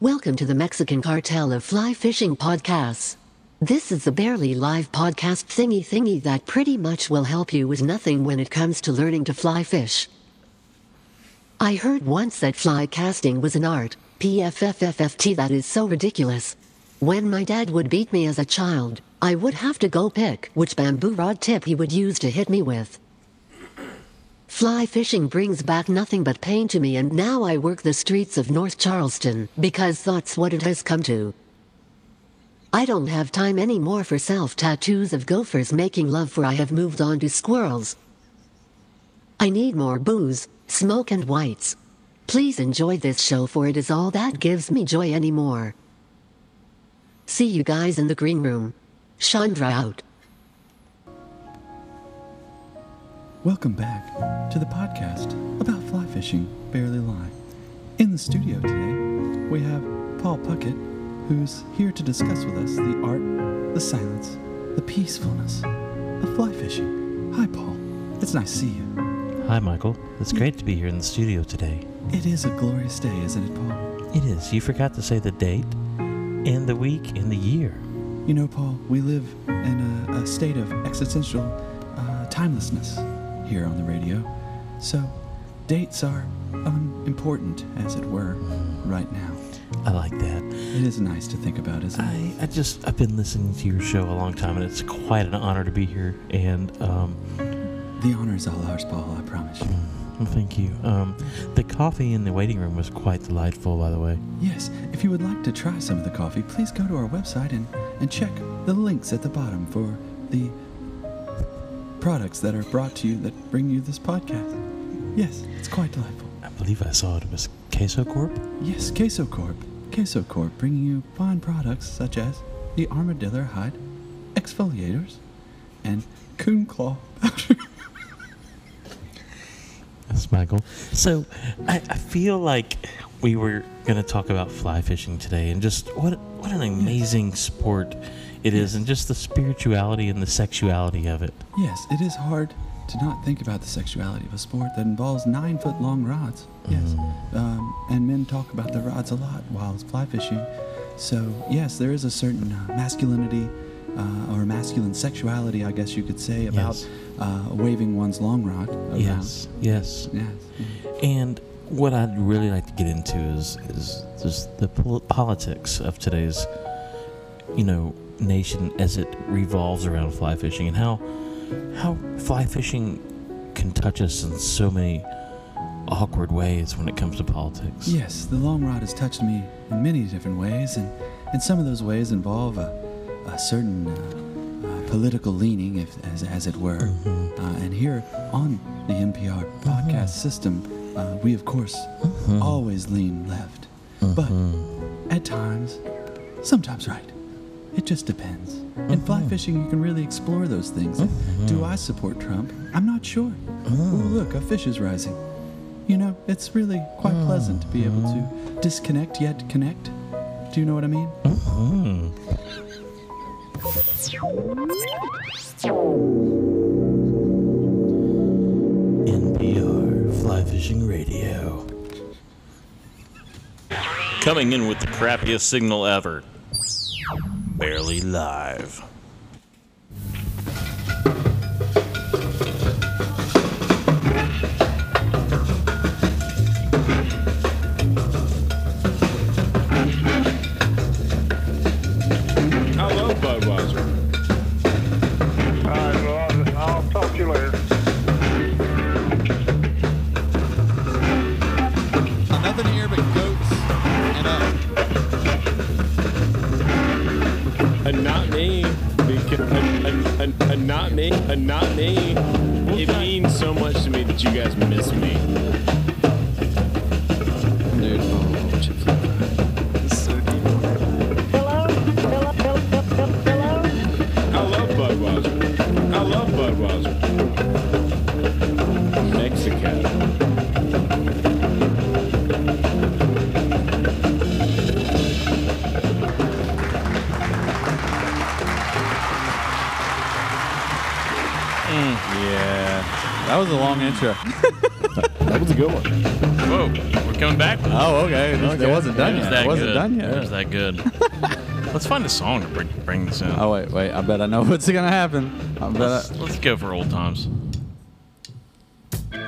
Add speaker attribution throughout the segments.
Speaker 1: Welcome to the Mexican Cartel of Fly Fishing Podcasts. This is the barely live podcast thingy thingy that pretty much will help you with nothing when it comes to learning to fly fish. I heard once that fly casting was an art, PFFFFT, that is so ridiculous. When my dad would beat me as a child, I would have to go pick which bamboo rod tip he would use to hit me with. Fly fishing brings back nothing but pain to me, and now I work the streets of North Charleston because that's what it has come to. I don't have time anymore for self tattoos of gophers making love, for I have moved on to squirrels. I need more booze, smoke, and whites. Please enjoy this show, for it is all that gives me joy anymore. See you guys in the green room. Chandra out.
Speaker 2: Welcome back to the podcast about fly fishing, Barely Lie. In the studio today, we have Paul Puckett, who's here to discuss with us the art, the silence, the peacefulness of fly fishing. Hi, Paul. It's nice to see you.
Speaker 3: Hi, Michael. It's great to be here in the studio today.
Speaker 2: It is a glorious day, isn't it, Paul?
Speaker 3: It is. You forgot to say the date and the week and the year.
Speaker 2: You know, Paul, we live in a, a state of existential uh, timelessness here on the radio, so dates are unimportant, as it were, right now.
Speaker 3: I like that.
Speaker 2: It is nice to think about, isn't it?
Speaker 3: I, I just, I've been listening to your show a long time, and it's quite an honor to be here. And um,
Speaker 2: The honor is all ours, Paul, I promise you.
Speaker 3: Mm, well, thank you. Um, the coffee in the waiting room was quite delightful, by the way.
Speaker 2: Yes, if you would like to try some of the coffee, please go to our website and, and check the links at the bottom for the products that are brought to you that bring you this podcast. Yes, it's quite delightful.
Speaker 3: I believe I saw it was Queso Corp.
Speaker 2: Yes, Queso Corp. Queso Corp bringing you fine products such as the armadillo hide, exfoliators, and coon claw powder.
Speaker 3: That's Michael. So I, I feel like we were going to talk about fly fishing today and just what, what an amazing sport it is and just the spirituality and the sexuality of it.
Speaker 2: Yes, it is hard to not think about the sexuality of a sport that involves nine foot long rods. Yes.
Speaker 3: Mm-hmm.
Speaker 2: Um, and men talk about the rods a lot while it's fly fishing. So, yes, there is a certain uh, masculinity uh, or masculine sexuality, I guess you could say, about
Speaker 3: Yes.
Speaker 2: uh, waving one's long rod around.
Speaker 3: Yes, yes.
Speaker 2: Yes.
Speaker 3: And what I'd really like to get into is is just the pol- politics of today's, you know, nation as it revolves around fly fishing and how how fly fishing can touch us in so many awkward ways when it comes to politics.
Speaker 2: Yes, the long rod has touched me in many different ways, and, and some of those ways involve a, a certain uh, uh, political leaning, if, as, as it were. Uh, and here on the NPR podcast system, uh, we, of course, always lean left. But at times, sometimes right. It just depends. In fly fishing, you can really explore those things. Do I support Trump? I'm not sure. Ooh, look, a fish is rising. You know, it's really quite
Speaker 4: Hmm.
Speaker 2: pleasant to be able to disconnect yet connect. Do you know what I mean?
Speaker 4: Mm-hmm.
Speaker 3: NPR Fly Fishing Radio.
Speaker 5: Coming in with the crappiest signal ever. Barely live.
Speaker 6: I love Budweiser.
Speaker 7: All right, well, I'll, I'll talk to you later.
Speaker 8: Nothing here but goats and uh,
Speaker 6: And not me. Because, and, and, and, and not me. And not me. It means so much to me that you guys miss me.
Speaker 2: Dude,
Speaker 9: Hello? Hello? Hello? Hello? Hello?
Speaker 6: I love Budweiser. I love Budweiser. Mexico.
Speaker 8: Yeah. That was a long intro.
Speaker 6: That was a good one.
Speaker 5: Whoa, we're coming back. with it.
Speaker 8: Oh, okay. It
Speaker 5: Okay.
Speaker 8: wasn't done
Speaker 5: It was
Speaker 8: yet.
Speaker 5: that
Speaker 8: It wasn't
Speaker 5: good.
Speaker 8: done yet.
Speaker 5: It was that good. Let's find a song to bring, bring this in.
Speaker 8: Oh wait, wait! I bet I know what's gonna happen. I bet.
Speaker 5: let's, let's go for old times.
Speaker 8: I,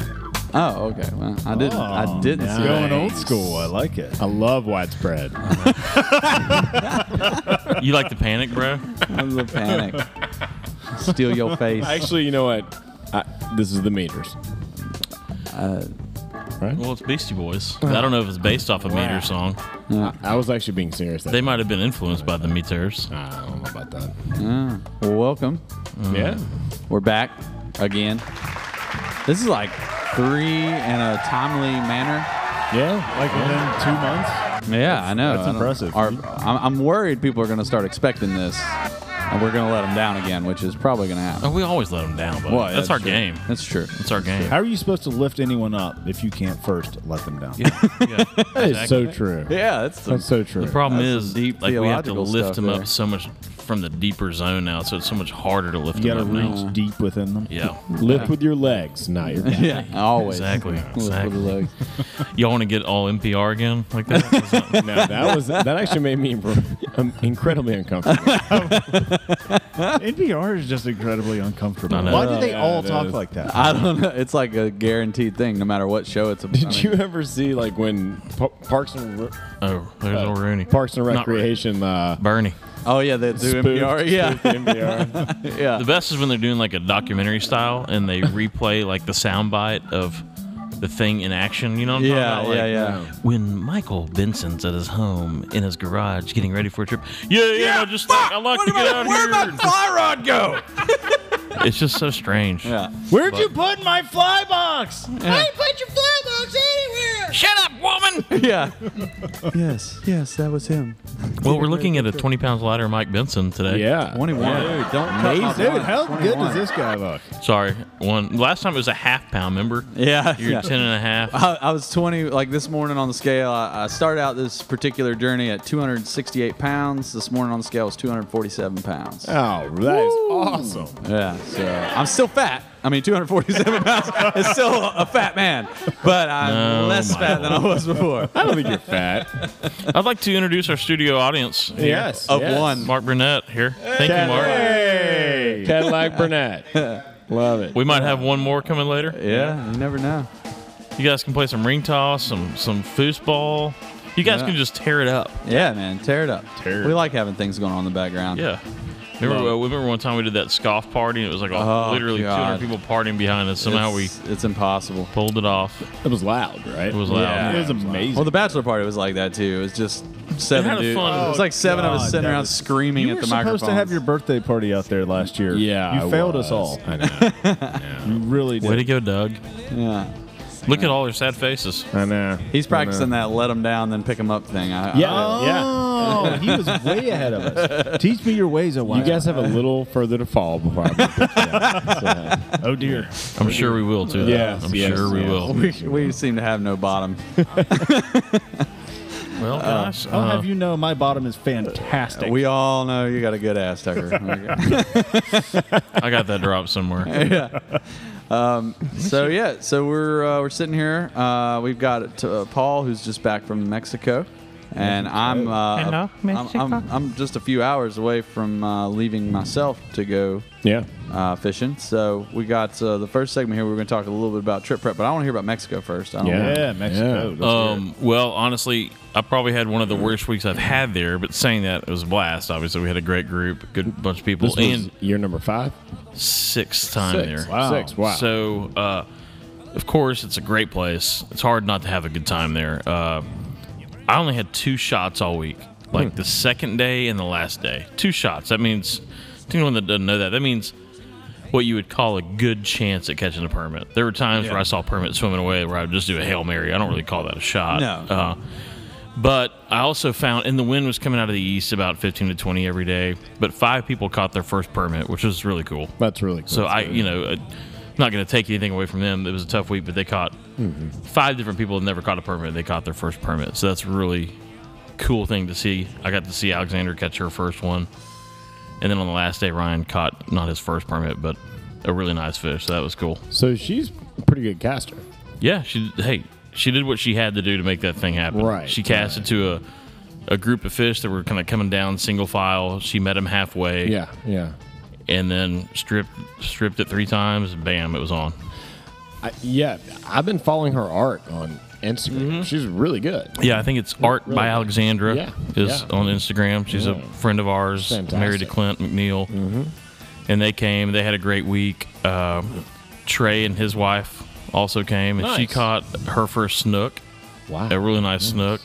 Speaker 8: oh, okay. Well, I didn't. I didn't. see that.
Speaker 10: Oh, Going old school. I like it. I love widespread.
Speaker 5: You like the panic, bro?
Speaker 8: That was a panic. Steal your face.
Speaker 6: Actually, you know what? I, this is the meters.
Speaker 8: Uh,
Speaker 5: Well, it's Beastie Boys. I don't know if it's based off a meter song.
Speaker 10: I was actually being serious.
Speaker 5: They might have been influenced by the meters.
Speaker 10: I don't know about that.
Speaker 5: Mm.
Speaker 8: Well, welcome.
Speaker 10: yeah.
Speaker 8: We're back again. This is like three in a timely manner.
Speaker 10: Yeah. Like within two months.
Speaker 8: Yeah, I know.
Speaker 10: that's
Speaker 8: I don't-
Speaker 10: impressive.
Speaker 8: Our, I'm, I'm worried people are going to start expecting this, and we're going to let them down again, which is probably going to happen.
Speaker 5: Oh, we always let them down, but
Speaker 8: Well,
Speaker 5: that's,
Speaker 8: that's
Speaker 5: our
Speaker 8: true.
Speaker 5: game.
Speaker 8: That's true.
Speaker 5: That's our game.
Speaker 10: How are you supposed to lift anyone up if you can't first let them down?
Speaker 5: Yeah.
Speaker 10: That is
Speaker 5: Exactly.
Speaker 10: so true.
Speaker 8: Yeah, that's
Speaker 10: That's so true.
Speaker 5: The problem
Speaker 8: That's
Speaker 5: is,
Speaker 8: some deep
Speaker 5: like, we have to
Speaker 8: theological
Speaker 5: lift
Speaker 8: stuff
Speaker 5: them
Speaker 8: there.
Speaker 5: up so much from the deeper zone now, so it's so much harder to lift
Speaker 10: you gotta
Speaker 5: them up now.
Speaker 10: reach deep within them.
Speaker 5: Yeah.
Speaker 10: Lift with your legs, not your back.
Speaker 8: yeah, always
Speaker 5: Exactly.
Speaker 8: With the
Speaker 5: exactly.
Speaker 8: legs.
Speaker 5: Y'all want to get all NPR again like that?
Speaker 6: No, that was that actually made me um, incredibly uncomfortable.
Speaker 10: NPR is just incredibly uncomfortable.
Speaker 5: I know.
Speaker 10: Why do they
Speaker 6: Yeah,
Speaker 10: all
Speaker 6: it
Speaker 10: talk
Speaker 6: is.
Speaker 10: like that?
Speaker 8: I don't know. It's like a guaranteed thing, no matter what show it's.
Speaker 6: Did you ever see like when Pa- Parks and Re-
Speaker 5: oh, there's
Speaker 6: uh,
Speaker 5: old Rooney.
Speaker 6: Parks and
Speaker 5: Not Rooney.
Speaker 6: Recreation uh,
Speaker 5: Bernie.
Speaker 8: Oh yeah, they do
Speaker 6: spoofed-
Speaker 8: NPR. Yeah,
Speaker 6: spoofed NPR?
Speaker 8: yeah.
Speaker 5: The best is when they're doing like a documentary style and they replay like the soundbite of the thing in action. You know what I'm
Speaker 8: Yeah,
Speaker 5: talking about? Like,
Speaker 8: yeah, yeah.
Speaker 5: When Michael Benson's at his home in his garage getting ready for a trip. Yeah, yeah, I just like, I like to get out here. and-
Speaker 8: fly rod go?
Speaker 5: It's just so strange.
Speaker 8: Yeah.
Speaker 10: Where'd you put my fly box?
Speaker 5: Shut up, woman!
Speaker 8: Yeah. yes, yes, that was him.
Speaker 5: Well, we're looking at a 20 pounds lighter Mike Benson today.
Speaker 10: Yeah.
Speaker 8: 21. Dude, don't cut my
Speaker 10: Amazing. Dude,
Speaker 8: line.
Speaker 10: how good
Speaker 8: 21.
Speaker 10: does this guy look?
Speaker 5: Sorry. One. Last time it was a half pound, remember?
Speaker 8: Yeah.
Speaker 5: You're
Speaker 8: yeah.
Speaker 5: 10 and a half.
Speaker 8: I, I was 20, like this morning on the scale. I, I started out this particular journey at 268 pounds. This morning on the scale was 247 pounds.
Speaker 10: Oh, that is awesome.
Speaker 8: Yeah, so I'm still fat. I mean, 247 pounds is still a fat man, but I'm
Speaker 5: No,
Speaker 8: less
Speaker 5: Oh my
Speaker 8: fat than I was before.
Speaker 10: I don't think you're fat.
Speaker 5: I'd like to introduce our studio audience.
Speaker 10: yes.
Speaker 8: Of
Speaker 10: yes.
Speaker 8: one.
Speaker 5: Mark Burnett here. Thank you, Mark.
Speaker 10: Hey.
Speaker 6: Cadillac Burnett. Love it.
Speaker 5: We might have one more coming later.
Speaker 8: Yeah, you never know.
Speaker 5: You guys can play some ring toss, some some foosball. You guys
Speaker 8: Yeah.
Speaker 5: can just tear it up.
Speaker 8: Yeah, man, tear it up.
Speaker 10: Tear it
Speaker 8: We
Speaker 10: up.
Speaker 8: like having things going on in the background.
Speaker 5: Yeah. Remember, uh, remember one time we did that scoff party and it was like a,
Speaker 8: Oh,
Speaker 5: literally 200
Speaker 8: God.
Speaker 5: people partying behind us. Somehow we
Speaker 8: it's, it's impossible.
Speaker 5: pulled it off.
Speaker 10: It was loud, right?
Speaker 5: It was loud.
Speaker 8: Yeah.
Speaker 10: It was amazing.
Speaker 8: Well, the bachelor party was like that too. It was just seven
Speaker 5: had a
Speaker 8: dudes.
Speaker 5: fun-
Speaker 8: it was like seven of us
Speaker 10: God,
Speaker 8: sitting
Speaker 10: that
Speaker 8: around
Speaker 10: was-
Speaker 8: screaming
Speaker 10: you
Speaker 8: at
Speaker 10: were
Speaker 8: the
Speaker 10: supposed
Speaker 8: microphone.
Speaker 10: to have your birthday party out there last year.
Speaker 6: Yeah,
Speaker 10: you
Speaker 6: I
Speaker 10: failed
Speaker 6: was.
Speaker 10: us all.
Speaker 6: I know.
Speaker 10: You really did.
Speaker 5: Way to go, Doug.
Speaker 8: yeah.
Speaker 5: Look at all their sad faces.
Speaker 10: I know.
Speaker 8: He's practicing that let him down, then pick him up thing. I, I-
Speaker 6: Yeah.
Speaker 10: Oh, he was way ahead of us. Teach me your ways, oh
Speaker 6: You guys have a little further to fall before I.
Speaker 10: oh dear.
Speaker 5: I'm sure we will, too. though.
Speaker 6: Yes,
Speaker 5: I'm
Speaker 6: yes,
Speaker 5: sure we
Speaker 6: yes.
Speaker 5: will.
Speaker 8: we, we seem to have no bottom.
Speaker 5: Well, gosh.
Speaker 10: I'll
Speaker 5: uh,
Speaker 10: Oh, have you know, my bottom is fantastic.
Speaker 8: We all know you got a good ass, Tucker.
Speaker 5: I got that drop somewhere.
Speaker 8: Um, so yeah, so we're uh, we're sitting here. Uh, we've got uh, Paul, who's just back from Mexico, and I'm uh,
Speaker 5: Hello,
Speaker 8: I'm- I'm, I'm, just a few hours away from uh, leaving myself to go
Speaker 6: yeah.
Speaker 8: uh, fishing. So we got uh, the first segment here. We're going to talk a little bit about trip prep, but I want to hear about Mexico first. I don't know.
Speaker 10: yeah, Mexico. Let's
Speaker 5: Um, well, honestly, I probably had one of the worst weeks I've had there, but saying that, it was a blast. Obviously, we had a great group, good bunch of people,
Speaker 6: This was
Speaker 5: and
Speaker 6: year number five.
Speaker 5: sixth time
Speaker 6: Six.
Speaker 5: there.
Speaker 6: Wow. Six. Wow.
Speaker 5: So, uh, of course, it's a great place. It's hard not to have a good time there. Uh, I only had two shots all week,
Speaker 6: Hmm.
Speaker 5: like the second day and the last day. Two shots. That means, to anyone that doesn't know that, that means what you would call a good chance at catching a permit. There were times where I saw permits swimming away where I would just do a hail mary. I don't really call that a shot.
Speaker 8: No.
Speaker 5: Uh, but I also found, and the wind was coming out of the east about 15 to 20 every day. But five people caught their first permit, which was really cool.
Speaker 6: That's really cool.
Speaker 5: So I, you know, uh, I'm not going to take anything away from them. It was a tough week, but they caught
Speaker 6: Mm-hmm.
Speaker 5: five different people that never caught a permit. They caught their first permit, so that's a really cool thing to see. I got to see Alexander catch her first one, and then on the last day, Ryan caught not his first permit, but a really nice fish. So that was cool.
Speaker 6: So she's a pretty good caster.
Speaker 5: Yeah, she. Hey, She did what she had to do to make that thing happen.
Speaker 6: Right,
Speaker 5: She casted to a a group of fish that were kind of coming down single file. She met them halfway.
Speaker 6: Yeah, yeah.
Speaker 5: And then stripped stripped it three times. And bam, it was on.
Speaker 6: I, yeah, I've been following her art on Instagram.
Speaker 8: Mm-hmm.
Speaker 6: She's really good.
Speaker 5: Yeah, I think it's Art
Speaker 6: Really
Speaker 5: by
Speaker 6: nice.
Speaker 5: Alexandra
Speaker 6: Yeah,
Speaker 5: is
Speaker 6: yeah.
Speaker 5: on Instagram. She's
Speaker 6: Yeah.
Speaker 5: a friend of ours, married to
Speaker 6: Fantastic. Mm-hmm.
Speaker 5: Clint McNeil. And they came. They had a great week. Um, Trey and his wife also came, and she
Speaker 6: Nice.
Speaker 5: caught her first snook.
Speaker 6: Wow,
Speaker 5: a really nice snook.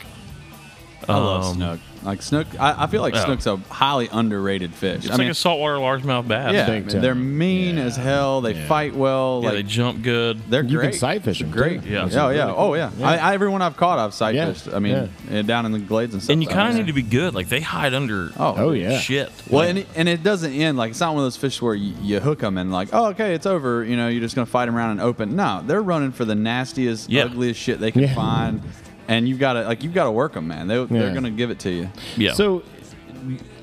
Speaker 8: I love
Speaker 5: Um,
Speaker 8: snook. Like snook, I, I feel like
Speaker 5: yeah.
Speaker 8: snook's a highly underrated fish.
Speaker 5: It's
Speaker 8: I
Speaker 5: like
Speaker 8: mean,
Speaker 5: a saltwater largemouth bass.
Speaker 8: yeah, they're mean as hell. They fight well.
Speaker 5: Yeah,
Speaker 8: like
Speaker 5: they jump good.
Speaker 8: They're
Speaker 5: You
Speaker 8: great.
Speaker 5: can sight fish 'em,
Speaker 8: Great.
Speaker 5: too. Yeah.
Speaker 8: Oh yeah. Oh yeah.
Speaker 5: Yeah.
Speaker 8: I, I, everyone I've caught, I've sight
Speaker 5: Yeah.
Speaker 8: fished. I mean,
Speaker 5: Yeah.
Speaker 8: and down in the glades and stuff.
Speaker 5: And you
Speaker 8: I mean,
Speaker 5: kind of need to be good. Like they hide under.
Speaker 8: Oh,
Speaker 5: Shit.
Speaker 8: Well, and, it- and it doesn't end like it's not one of those fish where you, you hook them and like, oh, okay, it's over. You know, you're just gonna fight them around and open. No, they're running for the nastiest, ugliest shit they can
Speaker 6: Yeah.
Speaker 8: find, and you've got to like you've got to work them, man. They,
Speaker 6: Yeah.
Speaker 8: They're gonna give it to you.
Speaker 6: So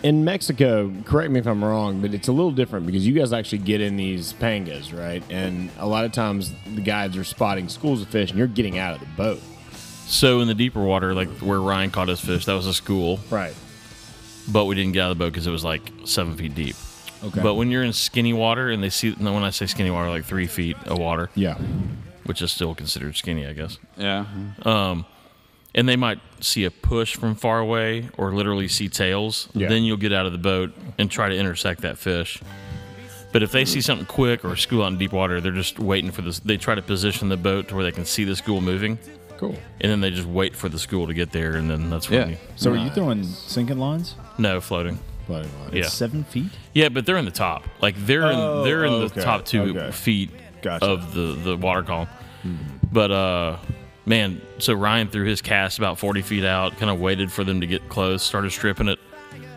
Speaker 6: in Mexico, correct me if I'm wrong, but it's a little different because you guys actually get in these pangas, right? And a lot of times the guides are spotting schools of fish and you're getting out of the boat.
Speaker 5: So in the deeper water, like where Ryan caught his fish, that was a school.
Speaker 6: Right.
Speaker 5: But we didn't get out of the boat because it was like seven feet deep.
Speaker 6: Okay.
Speaker 5: But when you're in skinny water and they see, no, when I say skinny water, like three feet of water.
Speaker 6: Yeah.
Speaker 5: Which is still considered skinny, I guess.
Speaker 8: Yeah.
Speaker 5: Um, and they might see a push from far away or literally see tails.
Speaker 6: Yeah.
Speaker 5: Then you'll get out of the boat and try to intersect that fish. But if they see something quick or a school out in deep water, they're just waiting for this. They try to position the boat to where they can see the school moving.
Speaker 6: Cool.
Speaker 5: And then they just wait for the school to get there, and then that's when you.
Speaker 11: So are you throwing sinking lines?
Speaker 5: No, floating.
Speaker 6: Floating
Speaker 11: It's
Speaker 5: Yeah.
Speaker 11: seven feet.
Speaker 5: Yeah, but they're in the top. Like they're
Speaker 11: Oh,
Speaker 5: in they're in
Speaker 11: okay,
Speaker 5: the top two
Speaker 11: okay.
Speaker 5: feet
Speaker 11: Gotcha. Hmm.
Speaker 5: of the the water column. But uh, man, so Ryan threw his cast about forty feet out, kind of waited for them to get close, started stripping it.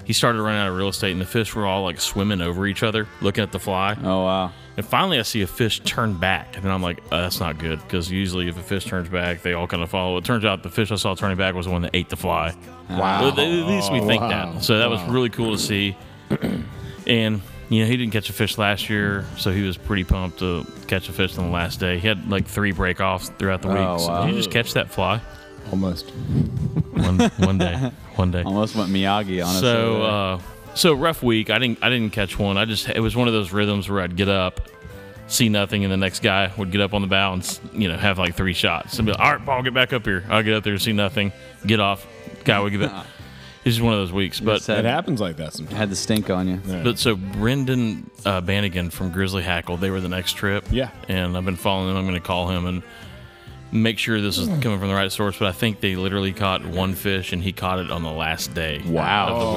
Speaker 5: He started running out of real estate, and the fish were all like swimming over each other, looking at the fly.
Speaker 8: Oh wow!
Speaker 5: And finally, I see a fish turn back, and then I'm like, oh, "That's not good," because usually if a fish turns back, they all kind of follow. It turns out the fish I saw turning back was the one that ate the fly.
Speaker 6: Wow.
Speaker 5: At least we think
Speaker 6: Wow.
Speaker 5: that. So that was
Speaker 6: Wow.
Speaker 5: really really cool to see. and you know, he didn't catch a fish last year, so he was pretty pumped to catch a fish on the last day. He had like three break offs throughout the week.
Speaker 8: Oh,
Speaker 5: So
Speaker 8: wow.
Speaker 5: did you just catch that fly?
Speaker 6: Almost.
Speaker 5: One, one day. One day.
Speaker 8: Almost went Miyagi on us. over
Speaker 5: So
Speaker 8: there.
Speaker 5: uh, so rough week. I didn't I didn't catch one. I just it was one of those rhythms where I'd get up, see nothing, and the next guy would get up on the bow and s- you know have like three shots. And be like, all right, Paul, get back up here. I'll get up there, see nothing, get off. Guy would get back. It's just one of those weeks, but
Speaker 6: it happens like that sometimes.
Speaker 8: Had the stink on you.
Speaker 5: But so Brendan uh, Bannigan from Grizzly Hackle, they were the next trip.
Speaker 6: Yeah.
Speaker 5: And I've been following them. I'm going to call him and make sure this is coming from the right source. But I think they literally caught one fish and he caught it on the last day
Speaker 6: Wow. Oh.
Speaker 5: of the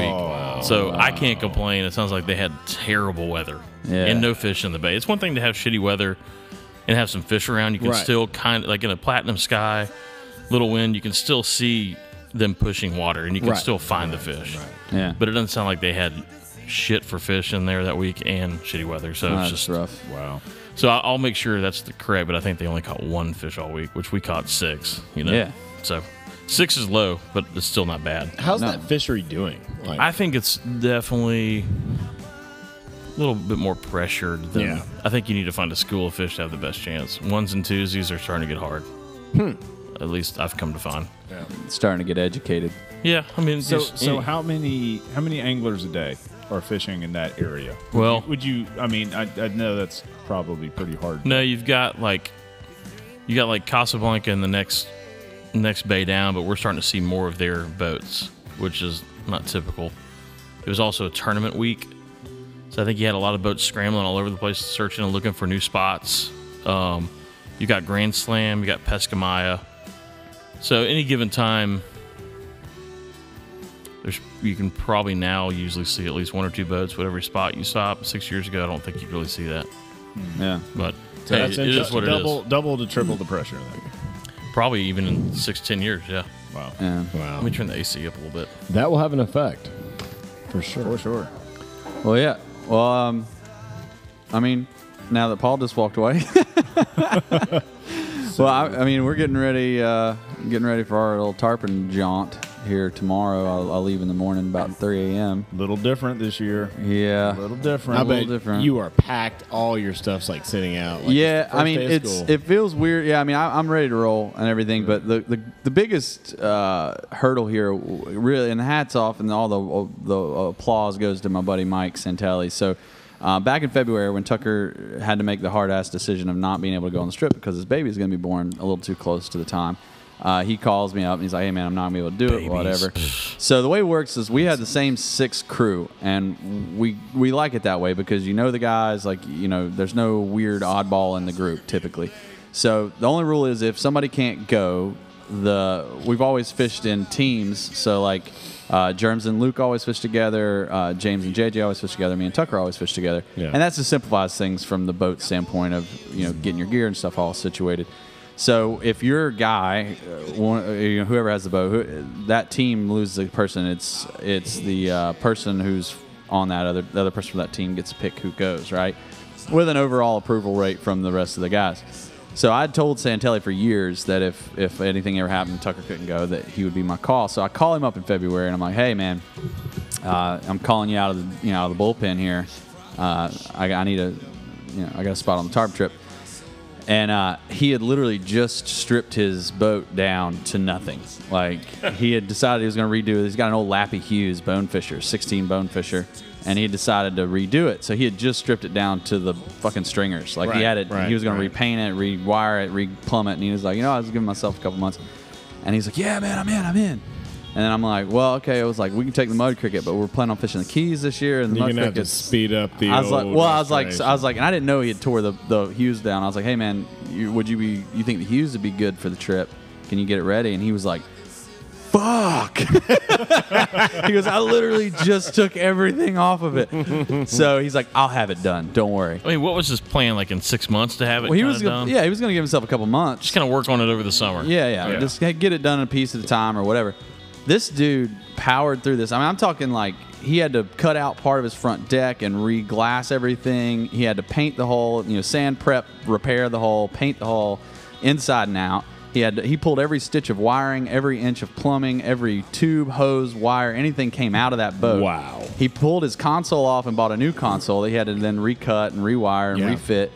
Speaker 5: week. So I can't complain. It sounds like they had terrible weather
Speaker 6: Yeah.
Speaker 5: and no fish in the bay. It's one thing to have shitty weather and have some fish around. You can
Speaker 6: Right.
Speaker 5: still kind of like in a platinum sky, little wind, you can still see them pushing water and you can
Speaker 6: Right.
Speaker 5: still find the fish.
Speaker 8: Yeah.
Speaker 5: But it doesn't sound like they had shit for fish in there that week and shitty weather. So
Speaker 8: Nah,
Speaker 5: it's
Speaker 8: that's
Speaker 5: just
Speaker 8: rough.
Speaker 5: Wow. So I- I'll make sure that's the correct, but I think they only caught one fish all week, which we caught six. You know.
Speaker 6: Yeah.
Speaker 5: So six is low, but it's still not bad.
Speaker 6: How's that fishery doing? Like,
Speaker 5: I think it's definitely a little bit more pressured than
Speaker 6: Yeah.
Speaker 5: I think you need to find a school of fish to have the best chance. Ones and twosies are starting to get hard.
Speaker 11: Hmm.
Speaker 5: At least I've come to find.
Speaker 11: Yeah.
Speaker 8: Starting to get educated.
Speaker 5: Yeah, I mean,
Speaker 11: so
Speaker 5: just-
Speaker 11: so
Speaker 5: it-
Speaker 11: how many how many anglers a day are fishing in that area? Would
Speaker 5: Well-
Speaker 11: you- would you? I mean, I, I know that's probably pretty hard.
Speaker 5: No, you've got like you got like Casablanca in the next next bay down, but we're starting to see more of their boats, which is not typical. It was also a tournament week, so I think you had a lot of boats scrambling all over the place, searching and looking for new spots. Um, you got Grand Slam, you got Pescamaya. So any given time, there's you can probably now usually see at least one or two boats, whatever spot you stop. Six years ago, I don't think you'd really see that.
Speaker 8: Yeah,
Speaker 5: but
Speaker 11: So
Speaker 5: hey,
Speaker 11: that's
Speaker 5: it is
Speaker 11: interesting.
Speaker 5: what it is.
Speaker 11: double double to triple the pressure. Then.
Speaker 5: Probably even in six, ten years. Yeah.
Speaker 11: Wow.
Speaker 8: Yeah.
Speaker 6: Wow.
Speaker 5: Let me turn the AC up a little bit.
Speaker 6: that will have an effect. For sure. For
Speaker 11: sure.
Speaker 8: Well, yeah. Well, um, I mean, now that Paul just walked away. well, I, I mean, we're getting ready, uh, getting ready for our little tarpon jaunt. here tomorrow. I'll, I'll leave in the morning about 3 a.m.
Speaker 11: Little different this year.
Speaker 8: Yeah,
Speaker 11: A little different.
Speaker 8: A
Speaker 11: I
Speaker 8: little
Speaker 11: bet
Speaker 8: different.
Speaker 6: You are packed. All your stuff's like sitting out. Like,
Speaker 8: yeah,
Speaker 6: it's the
Speaker 8: I
Speaker 6: first
Speaker 8: mean
Speaker 6: day of
Speaker 8: it's
Speaker 6: school.
Speaker 8: it feels weird. Yeah, I mean I, I'm ready to roll and everything, but the the, the biggest uh, hurdle here, w- really, and hats off and all the the applause goes to my buddy Mike Santelli. So. Uh, back in February, when Tucker had to make the hard ass decision of not being able to go on the strip because his baby is going to be born a little too close to the time, uh, he calls me up and he's like, "Hey man, I'm not going to be able to do it, whatever." So the way it works is we had the same six crew, and we we like it that way because you know the guys, like you know, there's no weird oddball in the group typically. So the only rule is if somebody can't go, the we've always fished in teams. So like uh, Germs and Luke always fish together, uh, James and JJ always fish together, me and Tucker always fish together,
Speaker 10: Yeah.
Speaker 8: and that's to simplifies things from the boat standpoint of you know getting your gear and stuff all situated. So if your guy, uh, one, uh, you know, whoever has the boat, who, that team loses the person. It's it's the uh, person who's on that other the other person from that team gets to pick who goes right, with an overall approval rate from the rest of the guys. So I told Santelli for years that if if anything ever happened, Tucker couldn't go, that he would be my call. So I call him up in February, and I'm like, hey man, uh, I'm calling you out of the you know out of the bullpen here. Uh, I, I need a you know I got a spot on the tarp trip and uh, he had literally just stripped his boat down to nothing. Like he had decided he was going to redo it. He's got an old Lappy Hughes bonefisher, 16 bonefisher, and he had decided to redo it. So he had just stripped it down to the fucking stringers. Like he
Speaker 10: Right,
Speaker 8: had it.
Speaker 10: right,
Speaker 8: he was going
Speaker 10: right.
Speaker 8: to repaint it, rewire it, replumb it, and he was like, you know, I was giving myself a couple months. And he's like, yeah, man, I'm in, I'm in. And then I'm like, well, okay. I was like, we can take the mud cricket, but we're planning on fishing the keys this year. And the
Speaker 6: You're
Speaker 8: mud
Speaker 6: gonna have to
Speaker 8: cricket's-
Speaker 6: speed up the
Speaker 8: I was like,
Speaker 6: old
Speaker 8: well, I was like,
Speaker 6: restoration.
Speaker 8: I was like, and I didn't know he had tore the, the Hughes down. I was like, hey man, you, would you be? You think the Hughes would be good for the trip? Can you get it ready? And he was like, fuck. he goes, I literally just took everything off of it. so he's like, I'll have it done. Don't worry.
Speaker 5: I mean, what was his plan? Like in six months to have it?
Speaker 8: Well, he
Speaker 5: kinda
Speaker 8: was gonna,
Speaker 5: done?
Speaker 8: yeah, he was gonna give himself a couple months.
Speaker 5: Just kind of work on it over the summer.
Speaker 8: Yeah, yeah, Just get get it done a piece at a time or whatever. This dude powered through this. I mean, I'm talking like he had to cut out part of his front deck and re-glass everything. He had to paint the hole, you know, sand prep, repair the hole, paint the hole inside and out. He had he pulled every stitch of wiring, every inch of plumbing, every tube, hose, wire, anything came out of that boat. Wow. He pulled his console off and bought a new console that he had to then recut and rewire and
Speaker 10: Yeah.
Speaker 8: refit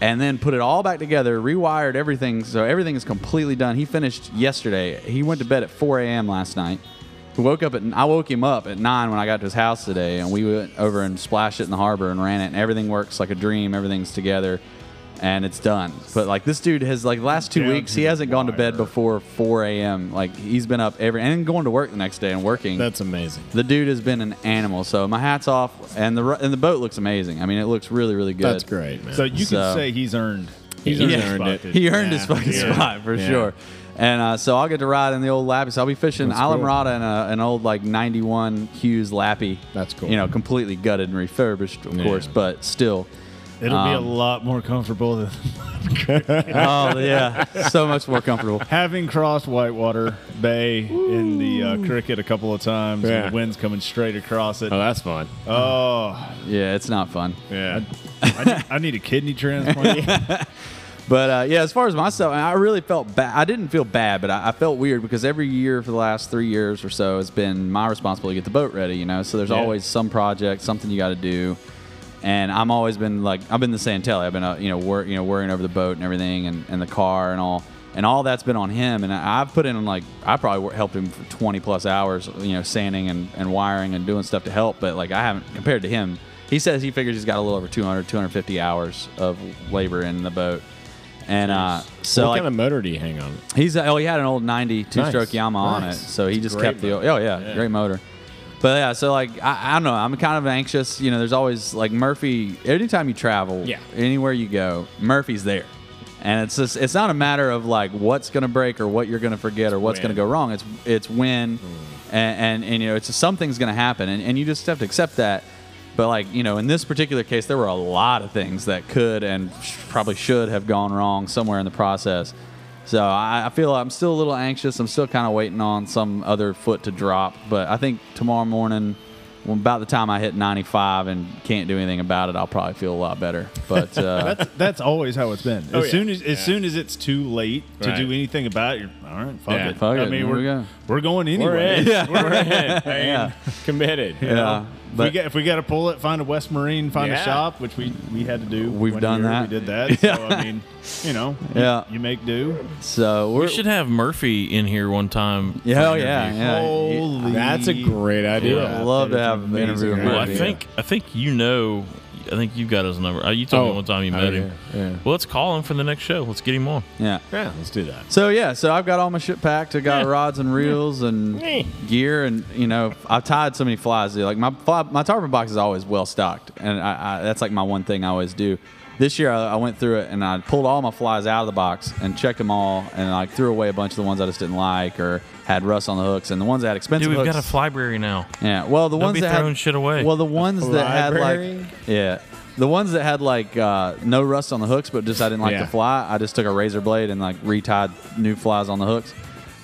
Speaker 8: and then put it all back together, rewired everything, so everything is completely done. He finished yesterday. He went to bed at 4 a.m. last night. He woke up at I woke him up at nine when I got to his house today, and we went over and splashed it in the harbor and ran it, and everything works like a dream. Everything's together, and it's done. But like this dude has like last two
Speaker 10: Down
Speaker 8: weeks,
Speaker 10: to
Speaker 8: he
Speaker 10: the
Speaker 8: hasn't gone to bed before 4 a.m. Like he's been up every and going to work the next day and working. That's
Speaker 6: amazing.
Speaker 8: The dude has been an animal. So my hat's off, and the ru- and the boat looks amazing. I mean, it looks really really good.
Speaker 11: That's great, man. So you can say he's earned- he's
Speaker 8: Yeah.
Speaker 11: earned his spot, dude.
Speaker 8: He earned his
Speaker 11: Yeah.
Speaker 8: fucking
Speaker 11: Yeah.
Speaker 8: spot for
Speaker 11: Yeah.
Speaker 8: sure. And uh, so I'll get to ride in the old Lappy. So I'll be fishing
Speaker 10: That's
Speaker 8: Isla
Speaker 10: cool.
Speaker 8: Mirada in a, an old like '91 Hughes Lappy. That's cool. You know, completely gutted and refurbished, of
Speaker 10: Yeah.
Speaker 8: course, but still.
Speaker 10: It'll be a
Speaker 8: Um,
Speaker 10: lot more comfortable than.
Speaker 8: Oh, yeah. So much more comfortable.
Speaker 11: Having crossed Whitewater Bay in the uh, cricket a couple of times, and
Speaker 8: Yeah.
Speaker 11: the wind's coming straight across it.
Speaker 6: Oh, that's fun.
Speaker 11: Oh,
Speaker 8: yeah, it's not fun.
Speaker 11: Yeah, I, I need, I need a kidney transplant.
Speaker 8: But uh, yeah, as far as myself, I really felt bad. I didn't feel bad, but I, I felt weird because every year for the last three years or so, it's been my responsibility to get the boat ready. You know, so there's
Speaker 10: Yeah.
Speaker 8: always some project, something you got to do, and I'm always been like I've been the Santelli. I've been uh, you know wor- you know worrying over the boat and everything, and, and the car and all, and all that's been on him. And I, I've put in like I probably wor- helped him for 20 plus hours, you know, sanding and, and wiring and doing stuff to help. But like I haven't compared to him. He says he figures he's got a little over 200, 250 hours of labor in the boat. And uh, so
Speaker 6: what
Speaker 8: like,
Speaker 6: kind of motor do you hang on?
Speaker 8: He's oh, he had an old ninety two-stroke
Speaker 6: Um, Nice.
Speaker 8: Yamaha on it,
Speaker 6: Nice.
Speaker 8: so he
Speaker 6: It's
Speaker 8: just
Speaker 6: great
Speaker 8: kept the
Speaker 6: motor.
Speaker 8: oh yeah,
Speaker 6: Yeah.
Speaker 8: great motor. But yeah, so like I, I don't know, I'm kind of anxious. You know, there's always like Murphy. Anytime you travel,
Speaker 6: Yeah.
Speaker 8: anywhere you go, Murphy's there, and it's just it's not a matter of like what's gonna break or what you're gonna forget or what's
Speaker 10: When.
Speaker 8: gonna go wrong. It's it's
Speaker 6: Mm.
Speaker 8: when, and, and and you know it's something's gonna happen, and, and you just have to accept that. But like you know, in this particular case, there were a lot of things that could and sh- probably should have gone wrong somewhere in the process. So I, I feel I'm still a little anxious. I'm still kind of waiting on some other foot to drop. But I think tomorrow morning, Well, about the time I hit 95 and can't do anything about it, I'll probably feel a lot better. But uh,
Speaker 10: that's, that's always how it's been. As
Speaker 8: Oh, yeah.
Speaker 10: soon as as
Speaker 8: Yeah.
Speaker 10: soon as it's too late to
Speaker 8: Right.
Speaker 10: do anything about it, you're, all right, fuck
Speaker 8: Yeah,
Speaker 10: it.
Speaker 8: fuck
Speaker 10: I
Speaker 8: it.
Speaker 10: mean,
Speaker 8: Here
Speaker 10: we're
Speaker 8: we go.
Speaker 10: we're going anyway.
Speaker 8: in. Yeah. We're in,
Speaker 10: man.
Speaker 6: Committed.
Speaker 10: You
Speaker 8: Yeah,
Speaker 10: know? If we
Speaker 8: but-
Speaker 10: get, if we got to pull it, find a West Marine, find
Speaker 8: Yeah.
Speaker 10: a shop, which we we had to do.
Speaker 8: We've
Speaker 10: one
Speaker 8: done
Speaker 10: year,
Speaker 8: that.
Speaker 10: We did that. So I mean, you know, you-
Speaker 5: Yeah.
Speaker 10: you, make do.
Speaker 8: So
Speaker 5: we should have Murphy in here one time. for
Speaker 10: Yeah,
Speaker 5: an
Speaker 10: oh, yeah,
Speaker 5: interview.
Speaker 10: yeah. Holy- That's a
Speaker 6: great idea.
Speaker 8: Yeah, I'd love to have an interview with
Speaker 5: Well, I
Speaker 8: Murphy.
Speaker 5: think I think you know. I think you got his number. Uh, You told
Speaker 8: Oh.
Speaker 5: me one time you
Speaker 8: Oh,
Speaker 5: met
Speaker 8: yeah,
Speaker 5: him.
Speaker 8: yeah.
Speaker 5: Well, let's call him for the next show. Let's get him on.
Speaker 8: Yeah.
Speaker 6: Yeah, let's do that.
Speaker 8: So yeah, so I've got all my shit packed. I got
Speaker 5: Yeah.
Speaker 8: rods and reels and
Speaker 5: Yeah.
Speaker 8: gear, and you know I've tied so many flies. dude. Like my fly, my tarpon box is always well stocked, and I, I, that's like my one thing I always do. This year I, I went through it and I pulled all my flies out of the box and checked them all, and like threw away a bunch of the ones I just didn't like or had rust on the hooks, and the ones that had expensive
Speaker 5: Dude, we've
Speaker 8: hooks.
Speaker 5: got a flyberry now.
Speaker 8: Yeah. Well, the
Speaker 5: Don't
Speaker 8: ones
Speaker 5: be
Speaker 8: that had-
Speaker 5: throwing shit away.
Speaker 8: Well, the ones that had
Speaker 5: library?
Speaker 8: like yeah, the ones that had like uh, no rust on the hooks, but just I didn't like
Speaker 5: Yeah.
Speaker 8: the fly. I just took a razor blade and like retied new flies on the hooks.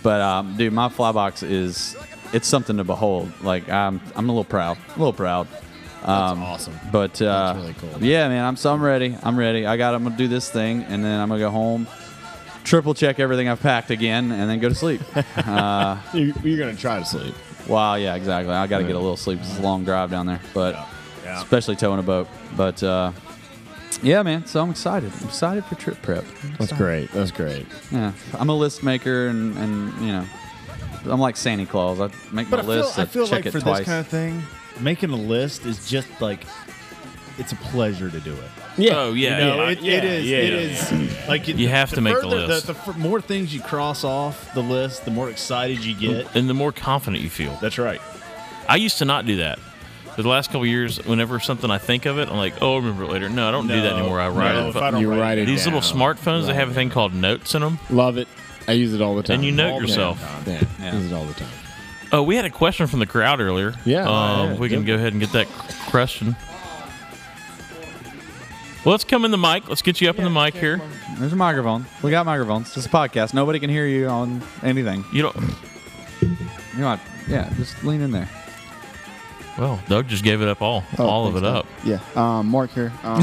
Speaker 8: But um, dude, my fly box is it's something to behold. Like I'm I'm a little proud, a little proud. Um,
Speaker 6: awesome.
Speaker 8: But uh, yeah, man, I'm so I'm ready. I'm ready. I got. I'm gonna do this thing, and then I'm gonna go home. Triple check everything I've packed again, and then go to sleep. uh,
Speaker 6: you, you're gonna try to sleep.
Speaker 8: Wow, yeah, exactly. I got to get a little sleep. It's a long drive down there, but
Speaker 6: yeah.
Speaker 8: especially towing a boat. But uh, yeah, man. So I'm excited. I'm excited for trip prep. I'm
Speaker 6: That's
Speaker 8: excited.
Speaker 6: great. That's great.
Speaker 8: Yeah, I'm a list maker, and and you know, I'm like Santa Claus. I make
Speaker 10: But I
Speaker 8: my
Speaker 10: feel,
Speaker 8: list.
Speaker 10: I feel
Speaker 8: check
Speaker 10: like
Speaker 8: it
Speaker 10: for
Speaker 8: twice.
Speaker 10: this kind of thing, making a list is just like it's a pleasure to do it.
Speaker 6: Yeah.
Speaker 5: Oh yeah.
Speaker 10: You know,
Speaker 5: yeah.
Speaker 10: it, it is. it is. Like it,
Speaker 5: you have to make the
Speaker 10: further-
Speaker 5: list,
Speaker 10: The, f- more things you cross off the list, the more excited you get.
Speaker 5: and the more confident you feel.
Speaker 10: That's right.
Speaker 5: I used to not do that. For the last couple of years, whenever something I think of it, I'm like, "Oh, I'll remember it later." No, I don't do that
Speaker 6: No.
Speaker 5: anymore. I write
Speaker 6: No,
Speaker 5: it.
Speaker 6: if I don't You write write it
Speaker 5: These
Speaker 6: down.
Speaker 5: little smartphones, they have a thing called notes in them.
Speaker 6: Love it. I use it all the time.
Speaker 5: And you note
Speaker 6: All the
Speaker 5: yourself.
Speaker 6: time. Yeah.
Speaker 5: Yeah.
Speaker 6: Use it all the time.
Speaker 5: Oh, we had a question from the crowd earlier.
Speaker 6: Yeah.
Speaker 5: Um,
Speaker 6: Yeah,
Speaker 5: we can go ahead and get that question. Well, let's come in the mic. Let's get you up in the mic here.
Speaker 8: There's a microphone. We got microphones. It's a podcast. Nobody can hear you on anything.
Speaker 5: You don't.
Speaker 8: You know, what? yeah, just lean in there.
Speaker 5: Well, Doug just gave it up all,
Speaker 12: Oh,
Speaker 5: all of it
Speaker 12: thanks,
Speaker 5: up.
Speaker 12: Doug. Yeah. Um, Mark here. Um,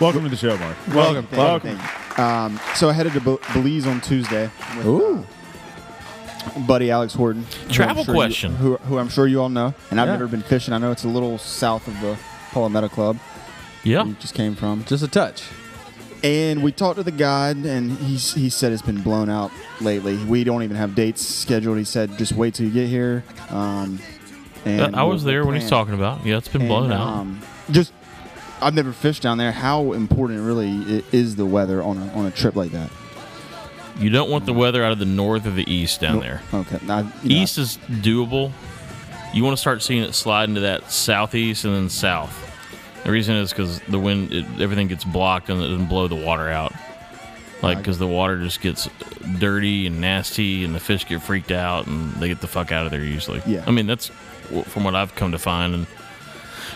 Speaker 10: Welcome to the show, Mark.
Speaker 12: welcome.
Speaker 10: Welcome.
Speaker 12: Thank you, thank you. Um, so I headed to Be- Belize on Tuesday. With, Ooh. buddy Alex Horton. who
Speaker 5: Travel
Speaker 12: I'm sure you-
Speaker 5: question.
Speaker 12: who, who I'm sure you all know, and I've
Speaker 5: Yeah.
Speaker 12: never been fishing. I know it's a little south of the Palometa Club.
Speaker 5: Yeah.
Speaker 12: You just came from.
Speaker 8: Just a touch.
Speaker 12: And we talked to the guide, and he he said it's been blown out lately. We don't even have dates scheduled. He said just wait till you get here. Um, and
Speaker 5: I was
Speaker 12: we'll-
Speaker 5: there
Speaker 12: we'll
Speaker 5: when he's
Speaker 12: plan.
Speaker 5: talking about. Yeah, it's been blown
Speaker 12: And,
Speaker 5: out.
Speaker 12: um, just, I've never fished down there. How important really i- is the weather on a, on a trip like that?
Speaker 5: You don't want the weather out of the north or the east down there.
Speaker 12: Okay. I- you know,
Speaker 5: East is doable. You want to start seeing it slide into that southeast and then south. The reason is because the wind, it, everything gets blocked and it doesn't blow the water out. Like, because the water just gets dirty and nasty and the fish get freaked out and they get the fuck out of there usually.
Speaker 12: Yeah.
Speaker 5: I mean, that's wh- from what I've come to find and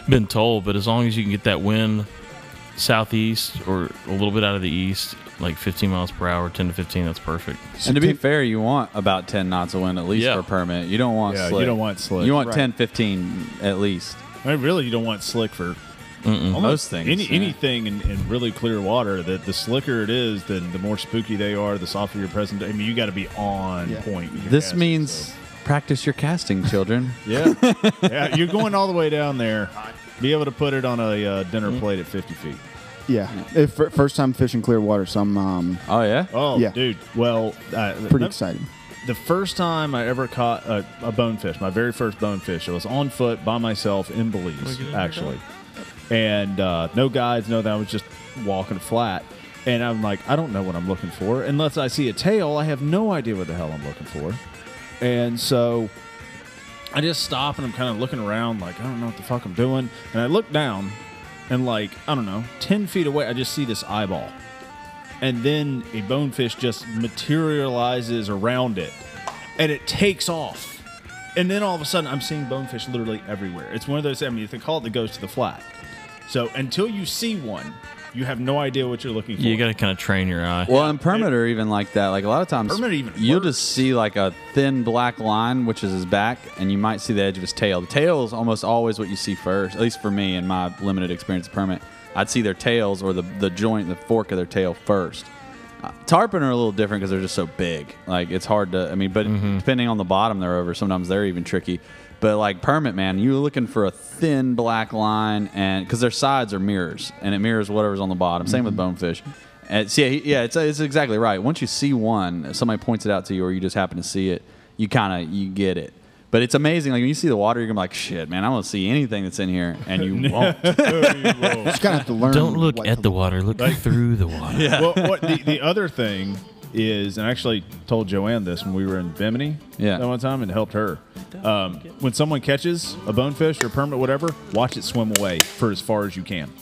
Speaker 5: been told, but as long as you can get that wind southeast or a little bit out of the east, like 15 miles per hour, 10 to 15, that's perfect.
Speaker 8: And to be fair, you want about 10 knots of wind at least for a permit. You don't want
Speaker 10: Yeah, you
Speaker 8: slick.
Speaker 10: don't want slick.
Speaker 8: You want
Speaker 10: Right.
Speaker 8: 10, 15 at least.
Speaker 10: I mean, really, you don't want slick for almost
Speaker 8: Most things,
Speaker 10: Any,
Speaker 8: yeah.
Speaker 10: Anything in, in really clear water, that the slicker it is, then the more spooky they are, the softer your present. I mean, you got to be on point. with your
Speaker 8: This
Speaker 10: casting.
Speaker 8: means practice your casting, children.
Speaker 10: Yeah, yeah, you're going all the way down there. Be able to put it on a uh, dinner
Speaker 5: Mm-hmm.
Speaker 10: plate at 50 feet.
Speaker 12: yeah. If, fir- first time fishing clear water, so I'm. Um,
Speaker 8: oh yeah.
Speaker 10: Oh,
Speaker 12: yeah.
Speaker 10: dude. Well, uh,
Speaker 12: Pretty excited.
Speaker 10: The first time I ever caught a, a bonefish, my very first bonefish, I was on foot by myself in Belize, actually, and uh, no guides, no that. I was just walking flat, and I'm like, I don't know what I'm looking for unless I see a tail. I have no idea what the hell I'm looking for, and so I just stop and I'm kind of looking around, like, I don't know what the fuck I'm doing. And I look down, and like, I don't know, 10 feet away, I just see this eyeball. And then a bonefish just materializes around it and it takes off. And then all of a sudden, I'm seeing bonefish literally everywhere. It's one of those, I mean, they call it the ghost of the flat. So until you see one, You have no idea what you're looking for.
Speaker 5: You got to kind of train your eye.
Speaker 8: Well, and permit are even like that. Like a lot of times,
Speaker 10: Permit even
Speaker 8: you'll just see like a thin black line, which is his back, and you might see the edge of his tail. The tail is almost always what you see first, at least for me in my limited experience of permit. I'd see their tails or the, the joint, the fork of their tail first. Uh, tarpon are a little different because they're just so big. Like it's hard to, I mean, but
Speaker 2: Mm-hmm.
Speaker 8: depending on the bottom they're over, sometimes they're even tricky. But like permit, man, you're looking for a thin black line, and because their sides are mirrors, and it mirrors whatever's on the bottom. Same with
Speaker 2: Mm-hmm.
Speaker 8: bonefish. And see, yeah, he- yeah, it's, it's exactly right. Once you see one, if somebody points it out to you, or you just happen to see it, you kind of you get it. But it's amazing. Like when you see the water, you're gonna be like, "Shit, man, I want to see anything that's in here," and you won't.
Speaker 12: Just gotta have to learn.
Speaker 2: Don't look at the water. Look through the water.
Speaker 10: Well, what the, the other thing is, and I actually told Joanne this when we were in Bimini
Speaker 8: Yeah.
Speaker 10: that one time and helped her. Um, when someone catches a bonefish or permit, whatever, watch it swim away for as far as you can.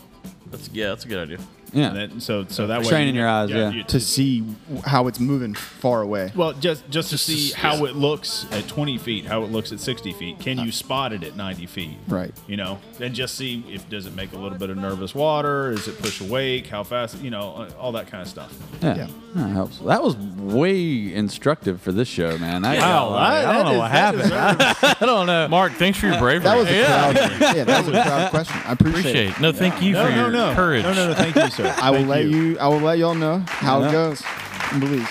Speaker 5: That's yeah, that's a good idea.
Speaker 8: Yeah.
Speaker 10: And that, so so that way
Speaker 8: Training your eyes, yeah.
Speaker 10: you-
Speaker 12: to see how it's moving far away.
Speaker 10: Well, just just Uh. to see how it looks at 20 feet, how it looks at 60 feet. Can you spot it at 90 feet?
Speaker 12: Right.
Speaker 10: You know, and just see if does it make a little bit of nervous water? Is it push awake? How fast? You know, uh, all that kind of stuff.
Speaker 8: Yeah, that helps. That was way instructive for this show, man. That-
Speaker 10: Yeah. Wow,
Speaker 8: I,
Speaker 10: that-
Speaker 8: don't
Speaker 10: that
Speaker 8: know what
Speaker 10: is-
Speaker 8: happened. I don't know.
Speaker 5: Mark, thanks for your bravery.
Speaker 12: That was a
Speaker 5: yeah.
Speaker 12: proud, yeah, that was a proud question. I appreciate,
Speaker 5: Appreciate
Speaker 12: it.
Speaker 5: it. No, thank you
Speaker 10: No,
Speaker 5: for
Speaker 10: no,
Speaker 5: your
Speaker 10: no.
Speaker 5: courage.
Speaker 10: No, no, no. Thank you, sir.
Speaker 12: I will
Speaker 10: Thank
Speaker 12: let
Speaker 10: you.
Speaker 12: you. I will let y'all know how
Speaker 8: Yeah.
Speaker 12: it goes. Believe.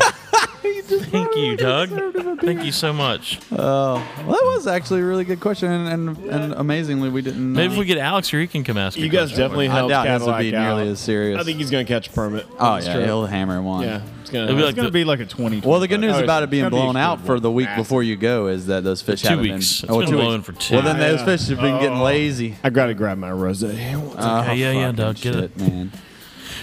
Speaker 5: Thank you, Doug. Thank you so much.
Speaker 8: Oh, well, that was actually a really good question, and and, and amazingly, we didn't.
Speaker 5: Maybe if we get Alex or he can come ask
Speaker 6: You guys definitely
Speaker 8: I
Speaker 6: helped
Speaker 8: doubt his would be
Speaker 6: Cadillac out.
Speaker 8: nearly as serious.
Speaker 6: I think he's going to catch a permit.
Speaker 8: oh
Speaker 6: That's
Speaker 8: yeah,
Speaker 6: true.
Speaker 8: he'll hammer one.
Speaker 6: Yeah, it's going
Speaker 5: It'll be
Speaker 6: to
Speaker 5: like
Speaker 10: It's gonna
Speaker 5: the-
Speaker 10: be like a 20.
Speaker 8: Well, the good news
Speaker 6: Oh,
Speaker 8: about it
Speaker 6: it's
Speaker 8: being
Speaker 6: gonna be
Speaker 8: blown out for the week
Speaker 6: massive.
Speaker 8: before you go is that those fish
Speaker 5: Two
Speaker 8: haven't
Speaker 5: weeks.
Speaker 8: been. Oh,
Speaker 5: It's been
Speaker 8: two
Speaker 5: blown
Speaker 8: weeks.
Speaker 5: for two.
Speaker 8: Well, then those
Speaker 6: Yeah.
Speaker 8: fish have been getting
Speaker 6: Oh.
Speaker 8: lazy.
Speaker 6: I got to grab my rosé.
Speaker 8: Oh,
Speaker 5: Uh, yeah, yeah,
Speaker 8: fucking
Speaker 5: Doug, get
Speaker 8: shit,
Speaker 5: it.
Speaker 8: man.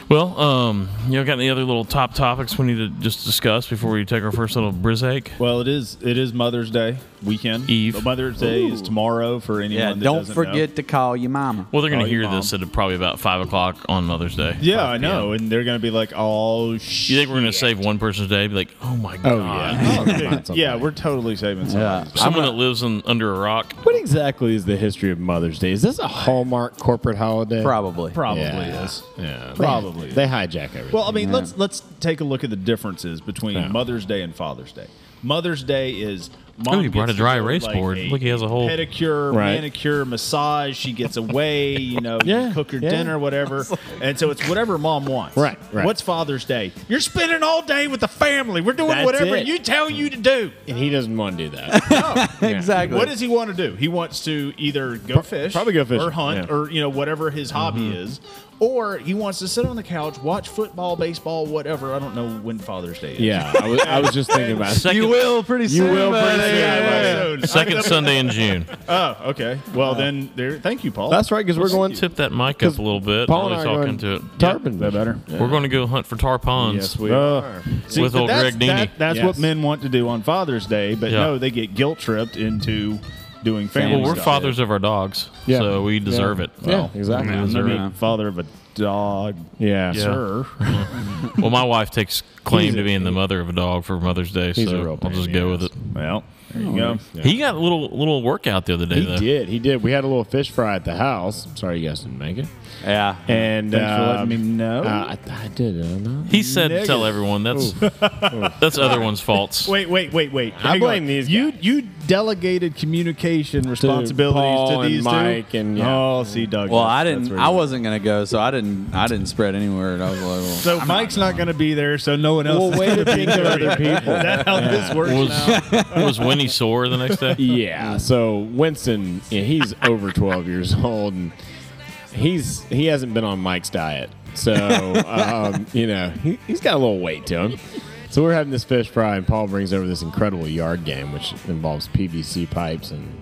Speaker 5: Well, um, you all got any other little top topics we need to just discuss before we take our first little brisake?
Speaker 10: Well, it is it is Mother's Day weekend.
Speaker 5: Eve.
Speaker 10: But Mother's Day is tomorrow for anyone.
Speaker 8: Yeah,
Speaker 10: that
Speaker 8: don't
Speaker 10: doesn't
Speaker 8: forget
Speaker 10: Know.
Speaker 8: to call your mama.
Speaker 5: Well, they're going
Speaker 10: Oh,
Speaker 5: to
Speaker 10: your
Speaker 5: hear this
Speaker 10: mom.
Speaker 5: at probably about five o'clock on Mother's Day.
Speaker 10: Yeah,
Speaker 5: 5
Speaker 10: I
Speaker 5: p.m.
Speaker 10: know, and they're gonna be like, "Oh shit!"
Speaker 5: You think we're going to save one person's day? Be like, oh my god,
Speaker 6: Oh, yeah. Oh, come on,
Speaker 10: yeah, we're totally saving some.
Speaker 8: Yeah.
Speaker 5: someone that lives in, under a rock.
Speaker 6: What exactly is the history of Mother's Day? Is this a Hallmark corporate holiday?
Speaker 8: Probably.
Speaker 10: Probably
Speaker 6: Yeah.
Speaker 10: is.
Speaker 6: Yeah.
Speaker 10: Probably.
Speaker 6: They hijack everything.
Speaker 10: Well, I mean, let's let's take a look at the differences between Mother's Day and Father's Day. Mother's Day is mom
Speaker 5: Ooh, he brought
Speaker 10: gets
Speaker 5: a dry
Speaker 10: to go,
Speaker 5: erase
Speaker 10: like,
Speaker 5: board. Look, he has a whole-
Speaker 10: pedicure,
Speaker 6: Right.
Speaker 10: manicure, massage. She gets away. You know,
Speaker 6: Yeah,
Speaker 10: you cook her
Speaker 6: yeah.
Speaker 10: dinner, whatever. and so it's whatever mom wants.
Speaker 6: Right, right.
Speaker 10: What's Father's Day? You're spending all day with the family. We're doing
Speaker 6: That's
Speaker 10: whatever
Speaker 6: it.
Speaker 10: you tell you to do.
Speaker 6: and he doesn't want to do that.
Speaker 8: Exactly.
Speaker 10: What does he want to do? He wants to either go fish,
Speaker 6: probably go fishing,
Speaker 10: or hunt,
Speaker 6: yeah. Mm-hmm.
Speaker 10: or you know whatever his hobby is, or he wants to sit on the couch, watch football, baseball, whatever. I don't know when Father's Day is.
Speaker 6: yeah, I was, I was just thinking about it.
Speaker 5: Second,
Speaker 8: you will pretty soon.
Speaker 6: will pretty
Speaker 8: buddy.
Speaker 6: soon,
Speaker 8: Yeah,
Speaker 6: buddy.
Speaker 8: yeah.
Speaker 5: second Sunday in June.
Speaker 10: Oh, okay. Well, then there. Thank you, Paul.
Speaker 6: That's right, because we're going
Speaker 5: Tip that mic up a little bit.
Speaker 6: Paul and
Speaker 5: really
Speaker 6: I
Speaker 5: talk
Speaker 6: are going
Speaker 5: into it.
Speaker 6: tarpon.
Speaker 10: Is that better?
Speaker 5: We're going to go hunt for tarpons.
Speaker 10: Yes, we
Speaker 6: Uh,
Speaker 10: are. See,
Speaker 5: With
Speaker 10: but
Speaker 5: old
Speaker 10: that's,
Speaker 5: Greg Dini.
Speaker 10: that- that's
Speaker 6: Yes.
Speaker 10: what men want to do on Father's Day, but
Speaker 5: Yeah.
Speaker 10: no, they get guilt tripped into doing family.
Speaker 5: Well, we're
Speaker 10: stuff.
Speaker 5: fathers of our dogs,
Speaker 6: Yeah.
Speaker 5: so we deserve
Speaker 6: Yeah.
Speaker 5: it.
Speaker 6: Yeah, exactly.
Speaker 10: I'm
Speaker 6: Yeah.
Speaker 10: gonna be father of a dog,
Speaker 6: Yeah.
Speaker 10: sir.
Speaker 5: Well, my wife takes claim
Speaker 6: He's
Speaker 5: to
Speaker 6: a-
Speaker 5: being the mother of a dog for Mother's Day,
Speaker 6: He's a
Speaker 5: so
Speaker 6: real
Speaker 5: I'll just
Speaker 6: pain in
Speaker 5: go
Speaker 6: the
Speaker 5: with it.
Speaker 6: ass.
Speaker 10: Well, there you go.
Speaker 5: He got a little little workout the other day,
Speaker 6: He
Speaker 5: though.
Speaker 6: did. He did. We had a little fish fry at the house. I'm sorry you guys didn't make it.
Speaker 8: Yeah.
Speaker 6: And
Speaker 10: Thanks for
Speaker 6: um,
Speaker 10: letting me know.
Speaker 6: Uh, I, I did. I know.
Speaker 5: He said to tell everyone that's that's other one's faults.
Speaker 10: Wait, wait, wait, wait.
Speaker 6: I
Speaker 10: Hang
Speaker 6: blame
Speaker 10: on.
Speaker 6: these
Speaker 10: You you delegated communication responsibilities to,
Speaker 6: Paul and
Speaker 10: these
Speaker 6: Mike
Speaker 10: two.
Speaker 6: and- yeah.
Speaker 10: Oh, see, Doug.
Speaker 8: Well,
Speaker 10: that's-
Speaker 8: I
Speaker 10: that's
Speaker 8: didn't.
Speaker 10: where
Speaker 8: I
Speaker 10: you-
Speaker 8: wasn't gonna go, so I didn't. I didn't spread any word. I was like, well,
Speaker 10: So Mike's not going to be there, so no one else.
Speaker 6: Well,
Speaker 10: is
Speaker 6: way to
Speaker 10: gonna be
Speaker 6: think of
Speaker 10: there.
Speaker 6: other people.
Speaker 10: Is that how this works now?
Speaker 5: Was was Winnie sore the next day?
Speaker 6: Yeah. So Winston, yeah, he's over 12 years old, and he's he hasn't been on Mike's diet, so um, you know he, he's got a little weight to him. So we're having this fish fry, and Paul brings over this incredible yard game, which involves PVC pipes and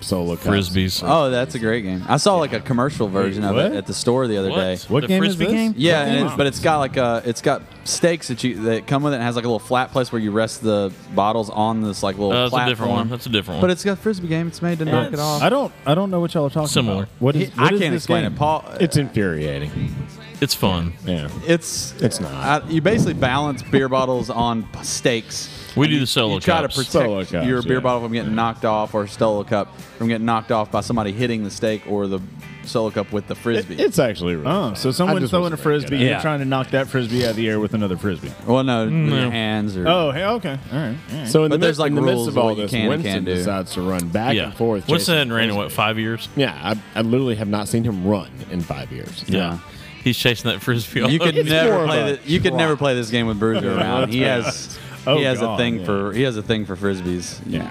Speaker 6: solo cups.
Speaker 5: Frisbees.
Speaker 8: oh, that's a great game. I saw like a commercial version of
Speaker 6: what?
Speaker 8: it at the store the other day.
Speaker 5: What
Speaker 10: What
Speaker 5: the
Speaker 10: game is
Speaker 5: frisbee
Speaker 10: this?
Speaker 5: game?
Speaker 8: Yeah, and it's, but it's got like a it's got stakes that you that come with it. and has like a little flat place where you rest the bottles on this like little
Speaker 5: Uh, that's a
Speaker 8: platform.
Speaker 5: different one. That's a different one.
Speaker 8: But it's got frisbee game. It's made to knock it off.
Speaker 10: I don't. I don't know what y'all are talking
Speaker 5: Similar.
Speaker 10: about. What is?
Speaker 8: He-
Speaker 10: what
Speaker 8: I
Speaker 10: is
Speaker 8: can't
Speaker 10: this
Speaker 8: explain
Speaker 10: game?
Speaker 8: it, Paul. uh,
Speaker 6: It's infuriating.
Speaker 5: it's fun.
Speaker 6: Yeah.
Speaker 8: It's
Speaker 6: It's not.
Speaker 8: I, Uh, you basically balance beer bottles on p- stakes.
Speaker 5: We do
Speaker 8: You-
Speaker 5: the solo
Speaker 8: You try
Speaker 5: cups.
Speaker 8: to protect
Speaker 6: Solo cups,
Speaker 8: your beer
Speaker 6: yeah.
Speaker 8: bottle from getting knocked off or solo cup from getting knocked off by somebody hitting the stake or the Solocup with the frisbee.
Speaker 10: it's actually really Oh, so someone's throwing a frisbee.
Speaker 8: Yeah.
Speaker 10: You're trying to knock that frisbee out of the air with another frisbee.
Speaker 8: Well, no,
Speaker 5: Mm,
Speaker 8: with your hands or
Speaker 10: Oh, hey, okay, all right. all right.
Speaker 6: So in the, mi- in the midst of all this, Winston decides to run back
Speaker 5: Yeah.
Speaker 6: and forth.
Speaker 5: Winston
Speaker 6: chasing
Speaker 5: hadn't ran in, what,
Speaker 6: frisbee.
Speaker 5: five years?
Speaker 6: Yeah, I, I literally have not seen him run in five years.
Speaker 5: Yeah. He's chasing that frisbee. all
Speaker 8: You could
Speaker 5: over.
Speaker 8: never play. The, you could never play this game with Bruiser around. He has.
Speaker 5: Oh,
Speaker 8: he has
Speaker 5: God,
Speaker 8: a thing
Speaker 5: yeah.
Speaker 8: for. He has a thing for frisbees. Yeah.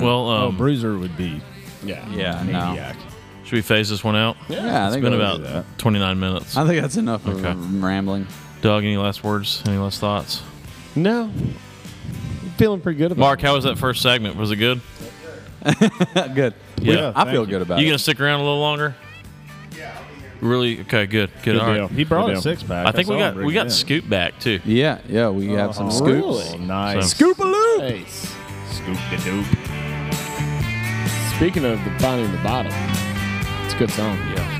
Speaker 5: Well,
Speaker 11: uh,
Speaker 5: um,
Speaker 10: oh, Bruiser would be.
Speaker 6: Yeah.
Speaker 8: Yeah. No.
Speaker 10: Maniac.
Speaker 5: Should we phase this one out?
Speaker 8: Yeah, Yeah, I
Speaker 5: it's
Speaker 8: think
Speaker 5: been
Speaker 8: we'll
Speaker 5: about
Speaker 8: do that.
Speaker 5: 29 minutes.
Speaker 8: I think that's enough of um, rambling.
Speaker 5: Doug, any last words? Any last thoughts?
Speaker 6: No. Feeling pretty good about
Speaker 5: Mark, how was that first segment? Was it good?
Speaker 8: good. Yeah, I feel good about
Speaker 5: you
Speaker 8: it.
Speaker 5: You gonna stick around a little longer? Yeah. Really? Okay. Good. Good.
Speaker 8: Good
Speaker 5: all right.
Speaker 8: deal. He brought Good a deal. six pack.
Speaker 5: I think
Speaker 8: I
Speaker 5: we
Speaker 8: saw him
Speaker 5: got
Speaker 8: bring
Speaker 5: we
Speaker 8: it in.
Speaker 5: got Scoop back too.
Speaker 8: Yeah. Yeah. We have
Speaker 10: Oh,
Speaker 8: some scoops.
Speaker 5: nice.
Speaker 8: Scoop a loop.
Speaker 6: Nice. Scoop the doop. Speaking of the Bonnie and the Bottom, it's a good song.
Speaker 5: Yeah.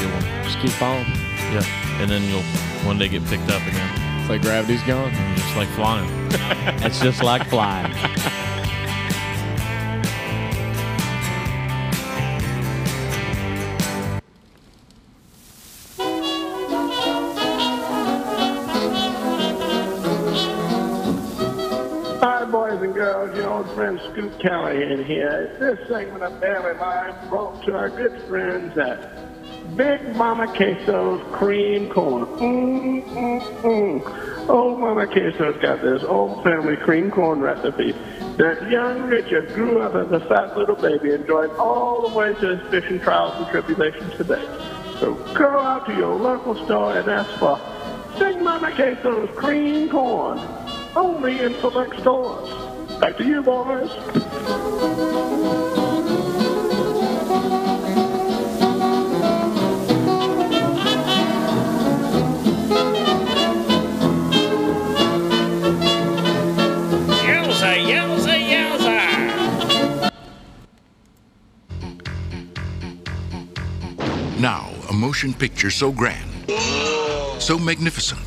Speaker 5: Good one.
Speaker 6: Just keep falling.
Speaker 5: Yeah. And then you'll one day get picked up again.
Speaker 6: It's like gravity's gone.
Speaker 5: Just like flying.
Speaker 8: it's just like flying.
Speaker 7: Hi, boys and girls, your old friend Scoot Callahan here. This segment of Barely Live brought to our good friends at Big Mama Queso's Cream Corn. Mm, mm, mm. Old Mama Queso's got this old family cream corn recipe that young Richard grew up as a fat little baby enjoying all the way to his fishing trials and tribulations today. So go out to your local store and ask for Big Mama Queso's Cream Corn. Only in select stores. Back to you, boys.
Speaker 13: Yowza, yowza, yowza.
Speaker 14: Now, a motion picture so grand, so magnificent,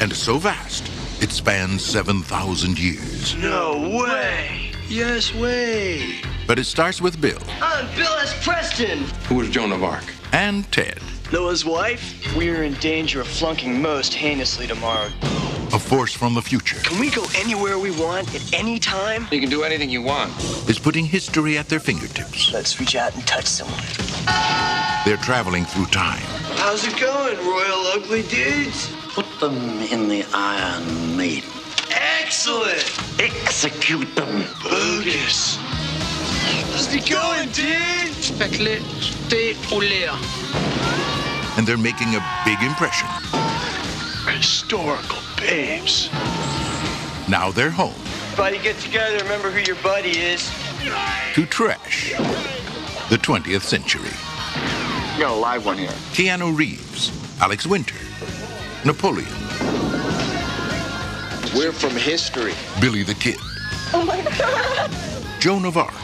Speaker 14: and so vast, it spans 7,000 years.
Speaker 15: No way! Yes way!
Speaker 14: But it starts with Bill,
Speaker 15: I'm Bill S. Preston!
Speaker 14: who was Joan of Arc, and Ted,
Speaker 15: Noah's wife? We're in danger of flunking most heinously tomorrow.
Speaker 14: a force from the future,
Speaker 15: Can we go anywhere we want at any time? You can do anything you want.
Speaker 14: is putting history at their fingertips.
Speaker 15: Let's reach out and touch someone.
Speaker 14: They're traveling through time,
Speaker 15: How's it going, Royal Ugly Dudes? Put them in the iron maiden. Excellent! Execute them. Bogus. How's it going, dude? Faites-le au l'air.
Speaker 14: and they're making a big impression.
Speaker 15: Historical babes.
Speaker 14: Now they're home
Speaker 15: Everybody get together, remember who your buddy is.
Speaker 14: to trash the 20th century.
Speaker 15: We got a live one here.
Speaker 14: Keanu Reeves, Alex Winter, Napoleon,
Speaker 15: We're from history.
Speaker 14: Billy the Kid,
Speaker 15: Oh my god.
Speaker 14: Joan of Arc,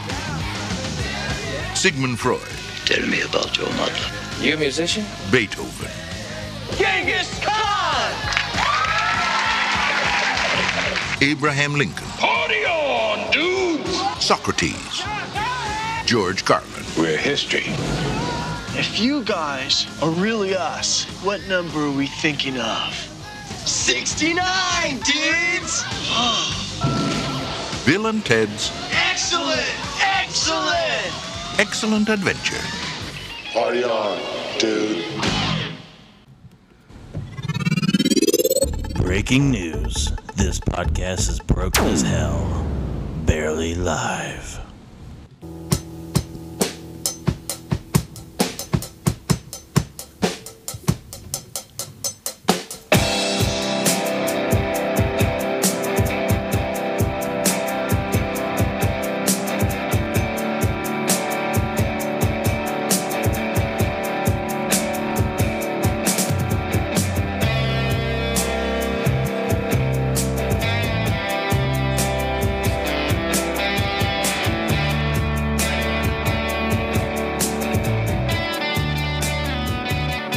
Speaker 14: Sigmund Freud.
Speaker 15: Tell me about your mother. You a musician?
Speaker 14: Beethoven,
Speaker 15: Genghis Khan!
Speaker 14: Abraham Lincoln. Party on, dudes! Socrates, George Carlin. We're history.
Speaker 15: If you guys are really us, what number are we thinking of? 69, dudes!
Speaker 14: Bill and Ted's
Speaker 15: Excellent! Excellent!
Speaker 14: Excellent Adventure. Party on, dude.
Speaker 3: Breaking news. This podcast is broken as hell. Barely live.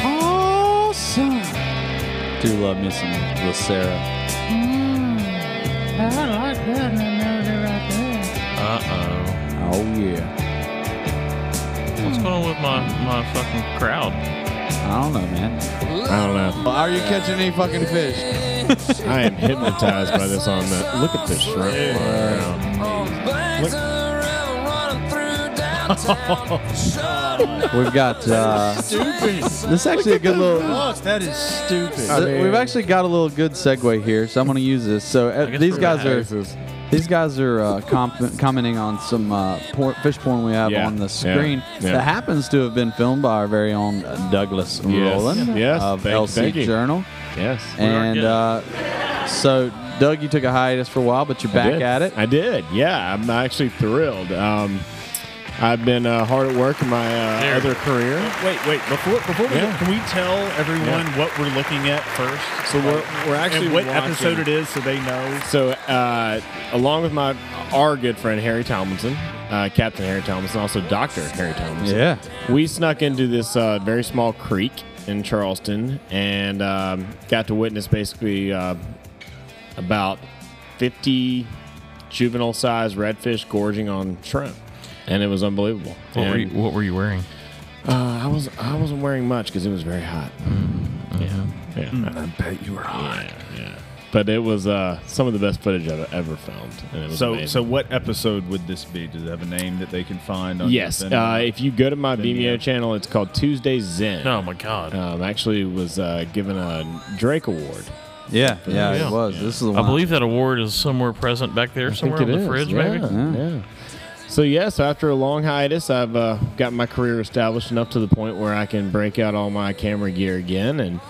Speaker 16: Awesome.
Speaker 8: Do love me some Lacera.
Speaker 16: I like that melody right there.
Speaker 5: Uh oh.
Speaker 8: Oh yeah.
Speaker 5: What's going on with with my, my fucking crowd?
Speaker 8: I don't know, man.
Speaker 6: I don't know.
Speaker 8: Are you catching any fucking fish?
Speaker 6: I am hypnotized by this on that. Look at this shrimp. flying around.
Speaker 8: We've got uh,
Speaker 16: Stupid.
Speaker 8: This is actually a good little.
Speaker 16: that is stupid.
Speaker 8: So we've actually got a little good segue here, so I'm going to use this. So uh,
Speaker 16: guess
Speaker 8: these
Speaker 16: we're
Speaker 8: guys
Speaker 16: gonna
Speaker 8: are
Speaker 16: have this.
Speaker 8: these guys are uh, comp- commenting on some uh, por- fish porn we have
Speaker 16: Yeah.
Speaker 8: on
Speaker 16: Yeah.
Speaker 8: the screen
Speaker 16: Yeah.
Speaker 8: that happens to have been filmed by our very own uh, Douglas
Speaker 16: Yes.
Speaker 8: Roland
Speaker 16: Yes.
Speaker 8: of
Speaker 16: Thank-
Speaker 8: LC
Speaker 16: thank you.
Speaker 8: Journal.
Speaker 6: Yes,
Speaker 16: We are
Speaker 8: and
Speaker 16: good.
Speaker 8: uh, so Doug, you took a hiatus for a while, but you're back
Speaker 6: did.
Speaker 8: at it.
Speaker 6: I did. Yeah, I'm actually thrilled. Um, I've been uh, hard at work in my uh, other career.
Speaker 11: Wait, wait. Before before we
Speaker 6: Yeah.
Speaker 11: go, can we tell everyone
Speaker 6: Yeah.
Speaker 11: what we're looking at first?
Speaker 6: So we're-
Speaker 11: and
Speaker 6: we're actually
Speaker 11: what
Speaker 6: watching-
Speaker 11: episode it is, so they know.
Speaker 6: So, uh, along with my our good friend Harry Tomlinson, uh, Captain Harry Tomlinson, also Doctor Harry Tomlinson.
Speaker 8: Yeah.
Speaker 6: we snuck into this uh, very small creek in Charleston and um, got to witness basically uh, about fifty juvenile-sized redfish gorging on shrimp, and it was unbelievable.
Speaker 5: What were you,
Speaker 6: And,
Speaker 5: what were you wearing?
Speaker 6: Uh, I was I wasn't wearing much because it was very hot.
Speaker 5: Mm,
Speaker 6: Yeah, yeah. Uh,
Speaker 11: I bet you were hot.
Speaker 6: Yeah. But it was uh, some of the best footage I've ever filmed. And it was
Speaker 11: So,
Speaker 6: amazing.
Speaker 11: so what episode would this be? Does it have a name that they can find? on
Speaker 6: Yes.
Speaker 11: your
Speaker 6: Uh,
Speaker 11: Vimeo?
Speaker 6: if you go to my
Speaker 11: Vimeo.
Speaker 6: Vimeo channel, it's called Tuesday Zen.
Speaker 5: Oh my god!
Speaker 6: Um, actually, was uh, given a Drake Award.
Speaker 8: Yeah,
Speaker 6: For
Speaker 8: yeah,
Speaker 6: that.
Speaker 8: it was. This is the
Speaker 5: I
Speaker 8: one.
Speaker 5: believe that award is somewhere present back there,
Speaker 6: I
Speaker 5: somewhere in
Speaker 6: think
Speaker 5: the
Speaker 6: it is.
Speaker 5: fridge,
Speaker 6: yeah,
Speaker 5: maybe.
Speaker 6: Yeah. So yeah, so after a long hiatus, I've uh, got my career established enough to the point where I can break out all my camera gear again, and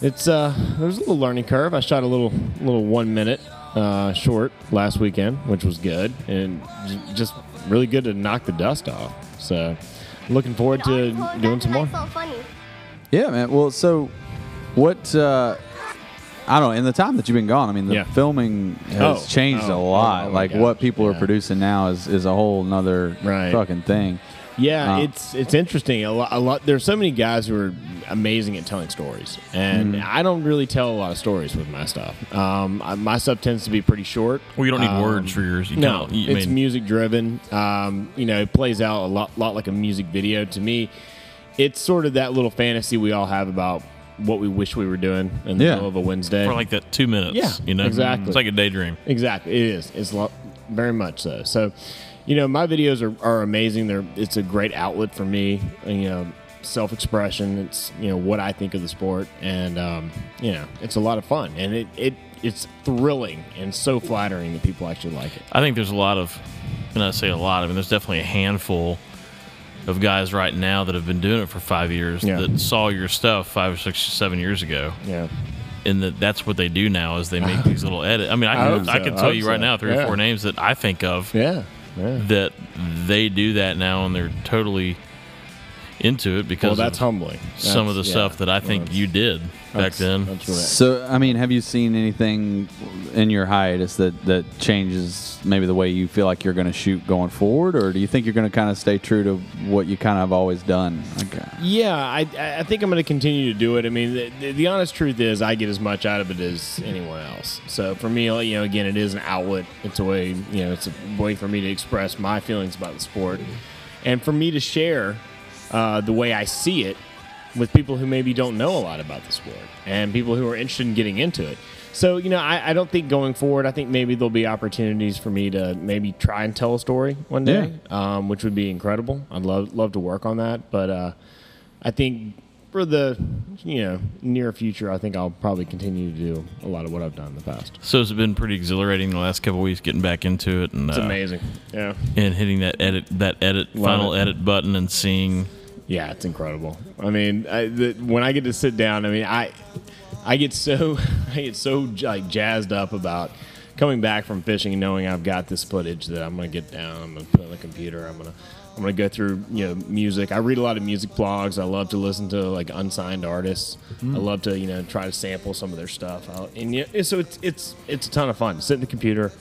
Speaker 6: it's uh, there's a little learning curve. I shot a little little one minute uh, short last weekend, which was good, and j- just really good to knock the dust off. So looking forward to doing some more.
Speaker 8: Yeah, man. Well, so what? Uh, I don't know. In the time that you've been gone, I mean, the
Speaker 6: Yeah.
Speaker 8: filming has
Speaker 6: Oh.
Speaker 8: changed a
Speaker 6: Oh,
Speaker 8: lot.
Speaker 6: oh my
Speaker 8: like
Speaker 6: gosh,
Speaker 8: what people are producing now is is a whole nother
Speaker 6: Right.
Speaker 8: fucking thing.
Speaker 6: Yeah,
Speaker 8: Uh,
Speaker 6: it's it's interesting. A lot, a lot. There's so many guys who are amazing at telling stories, and
Speaker 8: Mhm.
Speaker 6: I don't really tell a lot of stories with my stuff. Um, I, my stuff tends to be pretty short.
Speaker 5: Well, you don't need
Speaker 6: Um,
Speaker 5: words for yours. You
Speaker 6: no,
Speaker 5: don't- you- I
Speaker 6: it's
Speaker 5: mean-
Speaker 6: music driven. Um, you know, it plays out a lot, lot like a music video to me. It's sort of that little fantasy we all have about what we wish we were doing in the
Speaker 5: Yeah.
Speaker 6: middle of a Wednesday,
Speaker 5: For like that two minutes.
Speaker 6: Yeah,
Speaker 5: you know,
Speaker 6: exactly.
Speaker 5: It's like a daydream.
Speaker 6: Exactly, it is. It's lo- very much so. So, you know, my videos are, are amazing. They're it's a great outlet for me. You know, self expression. It's you know what I think of the sport, and um, you know, it's a lot of fun, and it it it's thrilling and so flattering that people actually like it.
Speaker 5: I think there's a lot of, and I say a lot, I mean, there's definitely a handful of guys right now that have been doing it for five years
Speaker 6: Yeah.
Speaker 5: that saw your stuff five, six, seven years ago.
Speaker 6: Yeah.
Speaker 5: And that that's what they do now is they make these little edits. I mean, I,
Speaker 6: I
Speaker 5: can,
Speaker 6: hope
Speaker 5: I
Speaker 6: so.
Speaker 5: can
Speaker 6: I
Speaker 5: tell
Speaker 6: hope
Speaker 5: you right
Speaker 6: so.
Speaker 5: now three
Speaker 6: Yeah.
Speaker 5: or four names that I think of.
Speaker 6: Yeah. Yeah.
Speaker 5: That they do that now and they're totally into it because
Speaker 6: Well, that's
Speaker 5: of
Speaker 6: humbling.
Speaker 5: Some of the
Speaker 6: That's-
Speaker 5: stuff
Speaker 6: yeah.
Speaker 5: that I think you did back
Speaker 8: That's-
Speaker 5: then.
Speaker 8: So, I mean, have you seen anything in your hiatus that that changes maybe the way you feel like you're going to shoot going forward, or do you think you're going to kind of stay true to what you kind of have always done? Okay.
Speaker 6: Yeah, I, I think I'm going to continue to do it. I mean, the, the, the honest truth is, I get as much out of it as anyone else. So for me, you know, again, it is an outlet. It's a way, you know, it's a way for me to express my feelings about the sport, and for me to share uh, the way I see it with people who maybe don't know a lot about the sport and people who are interested in getting into it. So, you know, I, I don't think going forward, I think maybe there'll be opportunities for me to maybe try and tell a story one day, um, which would be incredible. I'd love, love to work on that. But uh, I think for the, you know, near future, I think I'll probably continue to do a lot of what I've done in the past.
Speaker 5: So it's been pretty exhilarating the last couple weeks getting back into it, and uh,
Speaker 6: It's amazing. Yeah.
Speaker 5: and hitting that edit, that edit,
Speaker 6: Love
Speaker 5: final
Speaker 6: it.
Speaker 5: edit button, and seeing.
Speaker 6: Yeah, it's incredible. I mean, I, the, when I get to sit down, I mean, I I get so I get so like jazzed up about coming back from fishing and knowing I've got this footage that I'm gonna get down. I'm gonna put it on the computer. I'm gonna I'm gonna go through you know music. I read a lot of music blogs. I love to listen to like unsigned artists.
Speaker 11: Mm.
Speaker 6: I love to you know try to sample some of their stuff. I'll, and yeah, so it's it's it's a ton of fun. Sit in the computer.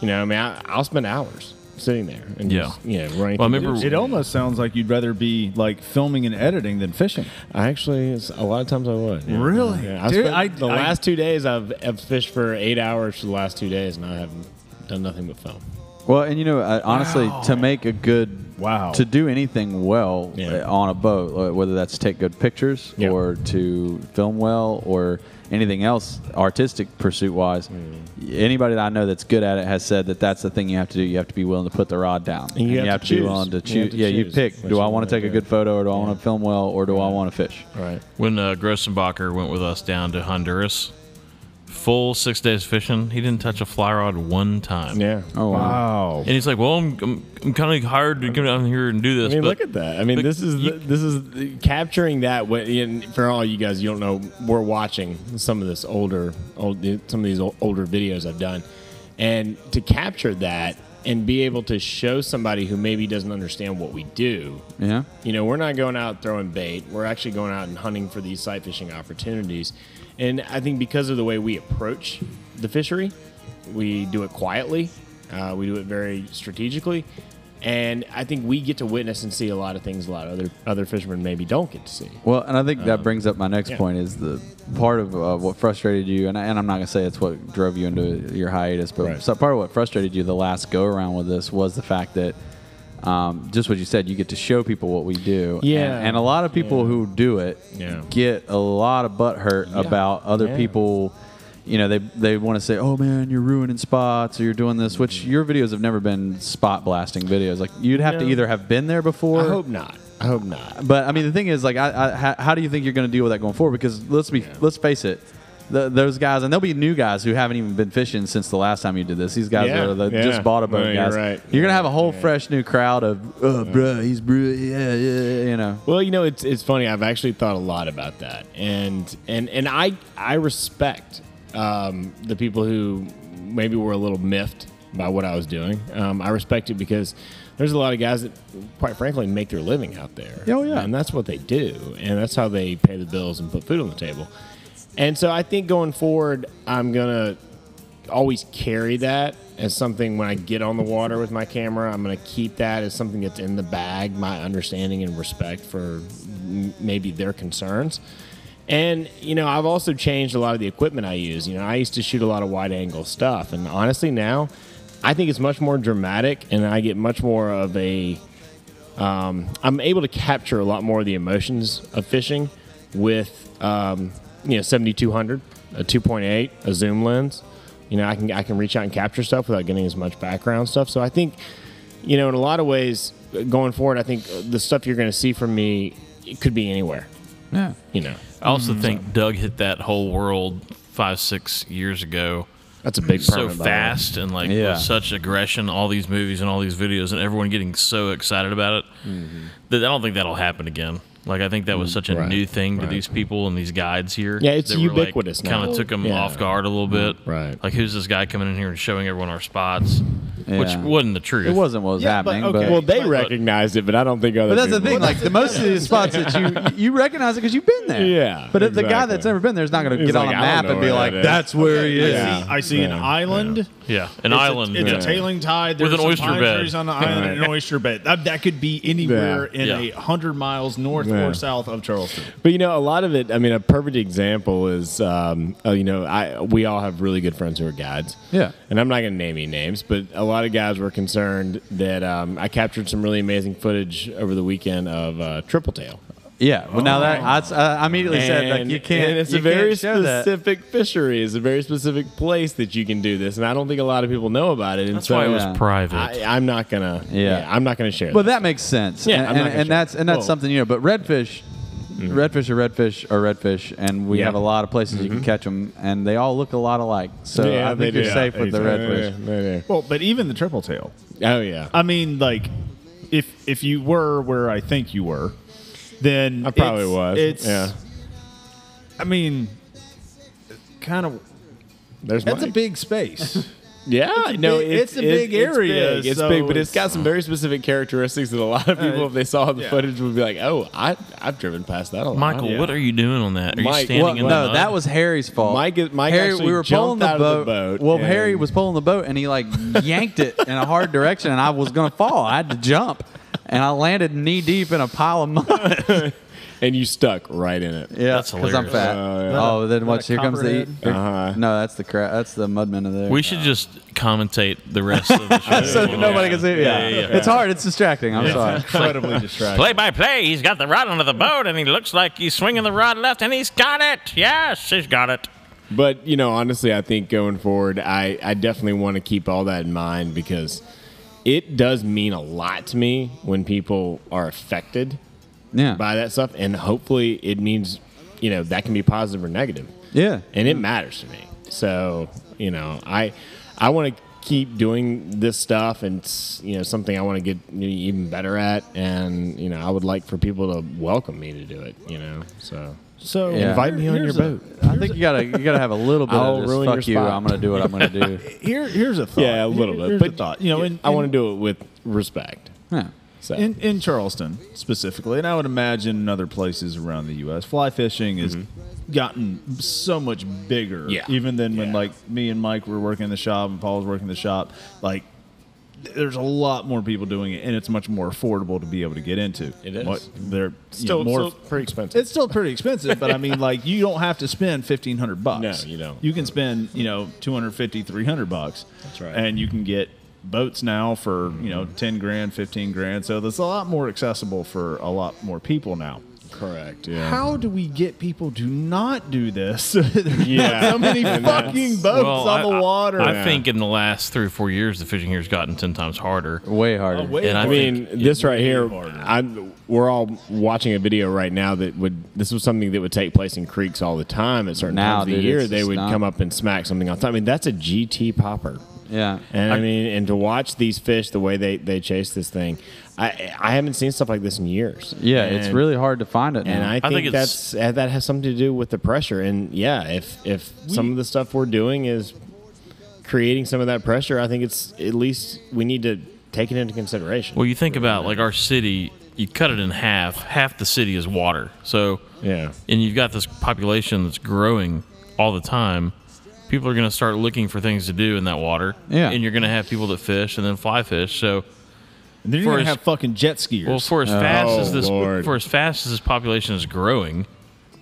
Speaker 6: You know, I mean, I, I'll spend hours sitting there and yeah, just, yeah, running. through this.
Speaker 11: it almost sounds like you'd rather be like filming and editing than fishing.
Speaker 6: I actually, it's, a lot of times I would. yeah.
Speaker 11: Really,
Speaker 6: Yeah, I
Speaker 11: dude.
Speaker 6: spent
Speaker 11: I,
Speaker 6: the
Speaker 11: I-
Speaker 6: last two days I've, I've fished for eight hours for the last two days, and I haven't done nothing but film.
Speaker 8: Well, and you know, I, honestly, to uh, make a good
Speaker 10: Wow.
Speaker 8: to do anything well uh, on a boat, uh, whether that's take good pictures or to film well or anything else artistic pursuit wise,
Speaker 10: Hmm.
Speaker 8: anybody that I know that's good at it has said that that's the thing you have to do. You have to be willing to put the rod down.
Speaker 10: And you have to
Speaker 8: to, be
Speaker 10: choose.
Speaker 8: willing to
Speaker 10: You
Speaker 8: choose.
Speaker 10: have to
Speaker 8: yeah, you
Speaker 10: choose
Speaker 8: pick.
Speaker 10: what
Speaker 8: Do
Speaker 10: you
Speaker 8: I
Speaker 10: wanna
Speaker 8: want to take
Speaker 10: do.
Speaker 8: a good photo or do I want to film well or do I want to fish?
Speaker 10: Right.
Speaker 5: When uh, Grossenbacher went with us down to Honduras, full six days fishing, he didn't touch a fly rod one time.
Speaker 6: Yeah.
Speaker 8: Oh,
Speaker 6: wow.
Speaker 5: And he's like, "Well, I'm, I'm, I'm kind of hired to come down here and do
Speaker 6: I
Speaker 5: this."
Speaker 6: mean,
Speaker 5: but
Speaker 6: look at that. I mean,
Speaker 5: but
Speaker 6: this is the, this is the- capturing that. What and for all you guys, you don't know, we're watching some of this older, old, some of these ol- older videos I've done, and to capture that and be able to show somebody who maybe doesn't understand what we do.
Speaker 8: Yeah.
Speaker 6: You know, we're not going out throwing bait. We're actually going out and hunting for these sight fishing opportunities. And I think because of the way we approach the fishery, we do it quietly, uh, we do it very strategically. And I think we get to witness and see a lot of things a lot of other, other fishermen maybe don't get to see.
Speaker 8: Well, and I think that
Speaker 6: Um,
Speaker 8: brings up my next
Speaker 6: yeah.
Speaker 8: point is the part of uh, what frustrated you, and, I, and I'm not going to say it's what drove you into your hiatus, but
Speaker 6: Right.
Speaker 8: so part of what frustrated you the last go around with this was the fact that um, just what you said, you get to show people what we do. And-
Speaker 6: Yeah.
Speaker 8: And, a lot of people who do it
Speaker 6: Yeah.
Speaker 8: get a lot of butt hurt about other
Speaker 6: Yeah.
Speaker 8: people. You know, they, they want to say, oh man, you're ruining spots or you're doing this, which
Speaker 6: Mm-hmm.
Speaker 8: your videos have never been spot blasting videos. Like, you'd have to
Speaker 6: No.
Speaker 8: either have been there before. I hope
Speaker 6: not. I hope not.
Speaker 8: But I mean, the thing is, like, I, I, how, how do you think you're going to deal with that going forward? Because let's be, let's face it, th those guys, and there'll be new guys who haven't even been fishing since the last time you did this. These guys
Speaker 6: Yeah,
Speaker 8: are the,
Speaker 6: yeah.
Speaker 8: just bought a boat.
Speaker 6: No, you're
Speaker 8: guys,
Speaker 6: right.
Speaker 8: you're going to have a whole fresh new crowd of, oh, bruh, he's bruh, yeah, yeah, you know.
Speaker 6: Well, you know, it's it's funny. I've actually thought a lot about that, and and and I I respect um, the people who maybe were a little miffed by what I was doing. Um, I respect it because there's a lot of guys that, quite frankly, make their living out there. Oh yeah, and that's what they do, and that's how they pay the bills and put food on the table. And so I think going forward, I'm gonna always carry that as something when I get on the water with my camera. I'm going to keep that as something that's in the bag, my understanding and respect for m- maybe their concerns. And, you know, I've also changed a lot of the equipment I use. You know, I used to shoot a lot of wide angle stuff. And honestly, now I think it's much more dramatic and I get much more of a. Um, I'm able to capture a lot more of the emotions of fishing with, um, you know, 7200, a 2.8, a zoom lens you know, I can I can reach out and capture stuff without getting as much background stuff. So I think, you know, in a lot of ways, going forward, I think the stuff you're going to see from me it could be anywhere.
Speaker 8: Yeah.
Speaker 6: You know.
Speaker 5: I also
Speaker 6: Mhm.
Speaker 5: think Doug hit that whole world five six years ago.
Speaker 6: That's a big
Speaker 5: so
Speaker 6: permit, by the way.
Speaker 5: fast and like
Speaker 6: Yeah.
Speaker 5: with such aggression. All these movies and all these videos and everyone getting so excited about it that I don't think that'll happen again. Like I think that was such a
Speaker 6: Mm-hmm. Mm, Right,
Speaker 5: new thing to
Speaker 6: right.
Speaker 5: these people and these guides here.
Speaker 6: Yeah, it's
Speaker 5: that were, like,
Speaker 6: ubiquitous now.
Speaker 5: Kind of took them
Speaker 6: Yeah. Mm-hmm.
Speaker 5: off guard a little bit. Right. Like who's this guy coming in here and showing everyone our spots, which
Speaker 8: Yeah.
Speaker 5: wasn't the truth.
Speaker 8: It wasn't what was Yeah, but- happening, but- okay.
Speaker 6: Well, they recognized it, but I don't think other.
Speaker 8: But that's the
Speaker 6: people-
Speaker 8: thing, like the most of these spots that you you recognize it because you've been there.
Speaker 6: Yeah,
Speaker 8: But if the guy
Speaker 6: exactly.
Speaker 8: that's never been there is not going to
Speaker 6: He's
Speaker 8: get on a
Speaker 6: like, "I don't
Speaker 8: map
Speaker 6: know
Speaker 8: and be
Speaker 6: where
Speaker 8: like,
Speaker 6: that is."
Speaker 8: "That's where he
Speaker 11: Okay,
Speaker 8: is."
Speaker 11: I see, I see an island.
Speaker 5: Yeah, an
Speaker 11: It's a-
Speaker 5: island.
Speaker 11: it's
Speaker 5: Yeah.
Speaker 11: a tailing tide.
Speaker 5: With
Speaker 11: There's
Speaker 5: an
Speaker 11: some
Speaker 5: oyster
Speaker 11: pine
Speaker 5: bed.
Speaker 11: trees on the island and an
Speaker 5: Right.
Speaker 11: oyster bed. That, that could be anywhere
Speaker 6: Yeah.
Speaker 11: in
Speaker 6: Yeah.
Speaker 11: a hundred miles north
Speaker 6: Yeah.
Speaker 11: or south of Charleston.
Speaker 6: But you know, a lot of it. I mean, a perfect example is, um, oh, you know, I we all have really good friends who are guides.
Speaker 8: Yeah.
Speaker 6: And I'm not going to name any names, but a lot of guys were concerned that um, I captured some really amazing footage over the weekend of uh, triple tail.
Speaker 8: Yeah. Well, now that I s- Uh, I, immediately said like
Speaker 6: Oh. And-
Speaker 8: you can't.
Speaker 6: And it's
Speaker 8: you
Speaker 6: a very
Speaker 8: can't show that.
Speaker 6: specific fishery. It's a very specific place that you can do this, and I don't think a lot of people know about it. And
Speaker 8: That's
Speaker 6: so
Speaker 8: why it was Yeah. private.
Speaker 6: I, I'm not gonna. Yeah. I'm not gonna share.
Speaker 8: Well,
Speaker 6: that.
Speaker 8: that makes sense.
Speaker 6: Yeah,
Speaker 8: and,
Speaker 6: I'm not
Speaker 8: and-
Speaker 6: gonna
Speaker 8: and
Speaker 6: share.
Speaker 8: that's and that's
Speaker 6: Well-
Speaker 8: something you know. But redfish, redfish are redfish are redfish, and we
Speaker 6: Yeah. Mm-hmm.
Speaker 8: have a lot of places you can catch them, and they all look a lot alike. So
Speaker 11: Yeah,
Speaker 8: I
Speaker 11: they
Speaker 8: think you're
Speaker 11: do.
Speaker 8: safe
Speaker 11: Yeah,
Speaker 8: with
Speaker 11: exactly.
Speaker 8: the redfish.
Speaker 6: Yeah, yeah, yeah.
Speaker 11: Well, but even the triple tail.
Speaker 6: Oh yeah.
Speaker 11: I mean, like, if if you were where I think you were, then
Speaker 6: I probably
Speaker 11: it's-
Speaker 6: was.
Speaker 11: It's.
Speaker 6: Yeah.
Speaker 11: I mean, kind of.
Speaker 6: There's
Speaker 11: that's
Speaker 6: Mike.
Speaker 11: a big space.
Speaker 6: Yeah,
Speaker 11: It's a
Speaker 6: no,
Speaker 11: big-
Speaker 6: it's,
Speaker 11: it's a big area,
Speaker 6: It's big, it's
Speaker 11: so
Speaker 6: big, but it's
Speaker 11: it's-
Speaker 6: got some very specific characteristics that a lot of
Speaker 11: Uh,
Speaker 6: people, if they saw the
Speaker 11: yeah.
Speaker 6: footage, would be like, "Oh, I, I've driven past that a lot."
Speaker 5: Michael, what are you doing on that? Are you
Speaker 6: Mike-
Speaker 5: standing
Speaker 6: well,
Speaker 5: in the
Speaker 8: no,
Speaker 5: mud?
Speaker 8: that was Harry's fault.
Speaker 6: Mike is- Mike
Speaker 8: Harry,
Speaker 6: actually
Speaker 8: we were
Speaker 6: jumped
Speaker 8: pulling the
Speaker 6: out of
Speaker 8: boat.
Speaker 6: the boat
Speaker 8: Well,
Speaker 6: and-
Speaker 8: Harry was pulling the boat, and he like yanked it in a hard direction, and I was gonna fall. I had to jump, and I landed knee deep in a pile of mud.
Speaker 6: and you stuck right in it.
Speaker 8: Yeah, because I'm fat. oh, then watch. Here comes the. Here, No, that's the crap. That's the mudman of there.
Speaker 5: Uh-huh. We should just commentate the rest of the show.
Speaker 8: so that nobody can see. Yeah. it's hard. It's distracting. I'm
Speaker 5: Yeah.
Speaker 8: sorry.
Speaker 5: It's incredibly
Speaker 8: distracting.
Speaker 3: Play by play, he's got the rod under the boat, and he looks like he's swinging the rod left, and he's got it. Yes, he's got it.
Speaker 6: But you know, honestly, I think going forward, I, I definitely want to keep all that in mind because it does mean a lot to me when people are affected by that stuff, and hopefully, it means you know that can be positive or negative.
Speaker 8: Yeah,
Speaker 6: and it matters to me. So you know, I I want to keep doing this stuff, and it's, you know, something I want to get even better at, and you know, I would like for people to welcome me to do it. You know, so.
Speaker 10: So
Speaker 6: Yeah. Invite me on your
Speaker 10: here's
Speaker 6: boat.
Speaker 8: I think you gotta you gotta have a little bit
Speaker 6: I'll
Speaker 8: of just
Speaker 6: ruin
Speaker 8: fuck
Speaker 6: your
Speaker 8: you.
Speaker 6: spot.
Speaker 8: I'm gonna do what I'm gonna do.
Speaker 10: Here, here's a thought.
Speaker 6: Yeah, a little
Speaker 10: Here-
Speaker 6: bit,
Speaker 10: here's
Speaker 6: but
Speaker 10: a thought. You know, in,
Speaker 6: I want to do it with respect.
Speaker 8: Yeah.
Speaker 6: So.
Speaker 10: In, in Charleston specifically, and I would imagine in other places around the U.S., fly fishing has
Speaker 6: Mm-hmm.
Speaker 10: gotten so much bigger.
Speaker 11: Yeah.
Speaker 10: Even than when like me and Mike were working in the shop and Paul was working in the shop, like th- there's a lot more people doing it, and it's much more affordable to be able to get into. It
Speaker 6: is.
Speaker 10: they're
Speaker 6: Still-
Speaker 10: you know,
Speaker 6: still
Speaker 10: more
Speaker 6: pretty expensive.
Speaker 10: It's still pretty expensive, but I mean, like you don't have to spend fifteen hundred bucks.
Speaker 6: No, you don't.
Speaker 10: You can spend you know 250, 300 bucks. That's right. And you can get boats now for you
Speaker 6: Mm-hmm.
Speaker 10: know ten grand, fifteen grand. So that's a lot more accessible for a lot more people now.
Speaker 6: Correct. Yeah.
Speaker 10: How do we get people to not do this? There's
Speaker 6: Yeah.
Speaker 10: so many
Speaker 6: And
Speaker 10: fucking boats
Speaker 5: Well,
Speaker 10: on
Speaker 5: I-
Speaker 10: the
Speaker 5: I-
Speaker 10: water.
Speaker 5: I, think in the last three or four years, the fishing here's gotten ten times harder.
Speaker 8: Oh, Way harder.
Speaker 6: And I, mean, this right here, I'm, we're all watching a video right now that would, this was something that would take place in creeks all the time at certain
Speaker 8: Now,
Speaker 6: times of the
Speaker 8: dude,
Speaker 6: year.
Speaker 8: it's
Speaker 6: They
Speaker 8: just
Speaker 6: would
Speaker 8: not-
Speaker 6: come up and smack something else. I mean, that's a GT popper.
Speaker 8: Yeah.
Speaker 6: And I, mean, and to watch these fish, the way they, they chase this thing, I I haven't seen stuff like this in years.
Speaker 8: Yeah, it's
Speaker 6: And-
Speaker 8: really hard to find it.
Speaker 6: And
Speaker 8: now.
Speaker 6: I think, that's uh, that has something to do with the pressure. And yeah, if if some of the stuff we're doing is creating some of that pressure, I think it's at least we need to take it into consideration.
Speaker 5: Well, you think about like our city. You cut it in half. Half the city is water. So
Speaker 6: yeah,
Speaker 5: and you've got this population that's growing all the time. People are going to start looking for things to do in that water.
Speaker 10: Yeah.
Speaker 5: and you're going to have people that fish and then fly fish. So
Speaker 10: And then you're
Speaker 5: for
Speaker 10: gonna
Speaker 5: as-
Speaker 10: have fucking jet skiers.
Speaker 5: Well, for as fast as
Speaker 6: Oh,
Speaker 5: this,
Speaker 10: Oh, Lord.
Speaker 5: for as fast as this population is growing,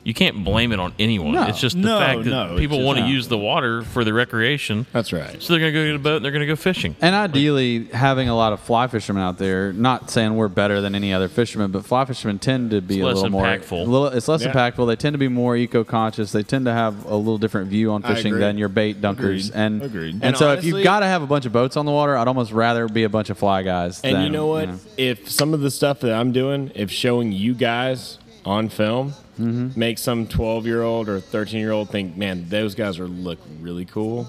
Speaker 5: you can't blame it on anyone.
Speaker 10: No.
Speaker 5: it's just the
Speaker 10: No,
Speaker 5: fact that
Speaker 10: no, it's
Speaker 5: people
Speaker 10: just-
Speaker 5: want to
Speaker 10: no.
Speaker 5: use the water for the recreation.
Speaker 6: That's right.
Speaker 5: So they're going to go get a boat and they're going to go fishing.
Speaker 8: And ideally, having a lot of fly fishermen out there. Not saying we're better than any other fishermen, but fly fishermen tend to be
Speaker 5: It's
Speaker 8: a
Speaker 5: less
Speaker 8: little more
Speaker 5: impactful.
Speaker 8: a little- it's less
Speaker 5: Yeah.
Speaker 8: impactful. They tend to be more eco-conscious. They tend to have a little different view on
Speaker 10: I
Speaker 8: fishing
Speaker 10: agree.
Speaker 8: than your bait dunkers.
Speaker 10: Agreed.
Speaker 8: And
Speaker 10: Agreed.
Speaker 8: And,
Speaker 10: And
Speaker 8: so, if you've
Speaker 10: honestly-
Speaker 8: got to have a bunch of boats on the water, I'd almost rather be a bunch of fly guys.
Speaker 6: And
Speaker 8: than,
Speaker 6: you know what? If some of the stuff that I'm doing, if showing you guys on film
Speaker 8: Mm-hmm.
Speaker 6: makes some 12 year old or 13 year old think, man, those guys are look really cool,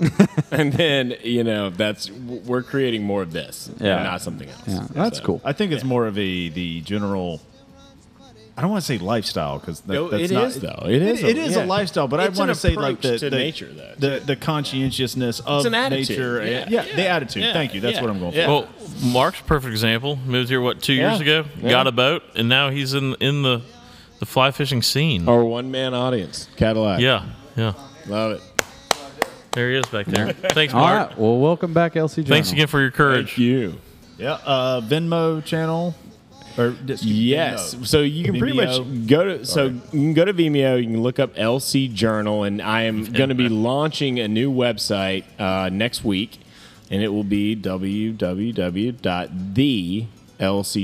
Speaker 6: and then you know that's we're creating more of this, and
Speaker 10: Yeah.
Speaker 6: not something else. So-
Speaker 10: I think it's more of a the general. I don't want to say lifestyle because that,
Speaker 6: No,
Speaker 10: that's
Speaker 6: it
Speaker 10: not,
Speaker 6: is, though. It is a-
Speaker 10: It is
Speaker 6: yeah.
Speaker 10: a lifestyle, but
Speaker 6: It's
Speaker 10: I want
Speaker 6: an
Speaker 10: to say like the
Speaker 6: approach to
Speaker 10: the,
Speaker 6: nature, though,
Speaker 10: the the conscientiousness of
Speaker 6: It's an attitude.
Speaker 10: nature.
Speaker 6: Yeah.
Speaker 10: Yeah, the attitude.
Speaker 6: Yeah.
Speaker 10: Thank you. That's
Speaker 6: Yeah.
Speaker 10: what I'm going for.
Speaker 5: Well, Mark's a perfect example. Moved here what two years
Speaker 6: Yeah.
Speaker 5: ago?
Speaker 6: Yeah.
Speaker 5: Got a boat, and now he's in in the the fly fishing scene.
Speaker 6: Our one man audience, Cadillac.
Speaker 5: Yeah, yeah.
Speaker 6: Love it.
Speaker 5: There he is back there. Thanks,
Speaker 8: All
Speaker 5: Mark.
Speaker 8: right. Well, welcome back, LC. Journal.
Speaker 5: Thanks again for your courage.
Speaker 6: Thank you.
Speaker 10: yeah. Uh, Venmo channel. Or just
Speaker 6: Yes.
Speaker 10: Venmo.
Speaker 6: So you can pretty
Speaker 10: Vimeo.
Speaker 6: much go to so you can go to Vimeo. You can look up LC Journal, and I am going to be launching a new website uh, next week, and it will be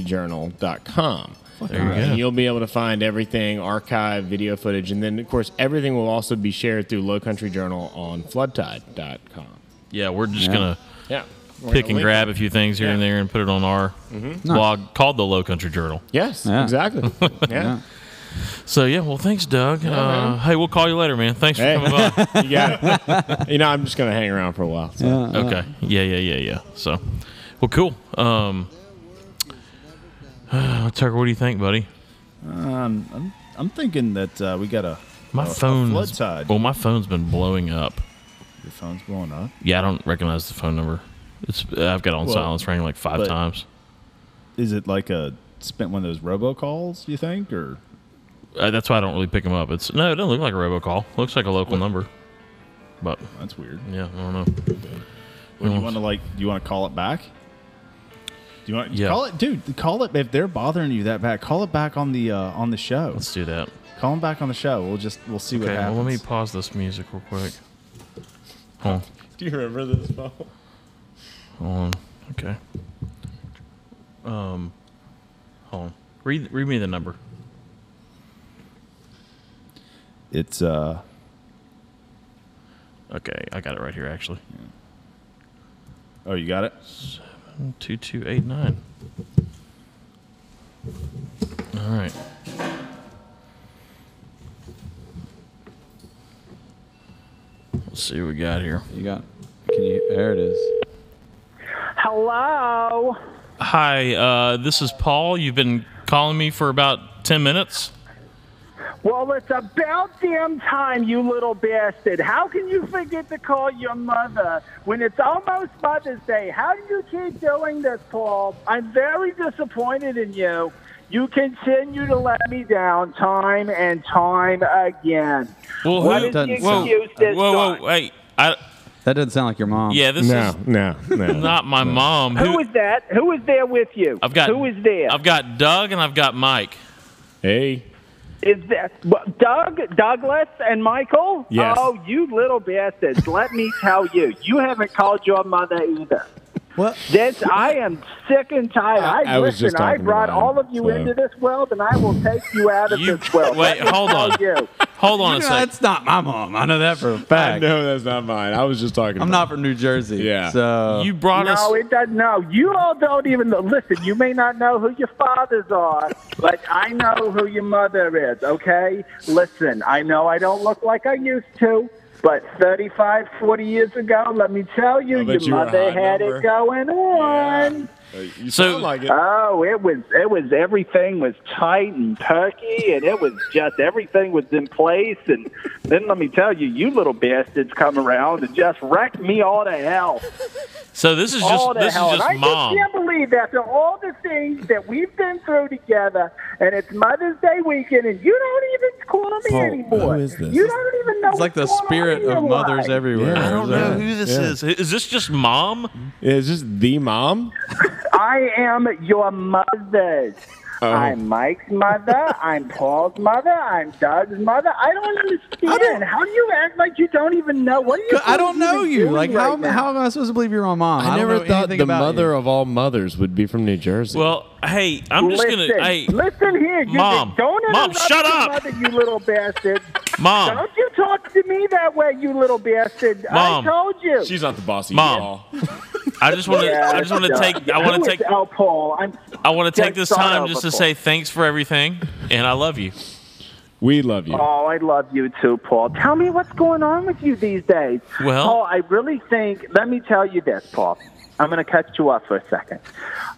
Speaker 6: www.thelcjournal.com.
Speaker 5: There you
Speaker 6: And
Speaker 5: go.
Speaker 6: you'll be able to find everything, archive, video footage, and then of course everything will also be shared through Low Country Journal on floodtide.com.
Speaker 5: Yeah, we're just
Speaker 6: Yeah.
Speaker 5: gonna
Speaker 6: Yeah. We're
Speaker 5: pick
Speaker 6: gonna
Speaker 5: and
Speaker 6: link
Speaker 5: grab
Speaker 6: it.
Speaker 5: a few things here
Speaker 6: Yeah.
Speaker 5: and there and put it on our
Speaker 6: Mhm. Nice.
Speaker 5: blog called the Low Country Journal.
Speaker 6: Yes, Yeah. exactly. Yeah.
Speaker 5: So yeah, well, thanks, Doug. uh,
Speaker 6: man.
Speaker 5: hey, we'll call you later, man. Thanks
Speaker 6: Hey.
Speaker 5: for coming by.
Speaker 6: you got it. You know, I'm just going to hang around for a while. so.
Speaker 5: okay. Yeah, yeah, yeah, yeah. So, well, cool. Um, Tucker, what do you think, buddy?
Speaker 10: Um, I'm, I'm thinking that uh, we got a
Speaker 5: My
Speaker 10: a- a
Speaker 5: phone.
Speaker 10: flood
Speaker 5: is-
Speaker 10: tide.
Speaker 5: Well, my phone's been blowing up.
Speaker 10: Your phone's blowing up.
Speaker 5: Yeah, I don't recognize the phone number. It's I've got it on
Speaker 10: Well,
Speaker 5: silence, rang like five
Speaker 10: but-
Speaker 5: times.
Speaker 10: Is it like a spent one of those robocalls? You think or
Speaker 5: Uh, that's why I don't really pick them up. It's no, it doesn't look like a robocall. Looks like a local number. But
Speaker 10: that's weird.
Speaker 5: Yeah, I don't know.
Speaker 10: Well, you want to like? Do you want to call it back? Do you want
Speaker 5: Yeah.
Speaker 10: call it, dude? Call it if they're bothering you that bad. Call it back on the uh, on the show.
Speaker 5: Let's do that.
Speaker 10: Call them back on the show. We'll just we'll see what
Speaker 5: Okay, well,
Speaker 10: happens.
Speaker 5: let me pause this music real quick. Hold on.
Speaker 6: Do you remember this, Paul?
Speaker 5: Hold on. Okay. Um, hold on. Read read me the number.
Speaker 10: It's uh.
Speaker 5: Okay, I got it right here actually.
Speaker 10: Oh, you got it.
Speaker 5: Two two eight nine. All right. Let's see what we got here.
Speaker 8: You got. Can you? There it is.
Speaker 17: Hello.
Speaker 5: Hi, uh, this is Paul. You've been calling me for about ten minutes.
Speaker 17: Well, it's about damn time, you little bastard. How can you forget to call your mother when it's almost Mother's Day? How do you keep doing this, Paul? I'm very disappointed in you. You continue to let me down time and time again.
Speaker 5: Well,
Speaker 17: What
Speaker 5: who-
Speaker 17: is the
Speaker 5: whoa,
Speaker 17: excuse this
Speaker 5: whoa, whoa, wait. I,
Speaker 8: that doesn't sound like your mom.
Speaker 5: Yeah, this No, is-
Speaker 6: no,
Speaker 5: no. not my mom.
Speaker 17: Who is that? Who is there with you?
Speaker 5: um, I've got
Speaker 17: Who is there?
Speaker 5: I've got Doug and I've got Mike.
Speaker 6: Hey.
Speaker 17: Is that what, Doug, Douglas, and Michael?
Speaker 5: Yes.
Speaker 17: Oh, you little bastards! Let me tell you, you haven't called your mother either.
Speaker 12: What?
Speaker 17: This I am sick and tired. I,
Speaker 5: I was
Speaker 17: listen.
Speaker 5: just
Speaker 17: I
Speaker 5: talking
Speaker 17: brought
Speaker 5: about him,
Speaker 17: all of you
Speaker 5: so.
Speaker 17: into this world, and I will take you out of this world.
Speaker 5: wait,
Speaker 17: Let me
Speaker 5: hold
Speaker 17: tell
Speaker 5: on.
Speaker 17: You.
Speaker 5: Hold on a
Speaker 8: know,
Speaker 5: sec.
Speaker 8: That's not my mom. I know that for a fact.
Speaker 6: No, that's not mine. I was just talking.
Speaker 8: I'm not from New Jersey. Yeah. So
Speaker 17: no, it doesn't. No, you all don't even know. Listen, you may not know who your fathers are, but I know who your mother is. Okay, listen, I know I don't look like I used to, but 35, 40 years ago, let me tell you,
Speaker 6: bet
Speaker 17: your
Speaker 6: you were a
Speaker 17: mother
Speaker 6: hot
Speaker 17: had
Speaker 6: number. Uh,
Speaker 17: it going on.
Speaker 6: You sound like it.
Speaker 17: Oh, it was it was everything was tight and perky, and it was just everything was in place. And then let me tell you, you little bastards come around and just wreck me all to hell.
Speaker 5: So this is just
Speaker 17: all to
Speaker 5: this is
Speaker 17: hell. And
Speaker 5: just
Speaker 17: I
Speaker 5: mom.
Speaker 17: just can't believe after all the things that we've been through together, and it's Mother's Day weekend, and you don't even call me
Speaker 8: Paul,
Speaker 17: anymore.
Speaker 8: who is this?
Speaker 17: You don't even know.
Speaker 8: It's like the
Speaker 17: what's going on
Speaker 8: spirit
Speaker 17: in
Speaker 8: of
Speaker 17: your
Speaker 8: mothers
Speaker 17: life.
Speaker 8: everywhere.
Speaker 6: Yeah.
Speaker 5: I don't know who this
Speaker 6: Yeah.
Speaker 5: is. Is this just mom?
Speaker 6: Is this the mom?
Speaker 17: I am your mother.
Speaker 6: Oh.
Speaker 17: I'm Mike's mother. I'm Paul's mother. I'm Doug's mother. I don't understand. how do you act like you don't even know? What are you?
Speaker 8: I don't know
Speaker 17: even
Speaker 8: you.
Speaker 17: doing
Speaker 8: Like
Speaker 17: right
Speaker 8: how,
Speaker 17: now?
Speaker 8: how am I supposed to believe you're my mom?
Speaker 6: I,
Speaker 8: don't
Speaker 6: never
Speaker 8: know
Speaker 6: thought
Speaker 8: anything
Speaker 6: the
Speaker 8: about
Speaker 6: mother of all mothers would be from New Jersey.
Speaker 5: Well, hey, I'm just
Speaker 17: listen,
Speaker 5: gonna hey
Speaker 17: listen here, you
Speaker 5: Mom.
Speaker 17: Don't interrupt
Speaker 5: Mom, shut
Speaker 17: your
Speaker 5: up.
Speaker 17: mother, you little bastard.
Speaker 5: Mom.
Speaker 17: don't you talk to me that way, you little bastard.
Speaker 5: Mom.
Speaker 17: I told you.
Speaker 6: She's not the bossy
Speaker 5: Mom.
Speaker 6: Paul.
Speaker 5: I just want to I just want to
Speaker 17: Yeah,
Speaker 5: take I
Speaker 17: yeah.
Speaker 5: want
Speaker 17: Who
Speaker 5: to
Speaker 17: is
Speaker 5: take
Speaker 17: Al Paul. I'm
Speaker 5: I want to take this
Speaker 17: Start
Speaker 5: time
Speaker 17: over,
Speaker 5: just to
Speaker 17: Paul.
Speaker 5: say thanks for everything and I love you.
Speaker 6: We love you.
Speaker 17: Oh, I love you too, Paul. Tell me what's going on with you these days.
Speaker 5: Well-
Speaker 17: Paul, I really think, let me tell you this, Paul. I'm going to cut you off for a second.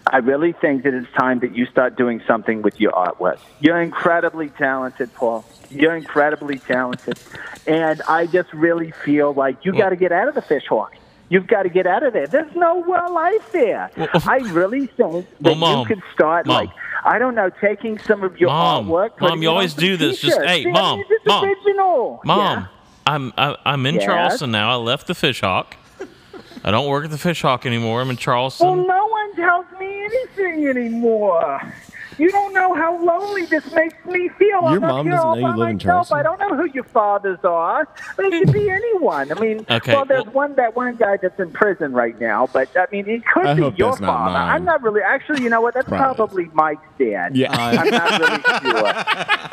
Speaker 17: I really think that it's time that you start doing something with your artwork. You're incredibly talented, Paul. You're incredibly talented. And I just really feel like you got to get out of the fish hawk. You've got to get out of there. There's no well life there. I really think that
Speaker 5: Well, Mom,
Speaker 17: you could start,
Speaker 5: Mom.
Speaker 17: like, I don't know, taking some of your
Speaker 5: Mom,
Speaker 17: artwork.
Speaker 5: Mom,
Speaker 17: putting
Speaker 5: you
Speaker 17: it on
Speaker 5: always
Speaker 17: some
Speaker 5: do this. Just-
Speaker 17: t-shirts.
Speaker 5: hey,
Speaker 17: See, I
Speaker 5: Mom,
Speaker 17: mean, it's
Speaker 5: Mom.
Speaker 17: original.
Speaker 5: Mom, I'm I, I'm in
Speaker 17: Yes?
Speaker 5: Charleston now. I left the Fish Hawk. I don't work at the Fish Hawk anymore. I'm in
Speaker 17: Well,
Speaker 5: Charleston.
Speaker 17: no one tells me anything anymore. You don't know how lonely this makes me feel.
Speaker 6: Your
Speaker 17: I'm up
Speaker 6: mom
Speaker 17: here
Speaker 6: doesn't
Speaker 17: all
Speaker 6: know
Speaker 17: by
Speaker 6: you live in
Speaker 17: myself.
Speaker 6: Charleston?
Speaker 17: I don't know who your fathers are. But it could be anyone. I mean,
Speaker 6: Okay,
Speaker 17: well, there's one that one guy that's in prison right now. But I mean, it could
Speaker 6: I
Speaker 17: be
Speaker 6: hope
Speaker 17: your
Speaker 6: that's not
Speaker 17: father.
Speaker 6: mine.
Speaker 17: I'm not really. Actually, you know what? That's
Speaker 6: Probably
Speaker 17: probably Mike's dad.
Speaker 6: Yeah.
Speaker 17: I'm not really sure.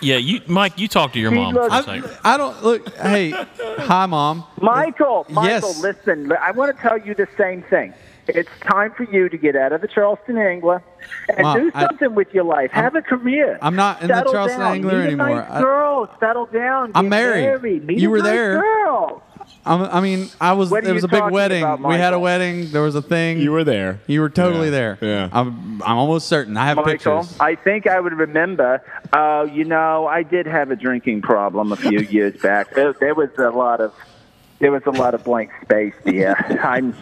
Speaker 5: Yeah, you Mike, you talk to your
Speaker 17: He
Speaker 5: mom for
Speaker 17: loves-
Speaker 5: a second.
Speaker 8: I don't look. Hey, hi, mom.
Speaker 17: Michael, Michael,
Speaker 8: Yes.
Speaker 17: listen, li- I want to tell you the same thing. It's time for you to get out of the Charleston Angler and
Speaker 8: Mom,
Speaker 17: do
Speaker 8: I-
Speaker 17: something with your life. Have a career.
Speaker 8: I'm not in the
Speaker 17: Settle
Speaker 8: Charleston
Speaker 17: down.
Speaker 8: Angler
Speaker 17: Meet A
Speaker 8: anymore.
Speaker 17: nice
Speaker 8: I-
Speaker 17: girl, settle down.
Speaker 8: I'm
Speaker 17: get
Speaker 8: married.
Speaker 17: Meet
Speaker 8: You
Speaker 17: a
Speaker 8: were
Speaker 17: nice
Speaker 8: there.
Speaker 17: Girl.
Speaker 8: I'm, I mean, I was.
Speaker 17: What are
Speaker 8: It was
Speaker 17: you
Speaker 8: a big
Speaker 17: talking
Speaker 8: wedding.
Speaker 17: about,
Speaker 8: we had a
Speaker 17: Michael?
Speaker 8: wedding. There was a thing. You
Speaker 6: were there.
Speaker 8: You were totally there.
Speaker 6: Yeah.
Speaker 8: I'm. I'm almost certain. I have
Speaker 17: Michael,
Speaker 8: pictures.
Speaker 17: I think I would remember. Uh, you know, I did have a drinking problem a few years back. There, there was a lot of there was a lot of blank space there. I'm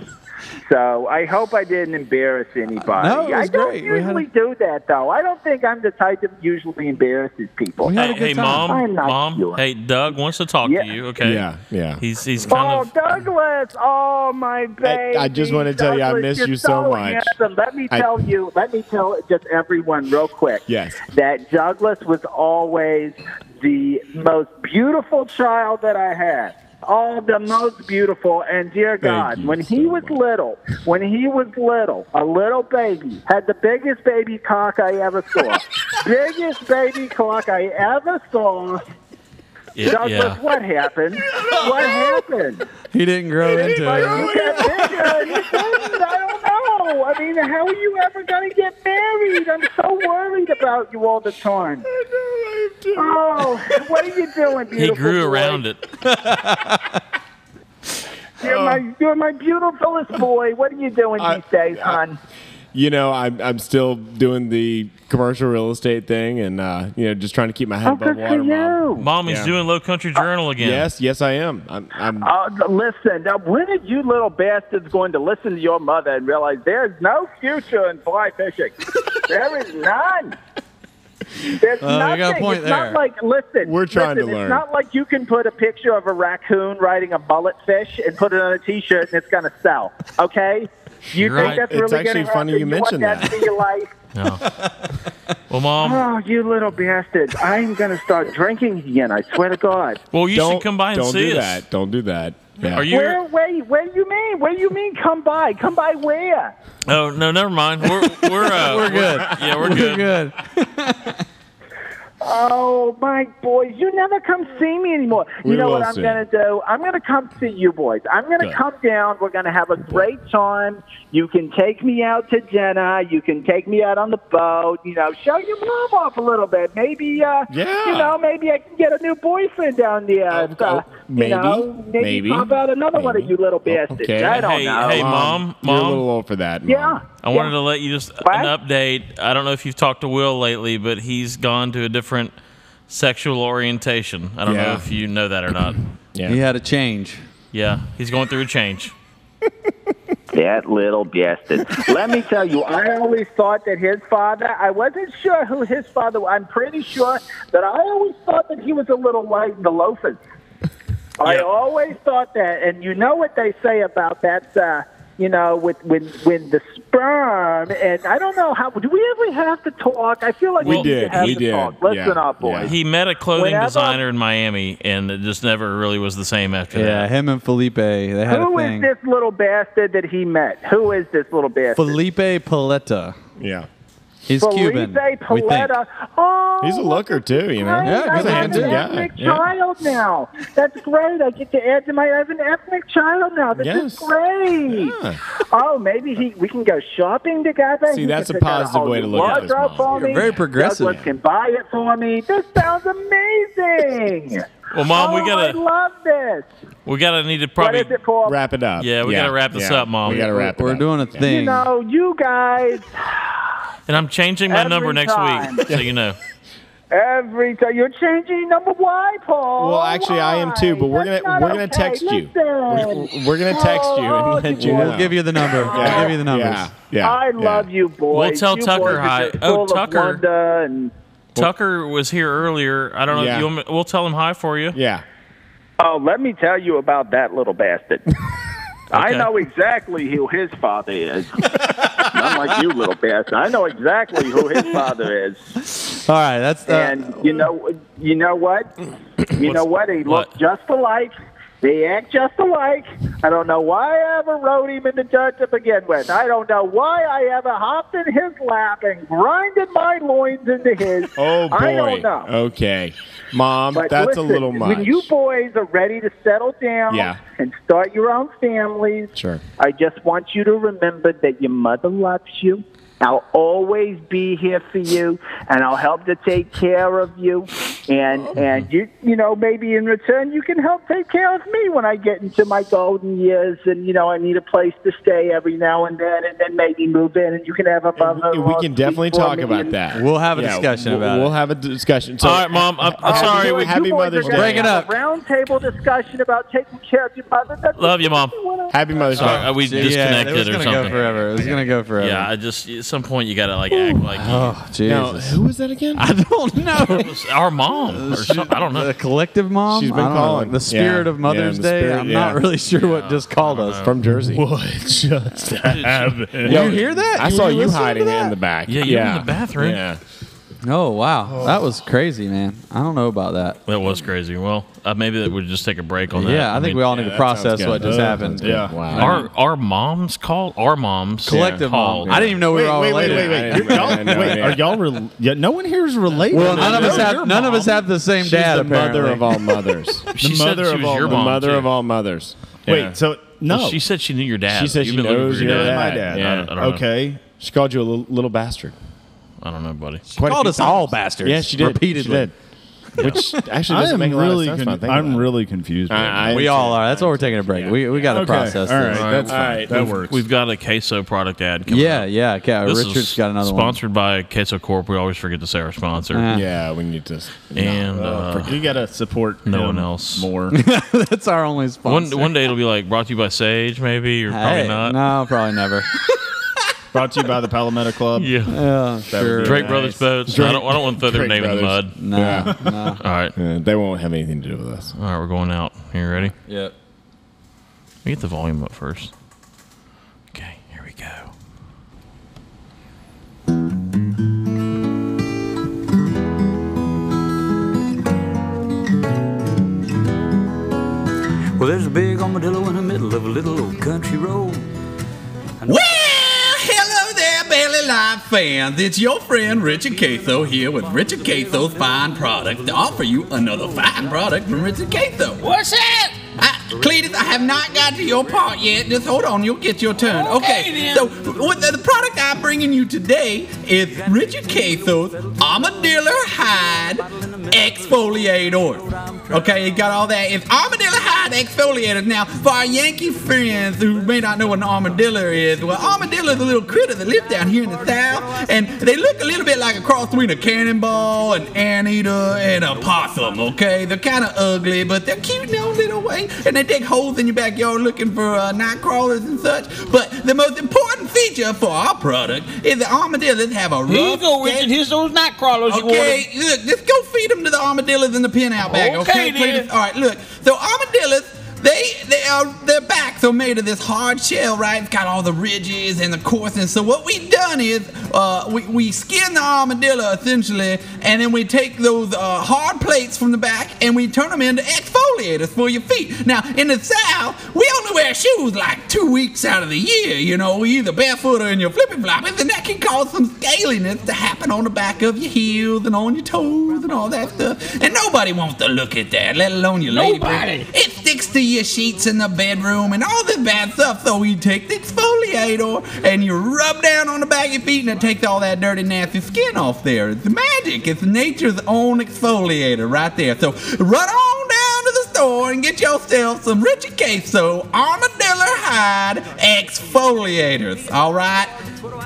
Speaker 17: So I hope I didn't embarrass anybody.
Speaker 8: No, it
Speaker 17: I
Speaker 8: was
Speaker 17: don't
Speaker 8: great. We had
Speaker 17: usually do that though. I don't think I'm the type that usually embarrasses people.
Speaker 5: Hey, hey, mom,
Speaker 17: I'm not
Speaker 5: mom.
Speaker 17: sure.
Speaker 5: Hey, Doug wants to talk to you. Okay.
Speaker 6: Yeah, yeah.
Speaker 5: He's he's kind
Speaker 17: Oh, Douglas! Oh, my baby!
Speaker 6: I just wanna tell you I
Speaker 17: Douglas,
Speaker 6: miss
Speaker 17: you're
Speaker 6: you so much.
Speaker 17: Handsome. Let me
Speaker 6: I-
Speaker 17: tell you. Let me tell just everyone real quick.
Speaker 6: Yes.
Speaker 17: That Douglas was always the most beautiful child that I had. Oh, the most beautiful. And dear God, when he was little, when he was little, a little baby, had the biggest baby cock I ever saw. biggest baby cock I ever saw.
Speaker 5: of yeah,
Speaker 17: Douglas,
Speaker 5: yeah.
Speaker 17: what happened? What happened?
Speaker 8: He didn't grow into
Speaker 17: Like,
Speaker 8: it.
Speaker 17: you got bigger and you didn't. I don't know. I mean, how are you ever going to get married? I'm so worried about you all the time. Oh, what are you doing, beautiful?
Speaker 5: He grew around it.
Speaker 17: You're my you're my beautifulest boy. What are you doing these days, hon?
Speaker 6: You know, I'm I'm still doing the commercial real estate thing, and uh, you know, just trying to keep my head above water.
Speaker 5: Mom. Mommy's
Speaker 6: Yeah.
Speaker 5: doing Low Country Journal again.
Speaker 6: Yes, yes, I am. I'm. I'm
Speaker 17: Uh, listen, now, when are you little bastards going to listen to your mother and realize there's no future in fly fishing? there is none. There's
Speaker 6: Uh, you
Speaker 17: nothing.
Speaker 6: got a point
Speaker 17: it's
Speaker 6: there.
Speaker 17: not like listen.
Speaker 6: We're trying to
Speaker 17: listen,
Speaker 6: learn.
Speaker 17: It's not like you can put a picture of a raccoon riding a mullet fish and put it on a T-shirt and it's going to sell. Okay? You
Speaker 5: You're
Speaker 17: think
Speaker 5: right.
Speaker 17: that's
Speaker 5: It's
Speaker 17: really
Speaker 5: actually
Speaker 17: gonna
Speaker 5: funny
Speaker 17: happen?
Speaker 5: you
Speaker 17: want
Speaker 5: mentioned
Speaker 17: that.
Speaker 5: that.
Speaker 17: in your life?
Speaker 5: Well, mom.
Speaker 17: Oh, you little bastard! I'm going to start drinking again. I swear to God.
Speaker 5: Well, you
Speaker 6: don't,
Speaker 5: should come by and
Speaker 6: don't
Speaker 5: see
Speaker 6: do
Speaker 5: us.
Speaker 6: that. Don't do that. Yeah.
Speaker 5: Are you?
Speaker 17: Where, wait, where do you mean? Where do you mean come by? Come by where?
Speaker 5: Oh no, never mind. We're we're uh,
Speaker 8: We're good.
Speaker 5: Yeah, we're good.
Speaker 17: Oh, my boys, you never come see me anymore.
Speaker 5: We
Speaker 17: you know
Speaker 5: will
Speaker 17: what I'm
Speaker 5: soon.
Speaker 17: going to do? I'm going to come see you boys. I'm going to
Speaker 5: Good.
Speaker 17: come down. We're going to have a great time. You can take me out to Jenna. You can take me out on the boat. You know, show your mom off a little bit. Maybe, uh,
Speaker 6: Yeah.
Speaker 17: you know, maybe I can get a new boyfriend down there. Uh,
Speaker 6: maybe,
Speaker 17: You know, maybe.
Speaker 6: maybe,
Speaker 17: Pop out another one of you little bastards.
Speaker 6: Okay.
Speaker 17: I don't
Speaker 5: hey,
Speaker 17: know.
Speaker 5: hey, mom, mom.
Speaker 6: You're a little old for that.
Speaker 17: Yeah.
Speaker 5: I wanted to let you just an update. I don't know if you've talked to Will lately, but he's gone to a different sexual orientation. I don't know
Speaker 8: Yeah.
Speaker 5: if you know that or not.
Speaker 8: He had a change.
Speaker 5: Yeah, he's going through a change.
Speaker 17: That little bastard. Let me tell you, I always thought that his father, I wasn't sure who his father was. I'm pretty sure that I always thought that he was a little white in the loafers. I always thought that. And you know what they say about that, uh, you know, with when, when the sperm, and I don't know how, do we ever have to talk? I feel like we, need to have to talk. Listen up, boys.
Speaker 5: He met a clothing
Speaker 17: Whenever-
Speaker 5: designer in Miami, and it just never really was the same after
Speaker 8: Yeah, him and Felipe, they had
Speaker 17: Who
Speaker 8: a
Speaker 17: is
Speaker 8: thing.
Speaker 17: this little bastard that he met? Who is this little bastard?
Speaker 8: Felipe Paletta.
Speaker 6: Yeah.
Speaker 8: He's Cuban.
Speaker 17: Felipe
Speaker 8: we think.
Speaker 17: Paletta. Oh,
Speaker 6: He's a looker too. You know.
Speaker 17: great. I have an ethnic child now. That's great. I get to add to my. I have an ethnic child now. This
Speaker 6: Yes.
Speaker 17: is great. Oh, maybe he, we can go shopping together.
Speaker 6: See,
Speaker 17: He
Speaker 6: that's
Speaker 17: can
Speaker 6: a
Speaker 17: pick out
Speaker 6: positive
Speaker 17: whole
Speaker 6: way to
Speaker 17: new
Speaker 6: look at this,
Speaker 17: wardrobe for
Speaker 6: Mom. You're
Speaker 17: me.
Speaker 6: very progressive.
Speaker 17: Douglas can buy it for me. This sounds amazing.
Speaker 5: Well, Mom, we
Speaker 17: Oh,
Speaker 5: gotta-
Speaker 17: I love this.
Speaker 5: that. We gotta need to probably
Speaker 17: is it, Paul?
Speaker 6: wrap it up.
Speaker 5: Yeah, we
Speaker 6: Yeah,
Speaker 5: gotta wrap this
Speaker 6: yeah.
Speaker 5: up, Mom.
Speaker 6: We gotta wrap it We're- up. we're
Speaker 8: doing a
Speaker 17: You know, you guys.
Speaker 5: and I'm changing my
Speaker 17: Every
Speaker 5: number next
Speaker 17: time.
Speaker 5: week, so you know.
Speaker 17: Every time you're changing number Y, Paul.
Speaker 6: Well, actually, I am too, but we're gonna
Speaker 17: not
Speaker 6: we're gonna
Speaker 17: okay.
Speaker 6: text you.
Speaker 17: Listen.
Speaker 6: We're, we're gonna text you and let Oh, you.
Speaker 8: We'll
Speaker 6: know.
Speaker 8: give you the number. We'll give you the numbers.
Speaker 6: Yeah. Yeah.
Speaker 17: I love you, boys.
Speaker 5: We'll tell
Speaker 17: You
Speaker 5: Tucker
Speaker 17: boys are
Speaker 5: hi.
Speaker 17: just
Speaker 5: Oh,
Speaker 17: full of
Speaker 5: Tucker.
Speaker 17: wonder and-
Speaker 5: Tucker was here earlier. I don't know.
Speaker 17: Yeah.
Speaker 5: If you want me- we'll tell him hi for you.
Speaker 6: Yeah.
Speaker 17: Oh, let me tell you about that little bastard. I know exactly who his father is. Not like you, little bastard. I know exactly who his father is.
Speaker 8: All right, that's uh,
Speaker 17: and you know, you know what? You know what? They look just alike. They act just alike. I don't know why I ever rode him in the dirt to begin with. I don't know why I ever hopped in his lap and grinded my loins into his.
Speaker 6: Oh boy.
Speaker 17: I don't know.
Speaker 6: Okay, mom,
Speaker 17: But
Speaker 6: that's
Speaker 17: listen,
Speaker 6: a little much.
Speaker 17: When you boys are ready to settle down
Speaker 6: Yeah.
Speaker 17: and start your own families,
Speaker 6: sure.
Speaker 17: I just want you to remember that your mother loves you. I'll always be here for you, and I'll help to take care of you, and
Speaker 6: Oh.
Speaker 17: and you you know maybe in return you can help take care of me when I get into my golden years, and you know I need a place to stay every now and then, and then maybe move in, and you can have a mother.
Speaker 6: We can definitely talk about that.
Speaker 8: We'll have a discussion
Speaker 6: we'll,
Speaker 8: about it.
Speaker 6: We'll have a discussion. So,
Speaker 5: All right, Mom. I'm, I'm
Speaker 6: Happy-
Speaker 5: sorry. We,
Speaker 6: Happy Mother's Day.
Speaker 8: Bring it up.
Speaker 17: Round table discussion about taking care of your mother. That's
Speaker 5: Love you, Mom.
Speaker 6: Happy Mother's
Speaker 5: Sorry,
Speaker 6: Day.
Speaker 5: uh, we
Speaker 8: See, yeah, it
Speaker 5: disconnected
Speaker 8: was
Speaker 5: or
Speaker 8: gonna go
Speaker 5: something.
Speaker 8: forever. It was gonna go forever.
Speaker 5: Yeah, I just at some point you gotta like act like.
Speaker 8: Oh,
Speaker 6: Now,
Speaker 8: Jesus.
Speaker 6: who was that again?
Speaker 8: I don't know.
Speaker 5: It was our mom or something. I don't know.
Speaker 8: The collective mom.
Speaker 6: She's been
Speaker 8: I don't know.
Speaker 6: calling.
Speaker 8: The spirit
Speaker 6: Yeah.
Speaker 8: of Mother's
Speaker 6: Yeah, the
Speaker 8: Day.
Speaker 6: spirit,
Speaker 8: I'm
Speaker 6: yeah.
Speaker 8: not really sure what just called us.
Speaker 6: From Jersey.
Speaker 10: What just happened?
Speaker 6: Yo,
Speaker 8: you hear that?
Speaker 6: I
Speaker 8: You
Speaker 6: saw
Speaker 8: were
Speaker 6: you
Speaker 8: listening to
Speaker 6: hiding
Speaker 8: that?
Speaker 6: in the back.
Speaker 5: Yeah, you were in the bathroom.
Speaker 6: Yeah.
Speaker 8: Oh wow, that was crazy, man. I don't know about that.
Speaker 5: That was crazy. Well, uh, maybe that we just take a break on that.
Speaker 8: Yeah, I think we all need to process what just happened.
Speaker 10: Yeah.
Speaker 5: Our our moms call our moms
Speaker 8: Collective mom.
Speaker 5: called.
Speaker 8: I didn't even know we were all
Speaker 10: wait, wait,
Speaker 8: related.
Speaker 10: wait, wait, You're- y'all- wait, Are y'all? Re- yeah, no one here is related.
Speaker 8: Well, none of
Speaker 10: No,
Speaker 8: us
Speaker 10: your
Speaker 8: have none of
Speaker 10: mom.
Speaker 8: us have the same
Speaker 10: She's
Speaker 8: dad.
Speaker 10: the
Speaker 8: apparently.
Speaker 6: Mother of all mothers.
Speaker 5: She
Speaker 10: The
Speaker 5: said
Speaker 10: mother
Speaker 5: she
Speaker 10: of
Speaker 5: was
Speaker 10: all
Speaker 5: your
Speaker 10: mothers.
Speaker 5: mom.
Speaker 6: Mother
Speaker 5: too.
Speaker 6: of all mothers. Yeah.
Speaker 10: Wait, so no,
Speaker 5: Well, she said she knew your dad.
Speaker 6: She said she
Speaker 5: You've been looking
Speaker 6: knows
Speaker 5: for your
Speaker 6: your
Speaker 5: dad.
Speaker 6: dad.
Speaker 5: I-
Speaker 6: Yeah.
Speaker 5: I, don't know.
Speaker 10: okay.
Speaker 6: She called you a little, little bastard.
Speaker 5: I don't know, buddy.
Speaker 8: She called us all bastards.
Speaker 6: Yeah, she did.
Speaker 8: repeatedly.
Speaker 6: She did. Which actually
Speaker 10: I
Speaker 6: doesn't
Speaker 10: am
Speaker 6: make a lot
Speaker 10: really,
Speaker 6: of sense.
Speaker 10: con-
Speaker 6: when I think
Speaker 10: I'm
Speaker 6: about it.
Speaker 10: really confused. right now.
Speaker 6: I-
Speaker 8: We all are. That's why we're taking a break. We we got to
Speaker 10: Okay,
Speaker 8: process
Speaker 10: all
Speaker 8: this.
Speaker 10: right, that's fine.
Speaker 6: right.
Speaker 10: That
Speaker 6: We've-
Speaker 10: works.
Speaker 5: We've got a queso product ad. Coming
Speaker 8: Yeah,
Speaker 5: up.
Speaker 8: yeah. Okay,
Speaker 5: This
Speaker 8: Richard's
Speaker 5: is
Speaker 8: got another one. Uh-huh.
Speaker 5: sponsored by Queso Corp. We always forget to say our sponsor.
Speaker 8: Yeah.
Speaker 6: Yeah, we need to.
Speaker 5: And
Speaker 10: Uh,
Speaker 5: uh,
Speaker 10: you gotta support
Speaker 5: no
Speaker 10: him
Speaker 5: one else.
Speaker 10: more.
Speaker 8: That's our only
Speaker 5: one
Speaker 8: sponsor.
Speaker 5: one day it'll be like brought to you by Sage, maybe or
Speaker 8: Hey,
Speaker 5: probably not.
Speaker 8: No, probably never.
Speaker 10: Brought to you by the Palometa Club.
Speaker 5: Yeah,
Speaker 8: Yeah, sure.
Speaker 5: Drake Brothers boats. I don't. I don't want to throw their
Speaker 6: Drake
Speaker 5: name in the
Speaker 6: Brothers.
Speaker 5: mud.
Speaker 8: No, no.
Speaker 5: All right, all
Speaker 6: Uh, they won't have anything to do with us.
Speaker 5: right. We're going out. You ready?
Speaker 8: Yep.
Speaker 5: We get the volume up first. Okay, here we go.
Speaker 18: Well, there's a big armadillo in the middle of a little old country road.
Speaker 4: Well, hello there, Barely Live fans. It's your friend Richard Catho here with Richard Catho's Fine Product to offer you another fine product from Richard Catho.
Speaker 7: What's that?
Speaker 4: I, Cletus, I have not got to your part yet. Just hold on, you'll get your turn.
Speaker 7: Okay,
Speaker 4: Okay,
Speaker 7: then.
Speaker 4: so what the, the product I'm bringing you today is Richard Catho's Armadillo Hide Exfoliate Oil. Okay, you got all that. It's Armadillo Hide Exfoliator. Now, for our Yankee friends who may not know what an armadillo is, well, armadillo is a little critter that lives down here in the south, and they look a little bit like a cross between a cannonball, an anteater, and a possum, okay? They're kind of ugly, but they're cute in their own little way, and they dig holes in your backyard looking for uh, night crawlers and such. But the most important feature for our product is the armadillos have a rough,
Speaker 7: Here you go,
Speaker 4: scaly-
Speaker 7: Richard. Here's those night crawlers you
Speaker 4: Okay,
Speaker 7: wanted.
Speaker 4: look, just go feed them to the armadillos in the pen out back.
Speaker 7: Okay,
Speaker 4: Okay,
Speaker 7: then.
Speaker 4: Cletus? All right, look. So armadillos, they they are their backs are made of this hard shell, right? It's got all the ridges and the coarseness. So what we've done is uh, we we skin the armadillo essentially, and then we take those uh, hard plates from the back and we turn them into exfoliators for your feet. Now in the south, we only wear shoes like two weeks out of the year. You know, we either barefoot or in your flippy floppies, and that can cause some scaliness to happen on the back of your heels and on your toes and all that stuff. And nobody wants to look at that, let alone your lady.
Speaker 7: Nobody.
Speaker 4: It sticks to your sheets in the bedroom and all this bad stuff. So you take the exfoliator and you rub down on the back of your feet and it takes all that dirty, nasty skin off there. It's magic. It's nature's own exfoliator right there. So run on down to the store and get yourself some Richard Queso Armadillo Hide exfoliators. All right.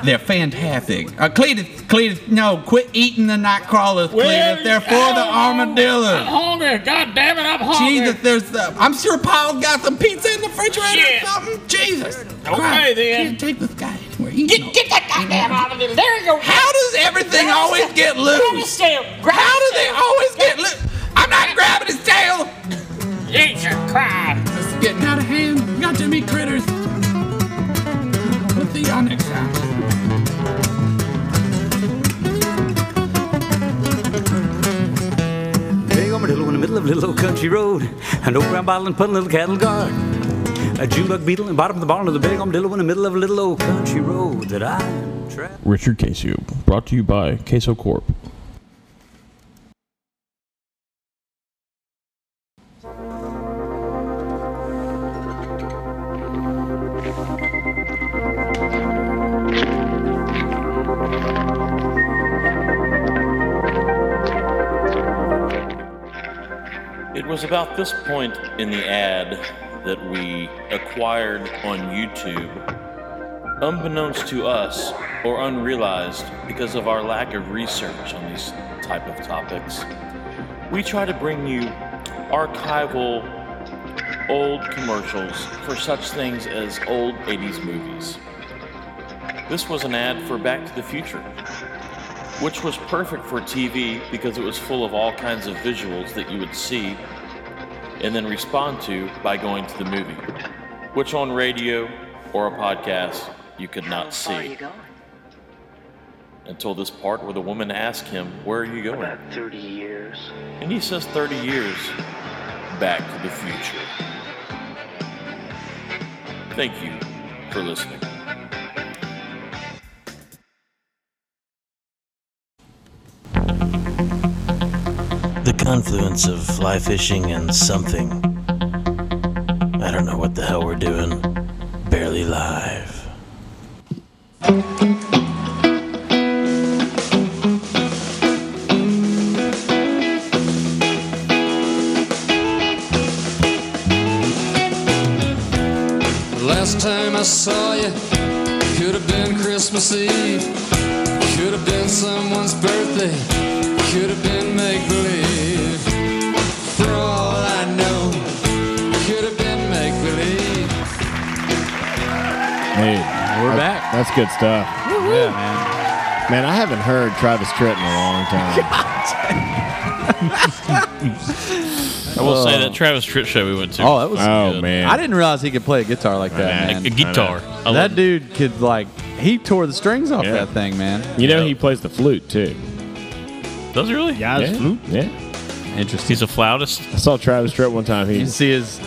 Speaker 4: They're fantastic. Uh, Cletus, Cletus, no, quit eating the night crawlers, Cletus. They're for the
Speaker 7: I'm
Speaker 4: armadillos.
Speaker 7: hungry. God damn it, I'm hungry.
Speaker 4: Jesus, there's. Uh, I'm sure Paul's got some pizza in the refrigerator
Speaker 7: Shit.
Speaker 4: or something. Jesus. Okay
Speaker 7: then.
Speaker 4: Can't take this guy anywhere. He's no-
Speaker 7: Get, get that goddamn armadillo. There you go.
Speaker 4: How does everything always get
Speaker 7: Grab
Speaker 4: loose?
Speaker 7: his tail. Grab
Speaker 4: How do
Speaker 7: his
Speaker 4: they
Speaker 7: tail.
Speaker 4: always get loose? I'm not grabbing his tail.
Speaker 7: Jesus Christ.
Speaker 4: This is getting out of hand. We got too many critters. We'll see y'all next time.
Speaker 18: Big armadillo in the middle of a little old country road. An old brown bottle and put a little cattle guard. A June bug beetle in the bottom of the barn of the big armadillo in the middle of a little old country road that I am traveling.
Speaker 19: Richard Casey, brought to you by Queso Corp.
Speaker 5: It was about this point in the ad that we acquired on YouTube, unbeknownst to us or unrealized because of our lack of research on these type of topics. We try to bring you archival old commercials for such things as old 80s movies. This was an ad for Back to the Future, which was perfect for TV because it was full of all kinds of visuals that you would see and then respond to by going to the movie, which on radio or a podcast you could not
Speaker 1: Where are you
Speaker 5: see
Speaker 1: going?
Speaker 5: until this part where the woman asked him, Where are you going? About 30 years. And he says, 30 years back to the future. Thank you for listening.
Speaker 3: The confluence of fly fishing and something. I don't know what the hell we're doing. Barely live.
Speaker 9: Last time I saw you, could have been Christmas Eve. Could have been someone's birthday. Could have been make believe. For all I know, could have been make believe.
Speaker 6: Hey, we're back. That's good stuff. Yeah, man. Man, I haven't heard Travis Tritt in a long time.
Speaker 20: I will say that Travis Tritt show we went to.
Speaker 8: Oh, that was good.
Speaker 6: man.
Speaker 8: I didn't realize he could play a guitar like
Speaker 20: I
Speaker 8: that.
Speaker 20: know.
Speaker 8: Man.
Speaker 20: A guitar. I love
Speaker 8: That dude could like he tore the strings off
Speaker 6: Yeah.
Speaker 8: that thing, man.
Speaker 6: You know he plays the flute too.
Speaker 20: Does he really?
Speaker 6: Yeah,
Speaker 8: it's flute.
Speaker 6: yeah.
Speaker 8: Interesting.
Speaker 20: He's a flautist.
Speaker 6: I saw Travis Tritt one time. He,
Speaker 8: You see his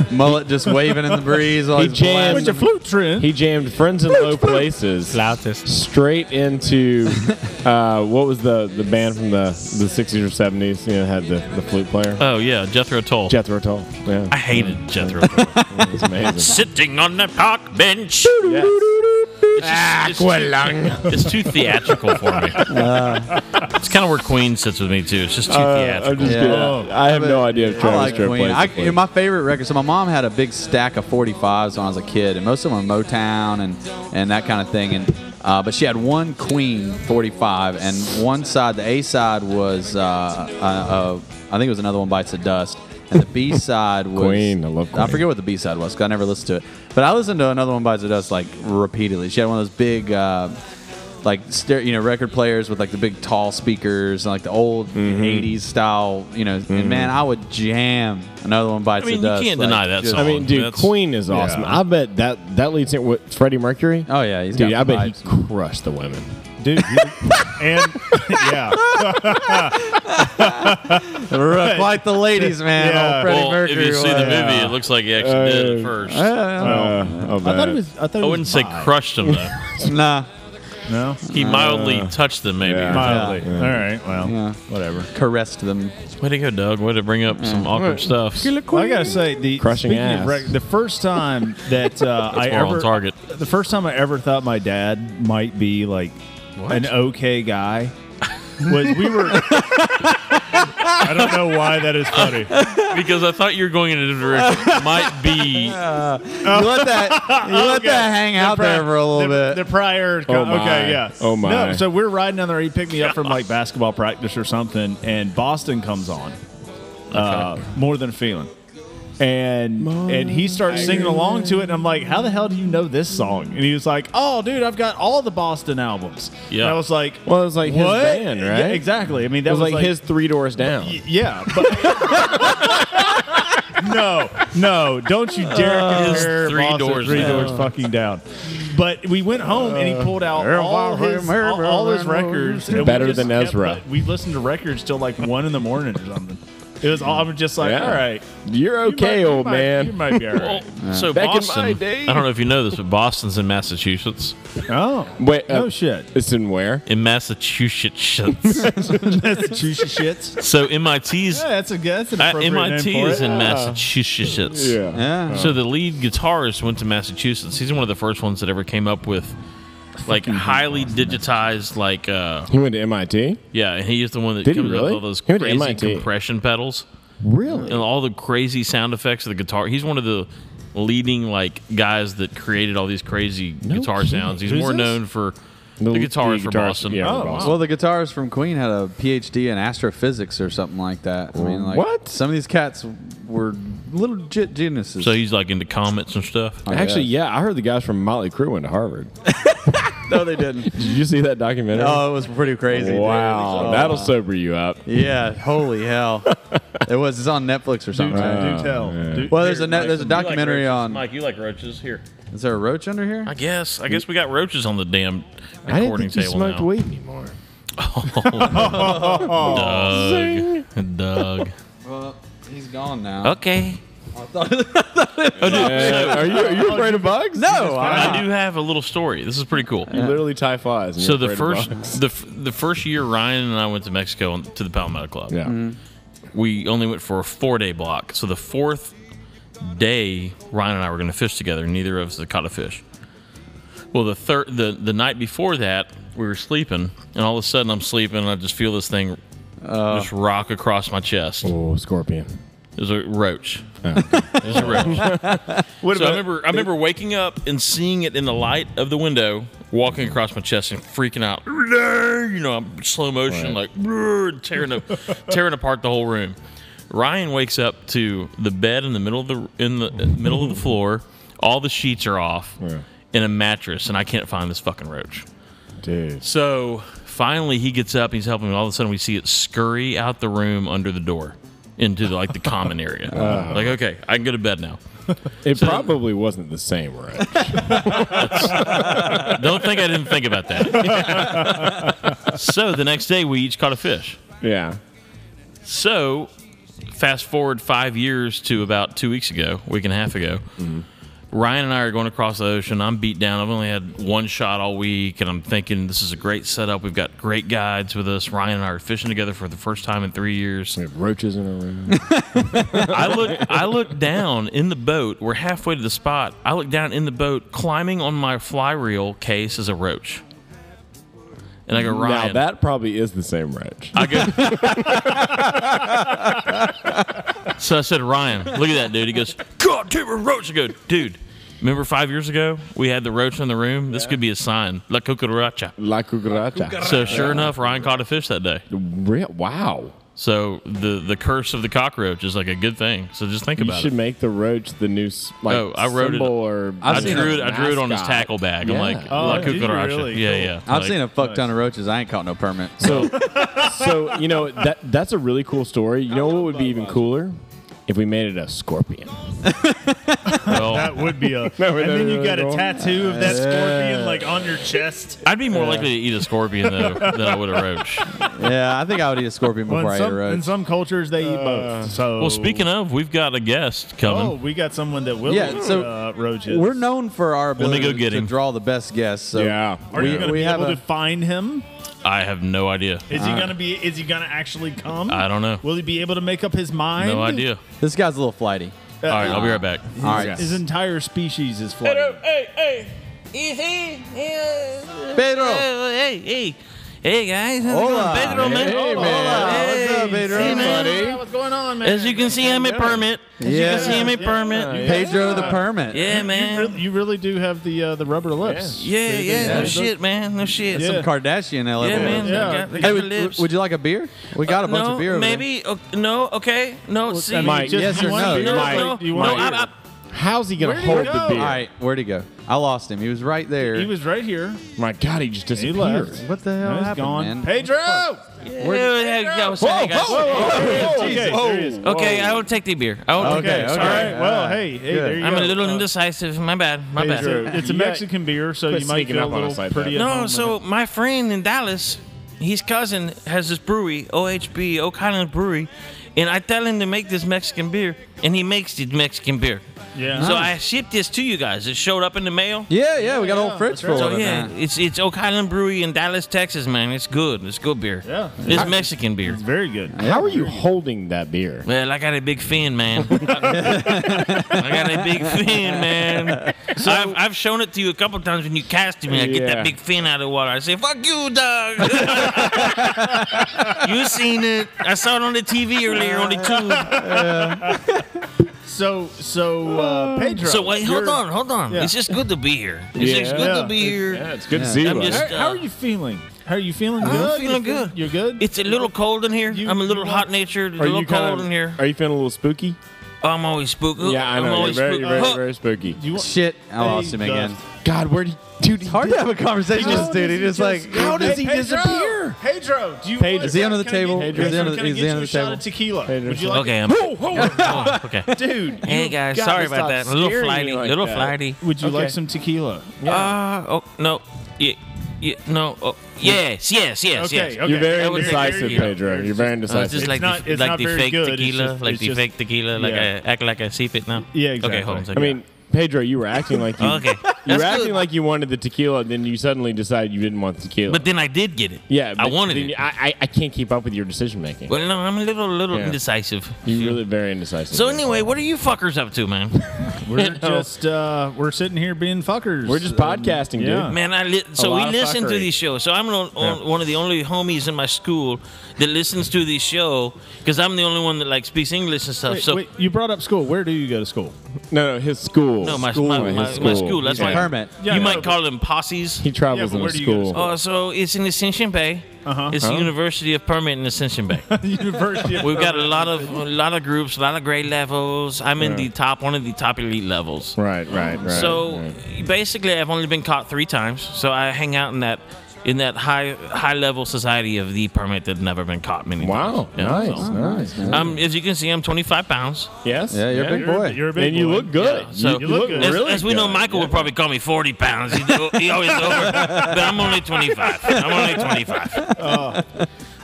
Speaker 8: mullet just waving in the breeze. While
Speaker 6: he
Speaker 8: he's
Speaker 6: jammed
Speaker 8: blasting.
Speaker 6: Trent. He jammed Friends in Low Places. Straight into uh, what was the, the band from the, the sixties or seventies, you know, had the, the flute player?
Speaker 20: Oh yeah, Jethro Tull.
Speaker 6: Jethro Tull. Yeah.
Speaker 20: I hated Jethro Tull.
Speaker 6: It's amazing.
Speaker 20: Sitting on the park bench. It's, just, it's, too, it's too theatrical for me. it's kind of where Queen sits with me too. It's just too
Speaker 6: Uh, I'm
Speaker 20: theatrical.
Speaker 6: just Yeah. kidding. I have no idea if
Speaker 8: I
Speaker 6: Travis
Speaker 8: like
Speaker 6: Tritt
Speaker 8: Queen.
Speaker 6: plays
Speaker 8: I,
Speaker 6: the flute.
Speaker 8: you know, my favorite record. So my mom had a big stack of 45s when I was a kid, and most of them were Motown and and that kind of thing. And uh, but she had one Queen 45, and one side, the A side was uh, uh, uh, I think it was another one bites the dust. And the B side was
Speaker 6: Queen, I love
Speaker 8: I forget what the B side was because I never listened to it. But I listened to another one bites the dust like repeatedly. She had one of those big. Uh, like ster- you know record players with like the big tall speakers and like the old
Speaker 6: Mm-hmm.
Speaker 8: 80s style you know and man i would jam another one bites
Speaker 20: I mean,
Speaker 8: the
Speaker 20: you
Speaker 8: dust
Speaker 20: can't
Speaker 8: like,
Speaker 20: deny that
Speaker 8: just-
Speaker 6: I mean, dude, Queen is awesome.
Speaker 8: Yeah.
Speaker 6: I bet that that leads in with Freddie Mercury.
Speaker 8: Oh yeah, he's
Speaker 6: dude.
Speaker 8: got
Speaker 6: I bet
Speaker 8: vibes.
Speaker 6: he crushed the women.
Speaker 10: dude. you- and yeah, uh,
Speaker 8: Right. Quite the ladies, man. Old Freddie
Speaker 20: well, if you
Speaker 8: Mercury
Speaker 20: see the
Speaker 8: was-
Speaker 20: movie, it looks like he actually did at
Speaker 8: Uh,
Speaker 20: first.
Speaker 8: I- I don't know.
Speaker 10: I thought it was. I, thought it
Speaker 20: I
Speaker 10: was
Speaker 20: wouldn't say
Speaker 10: bi.
Speaker 20: crushed him though.
Speaker 8: nah.
Speaker 10: No.
Speaker 20: He mildly
Speaker 10: Uh,
Speaker 20: touched them, maybe.
Speaker 10: yeah. Mildly.
Speaker 20: Yeah.
Speaker 10: All right. Well,
Speaker 8: Yeah.
Speaker 10: whatever.
Speaker 8: caressed them
Speaker 20: Way to go, Doug. Way to bring up some awkward stuff.
Speaker 10: Well, I gotta say the
Speaker 20: Crushing
Speaker 10: speaking
Speaker 20: ass.
Speaker 10: Of rec- the first time that uh,
Speaker 20: That's
Speaker 10: I
Speaker 20: more on
Speaker 10: ever
Speaker 20: target.
Speaker 10: The first time I ever thought my dad might be like an okay guy was we were. I don't know why that is funny.
Speaker 20: because I thought you were going in a different direction. Might be.
Speaker 8: you let that you let
Speaker 10: Okay.
Speaker 8: that hang
Speaker 10: The
Speaker 8: out
Speaker 10: pri-
Speaker 8: there for a little
Speaker 10: the,
Speaker 8: bit
Speaker 10: The prior,
Speaker 8: Oh my.
Speaker 10: okay, yeah.
Speaker 8: Oh my.
Speaker 10: No, so we're riding down there. He picked me up from like basketball practice or something, and Boston comes on. Uh, more than a feeling. And and he starts singing along to it, and I'm like, "How the hell do you know this song?" And he was like, "Oh, dude, I've got all the Boston albums."
Speaker 6: Yeah.
Speaker 10: and I was like,
Speaker 6: Well, it was like his
Speaker 10: "What?"
Speaker 6: band,
Speaker 10: Yeah,
Speaker 6: right?
Speaker 10: exactly. I mean, that
Speaker 6: It was like his Three Doors Down.
Speaker 10: Y- Yeah, but no, no, don't you dare
Speaker 6: Uh,
Speaker 10: compare
Speaker 6: His Three
Speaker 10: Boston
Speaker 6: Doors
Speaker 10: three
Speaker 6: Down.
Speaker 10: doors fucking down. But we went home and he pulled out all his, all, all his records. and we
Speaker 6: Better
Speaker 10: just
Speaker 6: than
Speaker 10: kept,
Speaker 6: Ezra.
Speaker 10: like, we listened to records till like one in the morning or something. It was all. I'm just like,
Speaker 6: Yeah.
Speaker 10: all right,
Speaker 6: You're okay,
Speaker 10: you
Speaker 6: old
Speaker 10: might-
Speaker 6: man.
Speaker 10: you might be all right.
Speaker 6: Yeah.
Speaker 20: So
Speaker 6: Back in my
Speaker 20: Boston,
Speaker 6: day-
Speaker 20: I don't know if you know this, but Boston's in Massachusetts.
Speaker 10: Oh,
Speaker 6: wait, uh,
Speaker 10: no shit.
Speaker 6: It's in where?
Speaker 20: In Massachusetts.
Speaker 10: Massachusetts shits.
Speaker 20: so MIT's
Speaker 10: Yeah, that's a good. That's an
Speaker 20: Uh,
Speaker 10: appropriate
Speaker 20: MIT
Speaker 10: name for
Speaker 20: is
Speaker 10: it.
Speaker 20: in
Speaker 6: Ah.
Speaker 10: Yeah.
Speaker 20: Massachusetts.
Speaker 10: Yeah. Yeah.
Speaker 20: So the lead guitarist went to Massachusetts. He's one of the first ones that ever came up with
Speaker 5: like highly digitized, like uh,
Speaker 6: He went to MIT.
Speaker 5: yeah, and he's the one that
Speaker 6: Did he
Speaker 5: comes up
Speaker 6: really?
Speaker 5: with all those
Speaker 6: He went to
Speaker 5: crazy
Speaker 6: MIT.
Speaker 5: compression pedals.
Speaker 6: Really?
Speaker 5: And all the crazy sound effects of the guitar. He's one of the leading like guys that created all these crazy guitar
Speaker 8: kidding.
Speaker 5: sounds. He's
Speaker 8: Who's
Speaker 5: more
Speaker 8: this?
Speaker 5: known for the, guitars for Boston.
Speaker 8: Oh, Well, the guitarist from Queen had a PhD in astrophysics or something like that. I mean, like
Speaker 5: What?
Speaker 8: Some of these cats were little legit geniuses.
Speaker 5: So he's like into comets and stuff.
Speaker 6: Actually, yeah, I heard the guys from Motley Crue went to Harvard.
Speaker 8: no, they didn't. Did
Speaker 6: you see that documentary?
Speaker 8: Oh, it was pretty crazy. dude.
Speaker 6: Wow,
Speaker 8: Oh.
Speaker 6: that'll sober you up.
Speaker 8: Yeah, holy hell! it was. It's on Netflix or something.
Speaker 6: Oh,
Speaker 5: tell, do
Speaker 8: Oh,
Speaker 5: tell. Do-
Speaker 8: well, there's
Speaker 5: Here,
Speaker 8: a net,
Speaker 5: Mike,
Speaker 8: there's a
Speaker 5: you like
Speaker 8: documentary
Speaker 5: roaches.
Speaker 8: on.
Speaker 5: Mike, you like roaches here.
Speaker 8: Is there a roach under here?
Speaker 5: I guess. I guess we got roaches on the damn recording
Speaker 8: I didn't think you
Speaker 5: table
Speaker 8: smoked
Speaker 5: now.
Speaker 8: weed
Speaker 6: anymore.
Speaker 5: Oh. Doug. Doug.
Speaker 8: Well, he's gone now.
Speaker 5: Okay.
Speaker 8: I thought- I thought it was-
Speaker 6: are you are you afraid of bugs?
Speaker 8: No,
Speaker 5: Oh, I do have a little story. This is pretty cool.
Speaker 6: You literally tie flies. and
Speaker 5: So
Speaker 6: you're
Speaker 5: the
Speaker 6: afraid of
Speaker 5: first
Speaker 6: bugs.
Speaker 5: the f- the first year Ryan and I went to Mexico on, to the Palmetto Club.
Speaker 6: Yeah. Mhm.
Speaker 5: We only went for a four day block. So the fourth day, Ryan and I were going to fish together. Neither of us had caught a fish. Well, the third the the night before that, we were sleeping, and all of a sudden I'm sleeping, and I just feel this thing just rock across my chest.
Speaker 6: Uh. Oh, scorpion. Oh,
Speaker 5: It was a roach. It was a roach.
Speaker 11: What
Speaker 5: so I
Speaker 11: about-
Speaker 5: remember I remember waking up and seeing it in the light of the window, walking across my chest and freaking out. You know, I'm slow motion,
Speaker 11: Right.
Speaker 5: like tearing up, tearing apart the whole room. Ryan wakes up to the bed in the middle of the in the middle of the floor. All the sheets are off, in a mattress, and I can't find this fucking roach.
Speaker 6: Dude.
Speaker 5: So finally, he gets up. He's helping me. All of a sudden, we see it scurry out the room under the door into the, like the common area.
Speaker 6: Oh.
Speaker 5: Like, okay, I can go to bed now.
Speaker 6: It probably wasn't the same roach.
Speaker 5: Don't think I didn't think about that. so the next day, we each caught a fish.
Speaker 6: Yeah.
Speaker 5: So fast forward five years to about two weeks ago, week and a half ago.
Speaker 6: Mm-hmm.
Speaker 5: Ryan and I are going across the ocean. I'm beat down. I've only had one shot all week, and I'm thinking this is a great setup. We've got great guides with us. Ryan and I are fishing together for the first time in three years. We
Speaker 6: have roaches in our room.
Speaker 5: I look I look down in the boat. We're halfway to the spot. I look down in the boat, climbing on my fly reel case is a roach. And I go, Ryan.
Speaker 6: Now that probably is the same roach.
Speaker 5: I go. so I said, Ryan, look at that dude. He goes, God damn it, roach. I go, dude, remember five years ago we had the roach in the room? This could be a sign. La cucaracha.
Speaker 6: La cucaracha.
Speaker 5: So sure enough, Ryan caught a fish that day.
Speaker 6: Wow.
Speaker 5: So the the curse of the cockroach is like a good thing. So just think
Speaker 6: you
Speaker 5: about
Speaker 6: should
Speaker 5: it.
Speaker 6: make the roach the new s- like
Speaker 5: oh, I wrote it.
Speaker 6: symbol or Oh,
Speaker 5: I drew it. I drew it on his tackle bag. I'm like, La cucaracha. Yeah, yeah.
Speaker 8: I've
Speaker 5: Like-
Speaker 8: seen a fuck ton of roaches. I ain't caught no permit.
Speaker 6: So, so you know that that's a really cool story. You know what would be even cooler if we made it a scorpion.
Speaker 11: that would be a.
Speaker 6: No, we're
Speaker 11: and then
Speaker 6: not
Speaker 11: you got
Speaker 6: really
Speaker 11: a
Speaker 6: going.
Speaker 11: tattoo of that
Speaker 6: Yeah.
Speaker 11: scorpion like on your chest.
Speaker 5: I'd be more likely to eat a scorpion though than I would a roach.
Speaker 8: yeah, I think I would eat a scorpion
Speaker 11: Well, in,
Speaker 8: before I ate a
Speaker 11: some, in
Speaker 8: roach.
Speaker 11: some cultures, they eat both. So
Speaker 5: Uh, Well, speaking of, we've got a guest
Speaker 11: oh,
Speaker 5: coming.
Speaker 11: we got someone that will
Speaker 8: Yeah,
Speaker 11: eat
Speaker 8: so
Speaker 11: uh, roaches.
Speaker 8: We're known for our
Speaker 5: Let me
Speaker 8: ability
Speaker 5: go get
Speaker 8: to
Speaker 5: him.
Speaker 8: draw the best guests. So
Speaker 6: Yeah.
Speaker 11: Are
Speaker 8: we,
Speaker 11: you going to
Speaker 8: we
Speaker 11: be
Speaker 8: have
Speaker 11: able
Speaker 8: a,
Speaker 11: to find him?
Speaker 5: I have no idea.
Speaker 11: Is he going to be? Is he going to actually come?
Speaker 5: Uh, I don't know.
Speaker 11: Will he be able to make up his mind?
Speaker 5: No idea.
Speaker 8: This guy's a little flighty.
Speaker 11: Uh,
Speaker 5: All right, I'll be right back.
Speaker 11: His,
Speaker 5: All right.
Speaker 11: his entire species is flooded.
Speaker 5: hey, hey. Easy.
Speaker 8: Pedro.
Speaker 5: Hey, hey. Hey, guys. How's
Speaker 8: Hola.
Speaker 5: it going? Pedro, man.
Speaker 8: Hey, man. What's up, Pedro?
Speaker 5: see, man.
Speaker 11: What's going on,
Speaker 5: As you can see, I'm a permit. As you
Speaker 8: Yeah.
Speaker 5: can see, I'm a permit.
Speaker 8: Pedro the permit.
Speaker 5: Yeah, man.
Speaker 11: You really, you really do have the uh, the rubber lips.
Speaker 5: Yeah,
Speaker 11: They- they
Speaker 5: yeah, no
Speaker 11: have those-
Speaker 5: shit, man. No shit.
Speaker 8: Some Kardashian element.
Speaker 5: man, they
Speaker 11: Yeah. got- they
Speaker 8: Hey,
Speaker 11: got
Speaker 8: would,
Speaker 11: the lips.
Speaker 8: would you like a beer? We got a bunch
Speaker 5: Uh, no,
Speaker 8: of beer. Over there.
Speaker 5: maybe. o- no, okay. No, see.
Speaker 8: I mean, Mike, just- yes you or want no? beer?
Speaker 5: No,
Speaker 8: Mike,
Speaker 5: no,
Speaker 8: you
Speaker 5: no,
Speaker 8: want
Speaker 5: I-
Speaker 8: beer?
Speaker 5: I-
Speaker 6: How's he gonna
Speaker 5: Where'd he
Speaker 6: hold the
Speaker 5: go?
Speaker 6: beer?
Speaker 8: All right, where'd he go? I lost him. He was right there.
Speaker 11: He was right here.
Speaker 6: My God, he just
Speaker 11: He
Speaker 6: disappeared.
Speaker 11: left.
Speaker 8: What the hell
Speaker 11: He's
Speaker 8: happened,
Speaker 11: gone.
Speaker 8: man?
Speaker 11: Pedro.
Speaker 5: Where- hey, yo, sorry, guys.
Speaker 11: okay, there he is.
Speaker 5: Okay, I will take the beer. I will take the
Speaker 11: Okay, Uh,
Speaker 5: beer.
Speaker 11: all
Speaker 5: Sorry.
Speaker 11: right. Well, hey, hey, there you
Speaker 5: I'm
Speaker 11: go.
Speaker 5: a little indecisive. My bad. My
Speaker 11: It's
Speaker 5: bad.
Speaker 11: a- It's a Mexican beer, so
Speaker 6: Quit
Speaker 11: you might
Speaker 6: sneaking
Speaker 11: feel a
Speaker 6: up on
Speaker 11: little
Speaker 6: us like
Speaker 11: pretty.
Speaker 6: that.
Speaker 11: at
Speaker 6: No,
Speaker 11: home
Speaker 5: No,
Speaker 11: with
Speaker 5: so my friend in Dallas, his cousin has this brewery, OHB, Oak Island Brewery,
Speaker 3: and I tell him to make this Mexican beer, and he makes the Mexican beer.
Speaker 5: Yeah.
Speaker 3: So
Speaker 5: Nice.
Speaker 3: I shipped this to you guys. It showed up in the mail.
Speaker 8: Yeah, yeah, we got old Fritz for
Speaker 3: So
Speaker 8: it.
Speaker 3: yeah, it's it's Oak Island Brewery in Dallas, Texas, man. It's good. It's good beer.
Speaker 6: Yeah.
Speaker 3: It's Mexican beer. It's
Speaker 6: very good. How are you holding that beer?
Speaker 3: Well, I got a big fin, man. I got a big fin, man. So I've, I've shown it to you a couple times when you cast me. I get
Speaker 5: Yeah.
Speaker 3: that big fin out of the water. I say, "Fuck you, dog." you seen it? I saw it on the TV earlier on the tube.
Speaker 6: So, so uh, Pedro.
Speaker 3: So wait, hold
Speaker 6: you're-
Speaker 3: on, hold on.
Speaker 6: Yeah.
Speaker 3: It's just good to be here. It's just good to be here.
Speaker 6: Yeah, it's good to see
Speaker 3: I'm
Speaker 6: you.
Speaker 3: just,
Speaker 6: how, how
Speaker 3: uh,
Speaker 6: are you feeling? How are you feeling?
Speaker 3: I'm
Speaker 6: good?
Speaker 3: feeling
Speaker 6: You feel-
Speaker 3: good.
Speaker 6: You're good.
Speaker 3: It's a little cold in here. I'm a little hot natured. A
Speaker 6: Are you
Speaker 3: little
Speaker 6: kinda-
Speaker 3: cold in here.
Speaker 6: Are you feeling a little spooky?
Speaker 3: I'm always spooky.
Speaker 6: Yeah, I
Speaker 3: I'm
Speaker 6: know. You're
Speaker 3: always
Speaker 6: very,
Speaker 3: spook-
Speaker 6: very,
Speaker 3: Huh.
Speaker 6: very spooky.
Speaker 8: Shit, I lost him again.
Speaker 12: God, where do you, dude? It's
Speaker 8: hard to have a conversation with this dude. He just like,
Speaker 12: how does he
Speaker 6: Pedro!
Speaker 12: disappear?
Speaker 6: Pedro, do you?
Speaker 8: Pedro. Is he under the
Speaker 6: Can I get-
Speaker 8: table?
Speaker 6: Pedro,
Speaker 8: Is he under-
Speaker 6: can I
Speaker 8: is he
Speaker 6: get you
Speaker 8: under
Speaker 6: a
Speaker 8: the
Speaker 6: shot
Speaker 8: table?
Speaker 6: of tequila?
Speaker 8: Pedro.
Speaker 6: Would you like?
Speaker 8: Okay,
Speaker 6: it?
Speaker 8: I'm-
Speaker 6: Whoa, whoa, whoa.
Speaker 3: Oh, Okay.
Speaker 6: Oh, Dude.
Speaker 3: Hey
Speaker 6: you
Speaker 3: guys,
Speaker 6: gotta
Speaker 3: sorry about
Speaker 6: stop
Speaker 3: that. A little
Speaker 6: scaring me
Speaker 3: flighty,
Speaker 6: like
Speaker 3: little
Speaker 6: that.
Speaker 3: flighty.
Speaker 6: Would you like
Speaker 3: Okay.
Speaker 6: some tequila?
Speaker 3: Uh, oh no, yeah, yeah, no, oh, yes, yes, yes,
Speaker 6: Okay,
Speaker 3: yes.
Speaker 6: okay. You're very
Speaker 3: That was the-
Speaker 6: indecisive,
Speaker 3: you know,
Speaker 6: Pedro. You're very
Speaker 3: I was
Speaker 6: indecisive.
Speaker 3: Uh, just
Speaker 6: It's
Speaker 3: like
Speaker 6: not-
Speaker 3: the,
Speaker 6: it's
Speaker 3: like
Speaker 6: not
Speaker 3: the
Speaker 6: very
Speaker 3: fake
Speaker 6: good, it's
Speaker 3: tequila,
Speaker 6: just-
Speaker 3: like
Speaker 6: it's
Speaker 3: the
Speaker 6: just-
Speaker 3: fake tequila, like
Speaker 6: yeah.
Speaker 3: I act like I sip it now.
Speaker 6: Yeah, exactly.
Speaker 3: Okay, hold on. A
Speaker 6: I
Speaker 3: second.
Speaker 6: mean, Pedro, you were acting like you.
Speaker 3: Okay.
Speaker 6: You
Speaker 3: That's
Speaker 6: were acting
Speaker 3: good.
Speaker 6: like you wanted the tequila, and then you suddenly decided you didn't want the tequila.
Speaker 3: but then I did get it.
Speaker 6: yeah,
Speaker 3: I
Speaker 6: but
Speaker 3: wanted
Speaker 6: then
Speaker 3: it.
Speaker 6: I, I, I can't keep up with your decision making.
Speaker 3: Well, no, I'm a little, little
Speaker 6: Yeah.
Speaker 3: indecisive.
Speaker 6: You're really very indecisive.
Speaker 3: So anyway, what are you fuckers up to, man?
Speaker 6: You
Speaker 11: We're
Speaker 6: know.
Speaker 11: just uh, we're sitting here being fuckers.
Speaker 6: We're just podcasting, dude.
Speaker 3: Man, I li-
Speaker 11: A
Speaker 3: so we
Speaker 11: lot of
Speaker 3: listen to
Speaker 11: fuckery.
Speaker 3: these shows. So I'm on, on, one of the only homies in my school that listens to this show because I'm the only one that like speaks English and stuff.
Speaker 11: Wait,
Speaker 3: Oh, so
Speaker 11: wait, you brought up school. Where do you go to school?
Speaker 6: No, no, his school.
Speaker 3: No, my school. My, my, my school. That's why You might call them posses.
Speaker 6: He travels in a school.
Speaker 3: Oh, so it's in Ascension Bay.
Speaker 6: Uh-huh.
Speaker 3: It's
Speaker 6: Huh?
Speaker 3: the University of Permit in Ascension Bay.
Speaker 11: University.
Speaker 3: We've got a lot of a lot of groups, a lot of grade levels. I'm in
Speaker 6: Yeah.
Speaker 3: the top one of the top elite levels.
Speaker 6: Right, right, right.
Speaker 3: so
Speaker 6: right.
Speaker 3: basically, I've only been caught three times. So I hang out in that in that high high level society of the permit that never been caught many
Speaker 6: Wow,
Speaker 3: times.
Speaker 6: nice,
Speaker 3: so-
Speaker 6: nice, nice.
Speaker 3: Um, as you can see, I'm 25 pounds.
Speaker 6: Yes. Yeah, you're a Yeah, big you're- boy. you're a big And you boy. look good. You-
Speaker 3: So
Speaker 6: you look
Speaker 3: as,
Speaker 6: really
Speaker 3: as we know,
Speaker 6: good,
Speaker 3: Michael would probably call me 40 pounds. He, he always over, but I'm only 25. I'm only 25.
Speaker 6: Oh.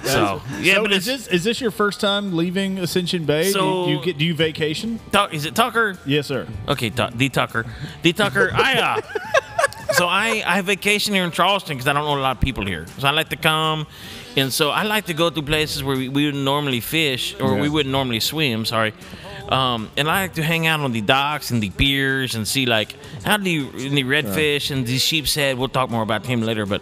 Speaker 3: so yeah, but
Speaker 11: is this is this your first time leaving Ascension Bay?
Speaker 3: So-
Speaker 11: do you get do you vacation?
Speaker 3: Tuck, is it Tucker?
Speaker 11: Yes, sir.
Speaker 3: Okay, tu- the Tucker, the Tucker. I uh, so I I vacation here in Charleston because I don't know a lot of people here, so I like to come, and so I like to go to places where we, we would normally fish or we
Speaker 5: Yeah.
Speaker 3: wouldn't normally swim. Sorry. Um, and I like to hang out on the docks and the piers and see like how the the redfish and the sheep's head. We'll talk more about him later, but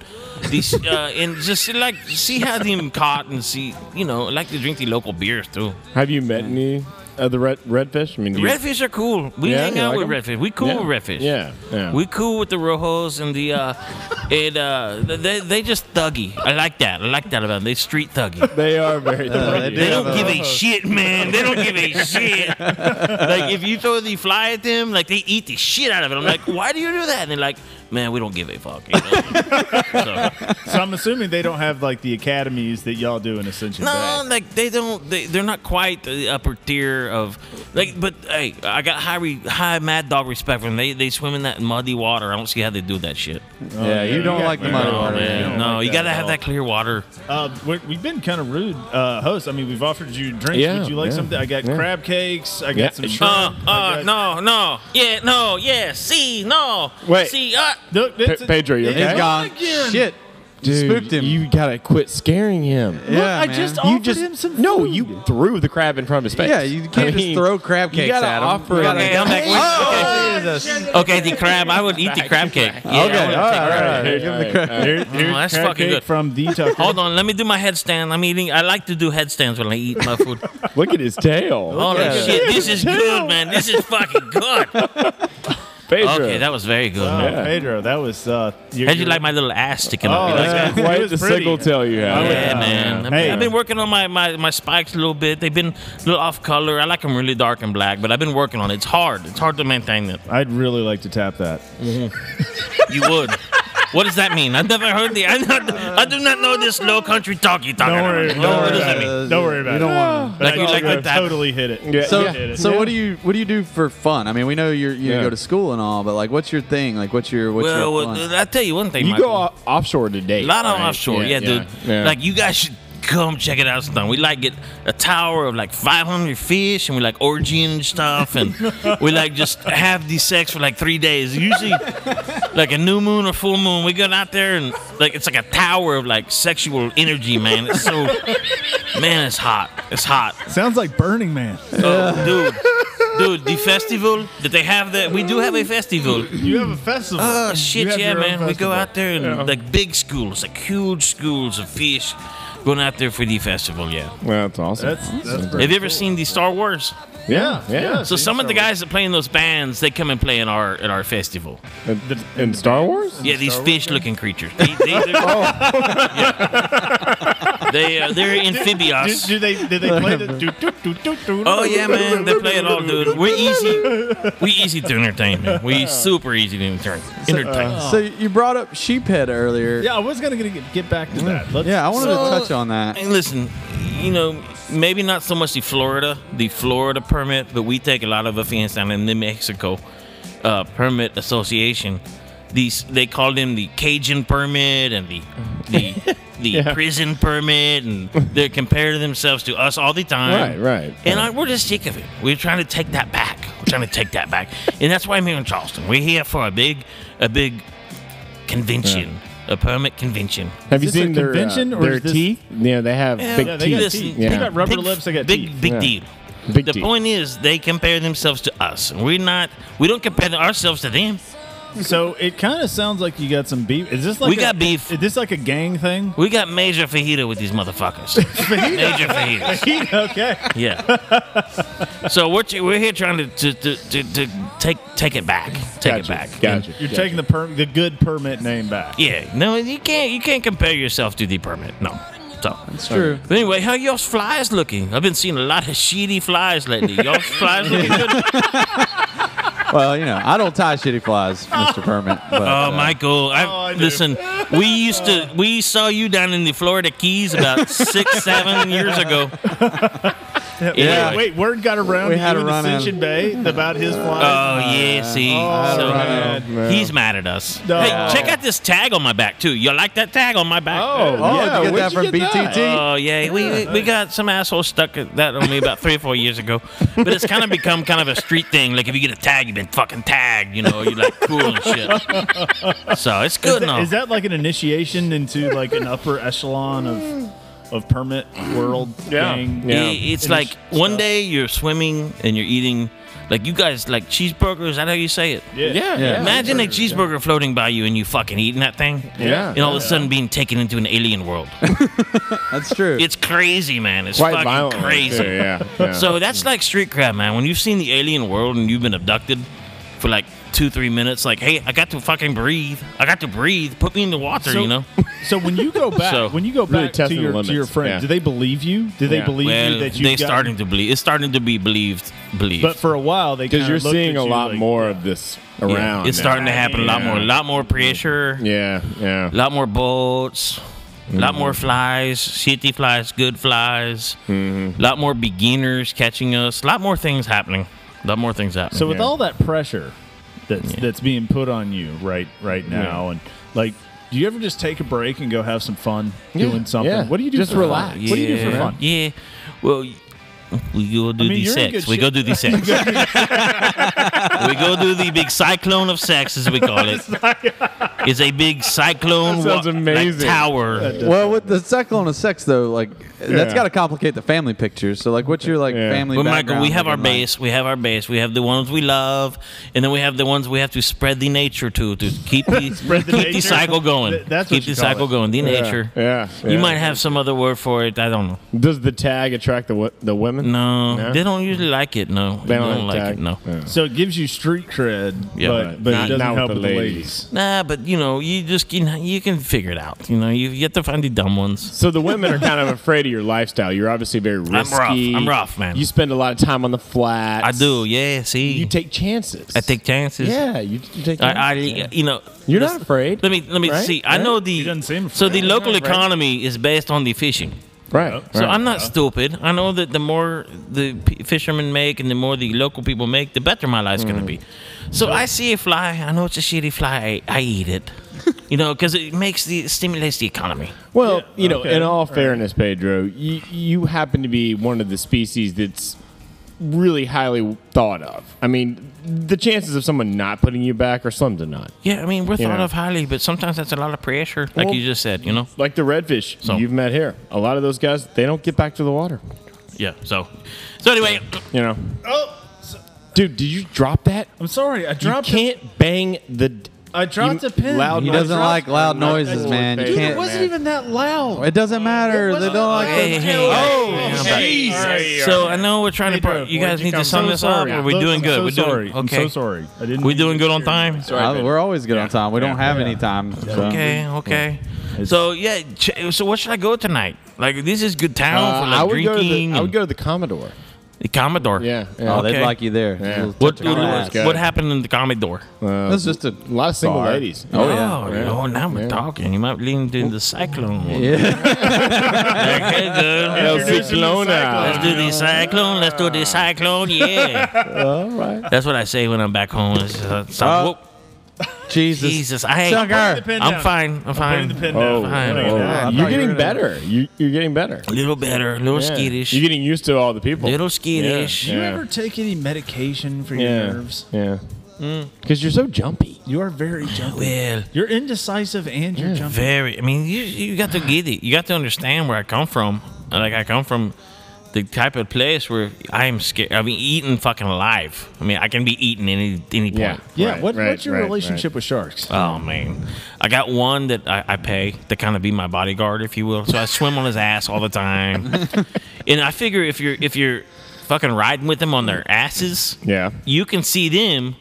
Speaker 3: these uh, and just see, like see how them caught and see you know I like to drink the local beers too.
Speaker 6: Have you met any other red redfish? I mean, do you-
Speaker 3: Redfish are cool. We
Speaker 6: Yeah,
Speaker 3: hang
Speaker 6: you
Speaker 3: out
Speaker 6: like
Speaker 3: with
Speaker 6: 'em?
Speaker 3: redfish. We cool
Speaker 6: Yeah.
Speaker 3: with redfish.
Speaker 6: Yeah, yeah.
Speaker 3: We cool with the rojos and the uh, and uh, they they just thuggy. I like that. I like that about them. They street thuggy.
Speaker 6: They are very.
Speaker 3: they,
Speaker 6: thuggy.
Speaker 3: don't give a shit, man. They don't give a shit. like if you throw the fly at them, like they eat the shit out of it. I'm like, why do you do that? And they're like, man, we don't give a fuck. you know?
Speaker 11: So I'm assuming they don't have like the academies that y'all do in Ascension Bay.
Speaker 3: No, like they don't. They, they're not quite the upper tier of like. But hey, I got high re, high mad dog respect for them. They they swim in that muddy water. I don't see how they do that shit.
Speaker 8: Yeah, yeah, you don't you like the got- muddy
Speaker 3: no,
Speaker 8: water,
Speaker 3: Oh, Man.
Speaker 8: yeah. You don't
Speaker 3: No,
Speaker 8: like
Speaker 3: you
Speaker 8: that
Speaker 3: gotta
Speaker 8: at
Speaker 3: have
Speaker 8: all.
Speaker 3: that clear water.
Speaker 11: Uh, we're, we've been kind of rude, uh, host. I mean, we've offered you drinks.
Speaker 3: Yeah,
Speaker 11: Would you like
Speaker 3: yeah,
Speaker 11: something? I got
Speaker 3: yeah.
Speaker 11: crab cakes. I got some shrimp.
Speaker 3: Uh,
Speaker 11: I
Speaker 3: uh,
Speaker 11: got-
Speaker 3: no, no, yeah, no, yeah, see, no,
Speaker 11: Wait.
Speaker 3: see, uh,
Speaker 11: Look,
Speaker 6: Pe- Pedro, you okay?
Speaker 3: Shit.
Speaker 6: Dude, spooked him. You gotta quit scaring him.
Speaker 8: Look, Yeah, I man. just
Speaker 6: you
Speaker 8: offered
Speaker 6: just,
Speaker 8: him
Speaker 6: some. No, you threw the crab in front of his face.
Speaker 8: Yeah, you can't
Speaker 6: I
Speaker 8: just
Speaker 6: mean,
Speaker 8: throw crab
Speaker 6: you
Speaker 8: cakes
Speaker 6: gotta
Speaker 8: at him.
Speaker 6: Offer
Speaker 8: You
Speaker 6: him
Speaker 8: gotta
Speaker 6: a-
Speaker 8: come back with- Oh, Jesus.
Speaker 3: Okay, the crab. I would eat the crab cake. Yeah, I would
Speaker 8: Okay,
Speaker 3: take
Speaker 8: all
Speaker 3: crab
Speaker 8: right, all
Speaker 3: cake.
Speaker 8: right. Give him the crab.
Speaker 11: Here-
Speaker 3: Oh,
Speaker 11: here's
Speaker 3: that's
Speaker 11: crab
Speaker 3: fucking
Speaker 11: cake
Speaker 3: good.
Speaker 11: from the Tucker.
Speaker 3: Hold on, let me do my headstand. I'm eating. I like to do headstands when I eat my food.
Speaker 6: Look at his
Speaker 8: Oh,
Speaker 6: tail.
Speaker 3: Holy
Speaker 6: Yeah.
Speaker 3: shit, this is good, man. This is fucking good.
Speaker 6: Pedro.
Speaker 3: Okay, that was very good.
Speaker 11: Oh,
Speaker 3: man.
Speaker 11: Pedro, that was. Uh,
Speaker 3: How'd you like my little ass sticking
Speaker 11: Oh,
Speaker 3: up? You like
Speaker 11: that's
Speaker 3: that?
Speaker 11: quite It was the pretty. Oh, sickle
Speaker 6: tail you have.
Speaker 3: Yeah,
Speaker 6: Yeah.
Speaker 3: man. I mean,
Speaker 6: Hey.
Speaker 3: I've been working on my, my, my spikes a little bit. They've been a little off color. I like them really dark and black, but I've been working on it. It's hard. It's hard to maintain them.
Speaker 11: I'd really like to tap that.
Speaker 3: Mm-hmm. You would. what does that mean? I've never heard the. I, not, I do not know this low country talk you talking
Speaker 11: Don't worry,
Speaker 3: about.
Speaker 11: don't
Speaker 3: What
Speaker 11: worry
Speaker 3: does
Speaker 11: about
Speaker 3: that
Speaker 11: it.
Speaker 3: mean?
Speaker 11: Don't worry about
Speaker 8: You
Speaker 11: it.
Speaker 8: don't wanna-
Speaker 11: But
Speaker 3: Like you
Speaker 11: I
Speaker 3: like
Speaker 11: totally
Speaker 3: that.
Speaker 11: totally hit it.
Speaker 8: so,
Speaker 11: hit it.
Speaker 8: so what do you what do you do for fun? I mean, we know you're, you
Speaker 6: Yeah.
Speaker 8: go to school and all, but like, what's your thing? Like, what's your what's
Speaker 3: well,
Speaker 8: your
Speaker 3: well,
Speaker 8: fun?
Speaker 3: I'll tell you one thing.
Speaker 6: You
Speaker 3: Michael.
Speaker 6: go off- offshore today.
Speaker 3: A lot of offshore, yeah, dude. Like you guys should come check it out sometime. We like get a tower of like 500 fish and we like orgy and stuff and we like just have these sex for like three days. Usually, like a new moon or full moon, we get out there and like it's like a tower of like sexual energy, man. It's so, man, it's hot. It's hot.
Speaker 10: Sounds like Burning Man.
Speaker 3: Oh, dude. Dude, the festival that they have that we do have a festival.
Speaker 10: You have a festival.
Speaker 3: Oh
Speaker 10: You
Speaker 3: shit,
Speaker 10: have
Speaker 3: yeah,
Speaker 10: your
Speaker 3: man.
Speaker 10: own
Speaker 3: We go
Speaker 10: festival.
Speaker 3: out there and
Speaker 10: Yeah.
Speaker 3: like big schools, like huge schools of fish going out there for the festival, yeah.
Speaker 6: Well, that's awesome.
Speaker 10: That's- that's
Speaker 3: Have you ever seen the Star Wars?
Speaker 6: Yeah, yeah.
Speaker 3: So some of the guys that play in those bands, they come and play in our at our festival.
Speaker 6: In, in Star Wars?
Speaker 3: Yeah, these fish-looking creatures. They, they, they're,
Speaker 10: Oh.
Speaker 3: yeah. they uh, they're amphibious.
Speaker 10: Do, do they? Do they play the? Do, do, do, do, do,
Speaker 3: Oh yeah, man, they play it all, dude. We're easy, we easy to entertain, man. We super easy to entertain. entertain.
Speaker 8: So you brought up sheephead earlier.
Speaker 10: Yeah, I was gonna get, get back to that. Let's-
Speaker 8: yeah, I wanted to touch on that.
Speaker 3: And listen, you know, maybe not so much the Florida, the Florida permit, but we take a lot of offense down in the Mexico uh, permit association. These they call them the Cajun permit and the the the
Speaker 6: Yeah.
Speaker 3: prison permit, and they're comparing themselves to us all the time.
Speaker 6: Right, right,
Speaker 3: And I, we're just sick of it. We're trying to take that back. We're trying to take that back, and that's why I'm here in Charleston. We're here for a big, a big convention, a permit convention.
Speaker 6: Have you seen their, uh, their tea? Yeah, they have
Speaker 3: Yeah,
Speaker 6: big
Speaker 3: yeah,
Speaker 6: teeth.
Speaker 3: they got teeth. They got rubber Big- lips, they got big- teeth. big deal.
Speaker 6: Big
Speaker 3: the
Speaker 6: teeth.
Speaker 3: point is they compare themselves to us. We're not. We don't compare ourselves to them.
Speaker 10: So it kind of sounds like you got some beef. Is this like
Speaker 3: We
Speaker 10: a-
Speaker 3: got beef.
Speaker 10: Is this like a gang thing?
Speaker 3: We got major fajita with these motherfuckers. major fajitas.
Speaker 10: okay.
Speaker 3: Yeah. So we're t- we're here trying to to, to, to, to take take it back. Take it back.
Speaker 10: Gotcha. You're taking the per- the good permit name back.
Speaker 3: Yeah. No, you can't you can't compare yourself to the permit. No. So that's
Speaker 10: true.
Speaker 3: But anyway, how y'all's flies looking? I've been seeing a lot of shitty flies lately. Y'all's flies looking good.
Speaker 8: Well, you know, I don't tie shitty flies, Mr. Permit. But,
Speaker 3: oh,
Speaker 8: uh,
Speaker 3: Michael! I, listen, we used to we saw you down in the Florida Keys about six, seven years ago.
Speaker 10: Wait, wait, word got around
Speaker 3: We
Speaker 10: to
Speaker 3: had
Speaker 10: you
Speaker 3: a
Speaker 10: in
Speaker 3: run-in.
Speaker 10: Ascension Bay about his
Speaker 8: Uh,
Speaker 10: flies.
Speaker 3: Oh yeah, see,
Speaker 10: Oh,
Speaker 3: so
Speaker 10: man.
Speaker 3: he's mad at us.
Speaker 10: No.
Speaker 3: Hey, check out this tag on my back too. You like that tag on my back?
Speaker 10: Oh, Oh, yeah, did you get where'd that from you get that? BTT?
Speaker 3: Oh yeah, we, we we got some asshole stuck at that on me about three or four years ago, but it's kind of become kind of a street thing. Like if you get a tag, you've been fucking tagged. You know, you're like cool and shit. So it's
Speaker 10: Is
Speaker 3: good
Speaker 10: that,
Speaker 3: now.
Speaker 10: is that like an initiation into like an upper echelon of of permit world? Gang,
Speaker 3: I- It's like one day you're swimming and you're eating, like you guys like cheeseburgers. Is that how you say it?
Speaker 10: Yeah. Yeah, yeah.
Speaker 3: Imagine a
Speaker 10: Cheeseburgers,
Speaker 3: cheeseburger floating by you and you fucking eating that thing.
Speaker 10: Yeah.
Speaker 3: And all of
Speaker 10: Yeah.
Speaker 3: a sudden being taken into an alien world.
Speaker 8: that's true.
Speaker 3: It's crazy, man. It's
Speaker 6: Quite
Speaker 3: fucking
Speaker 6: violent,
Speaker 3: crazy.
Speaker 6: too, yeah, yeah.
Speaker 3: So that's like street crap, man. When you've seen the alien world and you've been abducted for like two, three minutes, like, hey, I got to fucking breathe. I got to breathe. Put me in the water,
Speaker 10: So-
Speaker 3: you know?
Speaker 10: So when you go back,
Speaker 3: So-
Speaker 10: when you go
Speaker 3: Really
Speaker 10: back to
Speaker 3: testing the
Speaker 10: your
Speaker 3: limits,
Speaker 10: to your friend,
Speaker 3: yeah.
Speaker 10: do they believe you? Do they believe
Speaker 3: Well,
Speaker 10: you that you?
Speaker 3: They're starting to believe. It's starting to be believed. Believed.
Speaker 10: But for a while, they
Speaker 6: Because
Speaker 10: kinda
Speaker 6: you're
Speaker 10: looked at
Speaker 6: seeing a
Speaker 10: you
Speaker 6: lot
Speaker 10: like-
Speaker 6: more of this
Speaker 3: Yeah,
Speaker 6: around.
Speaker 3: It's
Speaker 6: now.
Speaker 3: starting to happen a lot
Speaker 6: Yeah.
Speaker 3: more. A lot more pressure.
Speaker 6: Yeah, yeah.
Speaker 3: A lot more boats. A lot
Speaker 6: Mhm.
Speaker 3: more flies. Shitty flies. Good flies. A lot more beginners catching us. A lot more things happening. A lot more things happening.
Speaker 10: So with all that pressure that's that's being put on you right right now, and like, do you ever just take a break and go have some fun
Speaker 6: Yeah,
Speaker 10: doing something?
Speaker 6: yeah.
Speaker 10: What do you do?
Speaker 6: Just
Speaker 10: for fun?
Speaker 6: relax.
Speaker 10: What do you do for
Speaker 3: Yeah,
Speaker 10: fun?
Speaker 3: Yeah. Well, y- we go do
Speaker 10: I mean,
Speaker 3: the
Speaker 10: you're
Speaker 3: sex.
Speaker 10: in good
Speaker 3: We go
Speaker 10: shape.
Speaker 3: do the sex. we go do the big cyclone of sex, as we call it. It's a big cyclone
Speaker 8: That sounds
Speaker 3: wa- like,
Speaker 8: amazing.
Speaker 3: tower.
Speaker 8: Well, with the cyclone of sex, though, like that's
Speaker 3: Yeah.
Speaker 8: got to complicate the family picture. So, like, what's your like family?
Speaker 3: Well, Michael, we
Speaker 8: background
Speaker 3: have our
Speaker 8: looking like?
Speaker 3: base. We have our base. We have the ones we love, and then we have the ones we have to spread the nature to to keep the,
Speaker 10: Spread the
Speaker 3: keep the
Speaker 10: nature.
Speaker 3: cycle going.
Speaker 10: Th- that's what
Speaker 3: keep
Speaker 10: you
Speaker 3: the
Speaker 10: call
Speaker 3: cycle
Speaker 10: it.
Speaker 3: going. The
Speaker 10: Yeah,
Speaker 3: nature.
Speaker 6: yeah,
Speaker 3: You
Speaker 6: yeah.
Speaker 3: might have some other word for it. I don't know.
Speaker 6: Does the tag attract the wo- the women?
Speaker 3: No, They don't usually like it. No, they, don't, like
Speaker 6: tag?
Speaker 3: it. No.
Speaker 10: So it gives you street cred,
Speaker 3: Yeah,
Speaker 10: but,
Speaker 3: right.
Speaker 10: but
Speaker 3: Not-
Speaker 10: it doesn't
Speaker 3: not with
Speaker 10: help
Speaker 3: the
Speaker 10: with the
Speaker 3: ladies.
Speaker 10: ladies.
Speaker 3: Nah, but you know, you just can you can figure it out. You know, you, you have to find the dumb ones.
Speaker 6: So the women are kind of afraid of your lifestyle. You're obviously very
Speaker 3: rough.
Speaker 6: risky.
Speaker 3: I'm rough, man.
Speaker 6: You spend a lot of time on the flats.
Speaker 3: I do. Yeah. See, you
Speaker 6: take chances.
Speaker 3: I take chances.
Speaker 6: Yeah, you, you take.
Speaker 3: I, I
Speaker 6: chances.
Speaker 3: you know,
Speaker 6: You're
Speaker 3: let's-
Speaker 6: not afraid.
Speaker 3: Let me let me
Speaker 6: Right?
Speaker 3: see. I
Speaker 6: Right?
Speaker 3: know the so the
Speaker 6: afraid.
Speaker 3: local
Speaker 6: Right.
Speaker 3: economy is based on the fishing.
Speaker 6: Right.
Speaker 3: So
Speaker 6: right.
Speaker 3: I'm not stupid. I know that the more the p- fishermen make and the more the local people
Speaker 6: Mm.
Speaker 3: make, the better my life's gonna be. So I see a fly. I know it's a shitty fly. I, I eat it. you know, because it makes the stimulates the economy.
Speaker 6: Well, you know,
Speaker 3: okay.
Speaker 6: in all
Speaker 3: All right.
Speaker 6: fairness, Pedro, you, you happen to be one of the species that's really highly thought of. I mean, the chances of someone not putting you back are slim to none.
Speaker 3: Yeah, I mean, we're
Speaker 6: You
Speaker 3: thought
Speaker 6: know.
Speaker 3: of highly, but sometimes that's a lot of pressure, like
Speaker 6: Well,
Speaker 3: you just said. You know,
Speaker 6: Like the redfish
Speaker 3: So-
Speaker 6: you've met here. A lot of those guys, they don't get back to the water.
Speaker 3: yeah. So, so anyway,
Speaker 6: You know. Oh, dude, did you drop that?
Speaker 10: I'm sorry, I dropped.
Speaker 6: You can't bang the. d-
Speaker 10: I dropped
Speaker 6: you-
Speaker 10: a pin.
Speaker 6: Loud
Speaker 8: He
Speaker 6: noises.
Speaker 8: doesn't like loud noises,
Speaker 6: Lord,
Speaker 8: man. You
Speaker 6: Pedro,
Speaker 8: can't-
Speaker 10: It wasn't even that loud.
Speaker 8: It doesn't matter. They don't like
Speaker 10: Hey,
Speaker 8: those- Oh,
Speaker 10: hey,
Speaker 3: So I know we're trying to. Part, you guys need to sum this up. Or are we doing good? We're doing okay.
Speaker 10: I didn't.
Speaker 3: Oh, We doing good on time.
Speaker 8: Uh, we're always good on time. We don't have any time. so-
Speaker 3: Okay, okay. So yeah, ch- so what should I go tonight? Like this is good town
Speaker 6: Uh,
Speaker 3: for like
Speaker 6: I would go to the-
Speaker 3: drinking.
Speaker 6: I would
Speaker 3: and-
Speaker 6: go to the Commodore.
Speaker 3: The Commodore.
Speaker 6: Yeah. yeah.
Speaker 8: Oh, they'd like you there.
Speaker 6: Yeah.
Speaker 8: Little
Speaker 3: What,
Speaker 8: touch of
Speaker 3: what,
Speaker 8: class.
Speaker 3: what happened in the Commodore?
Speaker 8: That's just a
Speaker 6: lot of single
Speaker 8: bar.
Speaker 6: ladies.
Speaker 8: Oh, yeah.
Speaker 3: Oh,
Speaker 8: Yeah.
Speaker 3: no, now we're talking. You might lean into the cyclone.
Speaker 8: Yeah.
Speaker 3: okay, good.
Speaker 6: El Ciclone.
Speaker 3: Let's do the cyclone. Let's do the cyclone. Yeah.
Speaker 6: All right.
Speaker 3: That's what I say when I'm back home. It's, uh, so-
Speaker 8: Oh. Jesus.
Speaker 3: Jesus, I ain't.
Speaker 8: Sucker. I'm putting the pin
Speaker 3: I'm
Speaker 8: down.
Speaker 3: fine. I'm fine.
Speaker 6: Oh,
Speaker 3: Fine.
Speaker 6: oh, you're getting better. You, you're getting better. A
Speaker 3: little better. A little skittish.
Speaker 6: You're getting used to all the people.
Speaker 3: Little
Speaker 6: Oh,
Speaker 3: skittish.
Speaker 6: Yeah.
Speaker 10: Do you
Speaker 6: yeah.
Speaker 10: ever take any medication for your nerves?
Speaker 6: Yeah. Because Mm. you're so jumpy.
Speaker 10: You are very jumpy.
Speaker 3: Well,
Speaker 10: you're indecisive and you're jumpy.
Speaker 3: Very. I mean, you you got to get it. You got to understand where I come from. Like I come from the type of place where I am scared. I mean, eaten fucking alive. I mean, I can be eaten any any point.
Speaker 10: Yeah. what, what's your relationship with sharks?
Speaker 3: Oh man, I got one that I, I pay to kind of be my bodyguard, if you will. So I swim on his ass all the time, and I figure if you're if you're fucking riding with them on their asses,
Speaker 6: Yeah.
Speaker 3: you can see them,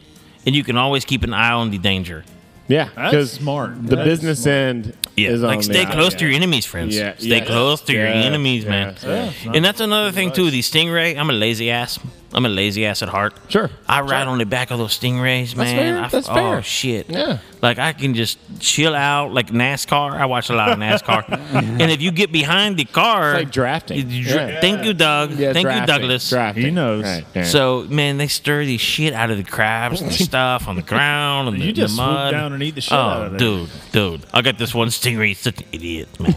Speaker 3: and you can always keep an eye on the danger.
Speaker 6: Yeah.
Speaker 3: That's
Speaker 6: 'cause
Speaker 3: smart.
Speaker 6: The
Speaker 3: That's
Speaker 6: business end
Speaker 3: Yeah,
Speaker 6: is on
Speaker 3: like stay
Speaker 6: the
Speaker 3: close to your enemies, friends.
Speaker 6: Yeah,
Speaker 3: stay
Speaker 6: yeah.
Speaker 3: close to your
Speaker 6: Yeah,
Speaker 3: enemies,
Speaker 6: yeah,
Speaker 3: man.
Speaker 6: yeah. Yeah.
Speaker 3: And that's another thing too. The stingray, I'm a lazy ass. I'm a lazy ass at heart.
Speaker 6: Sure.
Speaker 3: I ride on the back of those stingrays, man.
Speaker 6: fair,
Speaker 3: I,
Speaker 6: that's
Speaker 3: oh
Speaker 6: fair.
Speaker 3: shit.
Speaker 6: Yeah.
Speaker 3: Like I can just chill out, like NASCAR. I watch a lot of NASCAR. and if you get behind the car,
Speaker 6: It's like drafting.
Speaker 3: you dra-
Speaker 6: Yeah.
Speaker 3: Thank you, Doug.
Speaker 6: Yeah,
Speaker 3: thank
Speaker 6: drafting,
Speaker 3: you, Douglas.
Speaker 6: drafting. He knows. Right, yeah.
Speaker 3: So man, they stir the shit out of the crabs and the stuff on the ground and the,
Speaker 10: You
Speaker 3: the
Speaker 10: just swoop
Speaker 3: mud.
Speaker 10: down and eat the shit
Speaker 3: oh,
Speaker 10: out of it.
Speaker 3: dude, dude. I got this one stingray. He's such an idiot, man.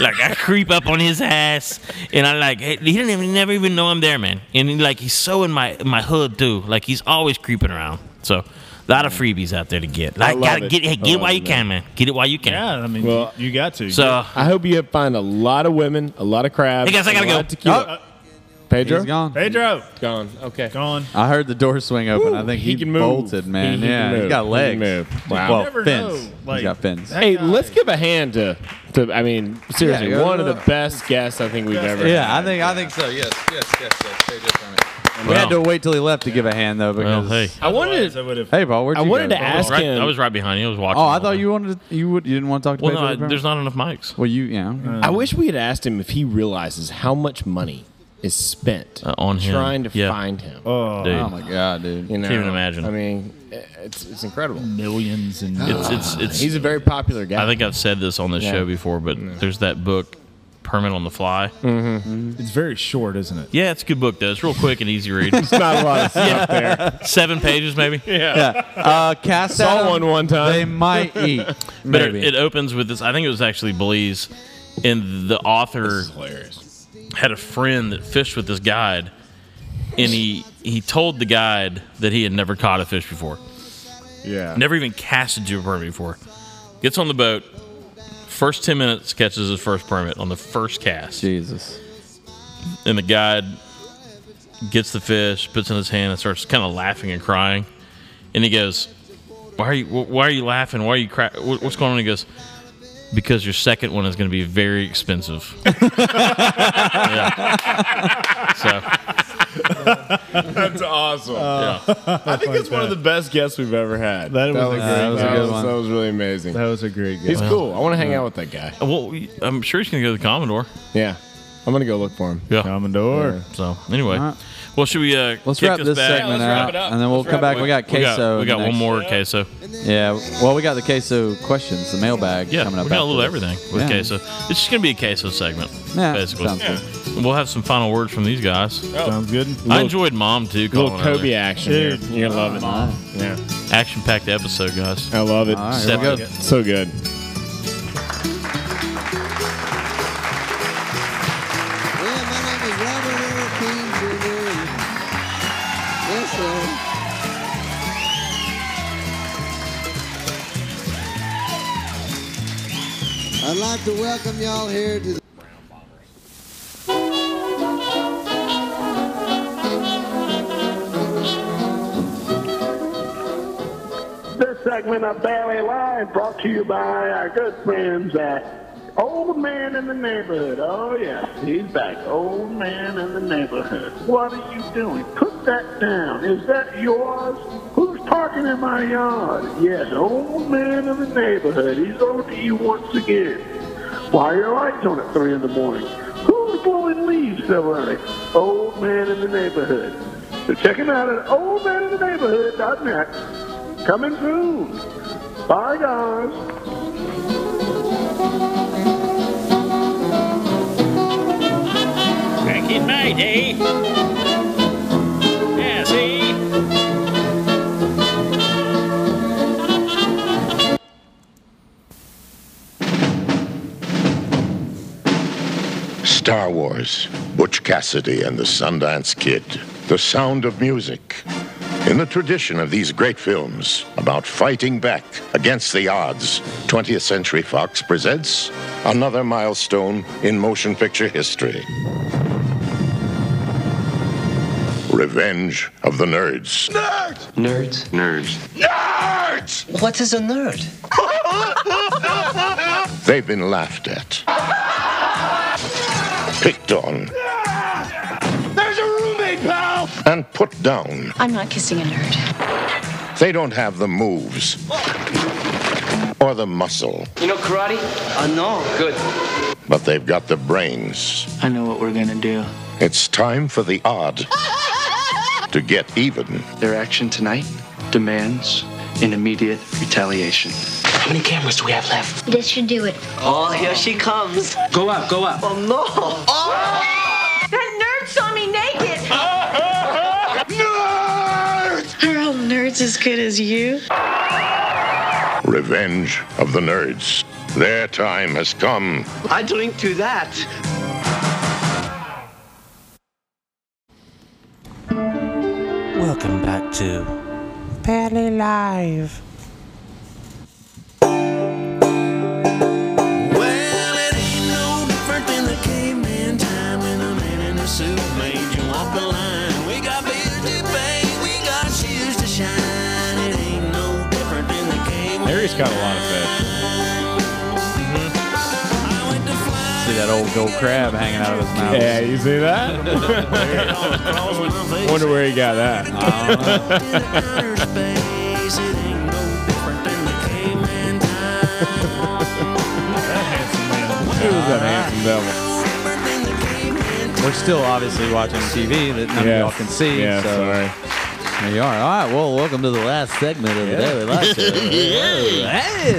Speaker 3: like I creep up on his ass, and I like he didn't even never even know I'm there, man. And he, like he's so in my my hood too. Like he's always creeping around. So a lot of freebies out there to get.
Speaker 6: I
Speaker 3: Like
Speaker 6: love
Speaker 3: gotta
Speaker 6: it.
Speaker 3: get hey,
Speaker 6: I
Speaker 3: get it
Speaker 6: love
Speaker 3: while
Speaker 6: it,
Speaker 3: you can, man. Get it while you can. Yeah,
Speaker 10: I mean
Speaker 6: Well,
Speaker 10: you got to.
Speaker 3: So-
Speaker 6: I hope you find a lot of women, a lot of crabs.
Speaker 3: Hey, guys, I
Speaker 6: and
Speaker 3: gotta
Speaker 6: a lot
Speaker 3: go.
Speaker 6: of tequila. Pedro?
Speaker 8: He's gone.
Speaker 10: Pedro.
Speaker 6: Gone. Okay.
Speaker 10: Gone.
Speaker 8: I heard the door swing open. I
Speaker 6: Woo,
Speaker 8: think
Speaker 6: he
Speaker 8: he,
Speaker 6: can move.
Speaker 8: bolted, man.
Speaker 6: He- he
Speaker 8: yeah,
Speaker 6: can
Speaker 8: he's
Speaker 6: move.
Speaker 8: got
Speaker 6: He can
Speaker 8: legs.
Speaker 6: move. Wow. You
Speaker 8: Well,
Speaker 6: never
Speaker 8: fins.
Speaker 6: know, like-
Speaker 8: he's got fins.
Speaker 6: Hey, let's give a hand to, to I mean, seriously,
Speaker 8: Yeah, go
Speaker 6: one of
Speaker 8: look.
Speaker 6: the best guests I think we've ever
Speaker 8: Yeah,
Speaker 6: had.
Speaker 8: I think I think so. Yes, yes, yes. yes. Pedro Fleming. We had to wait till he left to give a hand though because hey.
Speaker 6: I wanted.
Speaker 8: Hey, Paul, Oh, where'd
Speaker 6: I
Speaker 8: you
Speaker 6: wanted
Speaker 8: go?
Speaker 6: to ask
Speaker 8: Right-
Speaker 6: him.
Speaker 8: I was
Speaker 3: right behind you. I was watching.
Speaker 8: Oh, I thought you wanted to, you would you didn't want to talk to
Speaker 3: Well, no,
Speaker 8: Pedro.
Speaker 3: I-
Speaker 8: Fleming?
Speaker 3: there's not Uh, enough mics.
Speaker 8: Well, you yeah.
Speaker 6: I wish we had asked him if he realizes how much money is spent
Speaker 3: Uh, on him.
Speaker 6: trying to
Speaker 3: Yeah.
Speaker 6: find him.
Speaker 3: Dude.
Speaker 8: Oh my god, dude.
Speaker 6: You know,
Speaker 3: Can't even imagine.
Speaker 6: I mean, it's it's incredible.
Speaker 10: Millions and
Speaker 8: Ah,
Speaker 3: It's it's it's.
Speaker 6: He's a very popular guy.
Speaker 3: I think I've said this on this
Speaker 6: Yeah.
Speaker 3: show before, but there's that book, Permit on the Fly.
Speaker 6: Mm-hmm.
Speaker 10: It's very short, isn't it?
Speaker 3: Yeah, it's a good book though. It's real quick and easy read.
Speaker 10: It's not a lot of stuff there.
Speaker 3: Seven pages maybe.
Speaker 8: Yeah. Uh, cast
Speaker 6: Saw
Speaker 8: at 'em,
Speaker 6: one one time.
Speaker 8: They might eat.
Speaker 3: But it,
Speaker 8: Maybe.
Speaker 3: it opens with this. I think it was actually Belize, and the author had a friend that fished with this guide, and he he told the guide that he had never caught a fish before,
Speaker 6: Yeah.
Speaker 3: never even cast a jig permit before. Gets on the boat, first ten minutes catches his first permit on the first cast.
Speaker 8: Jesus.
Speaker 3: And the guide gets the fish, puts it in his hand, and starts kind of laughing and crying. And he goes, "Why are you? wh- Why are you laughing? Why are you cry? wh- What's going on?" He goes, "Because your second one is going to be very expensive." yeah. So.
Speaker 6: That's awesome.
Speaker 3: Yeah.
Speaker 6: I think it's one of the best guests we've ever had.
Speaker 10: That was a
Speaker 6: was,
Speaker 10: great- that was
Speaker 6: Oh.
Speaker 10: a
Speaker 6: that
Speaker 10: good
Speaker 6: was-
Speaker 10: one.
Speaker 6: That was really amazing.
Speaker 10: That was a great
Speaker 6: He's
Speaker 10: guy.
Speaker 6: cool. I want to hang out with that guy.
Speaker 3: Well, I'm sure he's going to go to the Commodore.
Speaker 6: Yeah. I'm going to go look for him.
Speaker 3: Yeah.
Speaker 10: Commodore.
Speaker 3: So, anyway.
Speaker 8: All right.
Speaker 3: Well, should we uh,
Speaker 8: Let's
Speaker 3: kick
Speaker 8: wrap this
Speaker 3: back?
Speaker 8: segment out, and then we'll come back. We got
Speaker 3: We got-
Speaker 8: queso.
Speaker 3: we got one
Speaker 8: next.
Speaker 3: more queso.
Speaker 8: Yeah. Well, we got the queso questions, the mailbag
Speaker 3: Yeah,
Speaker 8: coming up.
Speaker 3: we got a
Speaker 8: after
Speaker 3: little
Speaker 8: this.
Speaker 3: everything with
Speaker 8: Yeah.
Speaker 3: queso. It's just gonna be a queso segment,
Speaker 8: Yeah,
Speaker 3: basically.
Speaker 8: sounds good.
Speaker 3: And We'll have some final words from these guys.
Speaker 10: Sounds good.
Speaker 3: I enjoyed mom too.
Speaker 6: Oh. Little
Speaker 3: calling
Speaker 6: Kobe
Speaker 3: earlier.
Speaker 6: action.
Speaker 10: Dude.
Speaker 6: here. You're going to love it. Yeah.
Speaker 5: Action packed episode, guys.
Speaker 6: I love it.
Speaker 5: Set the-
Speaker 6: So good.
Speaker 21: Well, my name is Robert Earl King Jr. Yes, sir. I'd like to welcome y'all here to the
Speaker 7: This segment of Barely Live brought to you by our good friends at Old Man in the Neighborhood. Oh, yes, he's back. Old Man in the Neighborhood. What are you doing? Put that down. Is that yours? Who's parking in my yard? Yes, Old Man in the Neighborhood. He's on to you once again. Why are your lights on at 3 in the morning? Who's blowing leaves so early? Old Man in the Neighborhood. So check him out at oldmanintherneighborhood.net. Coming soon. Bye, guys.
Speaker 13: Back in my day. Yeah, see?
Speaker 22: Star Wars, Butch Cassidy and the Sundance Kid, The Sound of Music. In the tradition of these great films about fighting back against the odds, 20th Century Fox presents another milestone in motion picture history Revenge of the Nerds. Nerds! Nerds. Nerds.
Speaker 15: Nerds! What is a nerd?
Speaker 22: They've been laughed at, picked on,
Speaker 15: There's a roommate, pal!
Speaker 22: and put down.
Speaker 15: I'm not kissing a nerd.
Speaker 22: They don't have the moves or the muscle,
Speaker 15: You know karate? Uh, no. Good.
Speaker 22: but they've got the brains. I know what we're gonna do. It's time for the odd to get even.
Speaker 23: Their action tonight demands an immediate retaliation.
Speaker 15: How many cameras do we have left?
Speaker 24: This should do it.
Speaker 23: Oh, here she comes. Go up, go up. Oh, no.
Speaker 24: That nerd saw me naked! nerds! Are all nerds as good as you?
Speaker 22: Revenge of the Nerds. Their time has come.
Speaker 23: I drink to that.
Speaker 18: Welcome back to
Speaker 15: Barely live.
Speaker 25: Well, it ain't no different than the caveman time when a man in a suit made you walk the line. We got bills to pay, we got shoes to shine. It ain't no different than the caveman.
Speaker 6: Harry's got a lot of fish.
Speaker 8: Mm-hmm. See that old gold crab hanging out of his mouth.
Speaker 6: Yeah, you see that? Wonder where he got that.
Speaker 25: Space, it ain't no different than the caveman
Speaker 6: Who was that handsome devil?
Speaker 8: We're still obviously watching TV that none
Speaker 6: Yeah.
Speaker 8: of y'all can see.
Speaker 6: Yeah,
Speaker 8: so There you are. All right. Well, welcome to the last segment of the
Speaker 15: Yeah.
Speaker 8: Daily Life Show. Whoa, hey.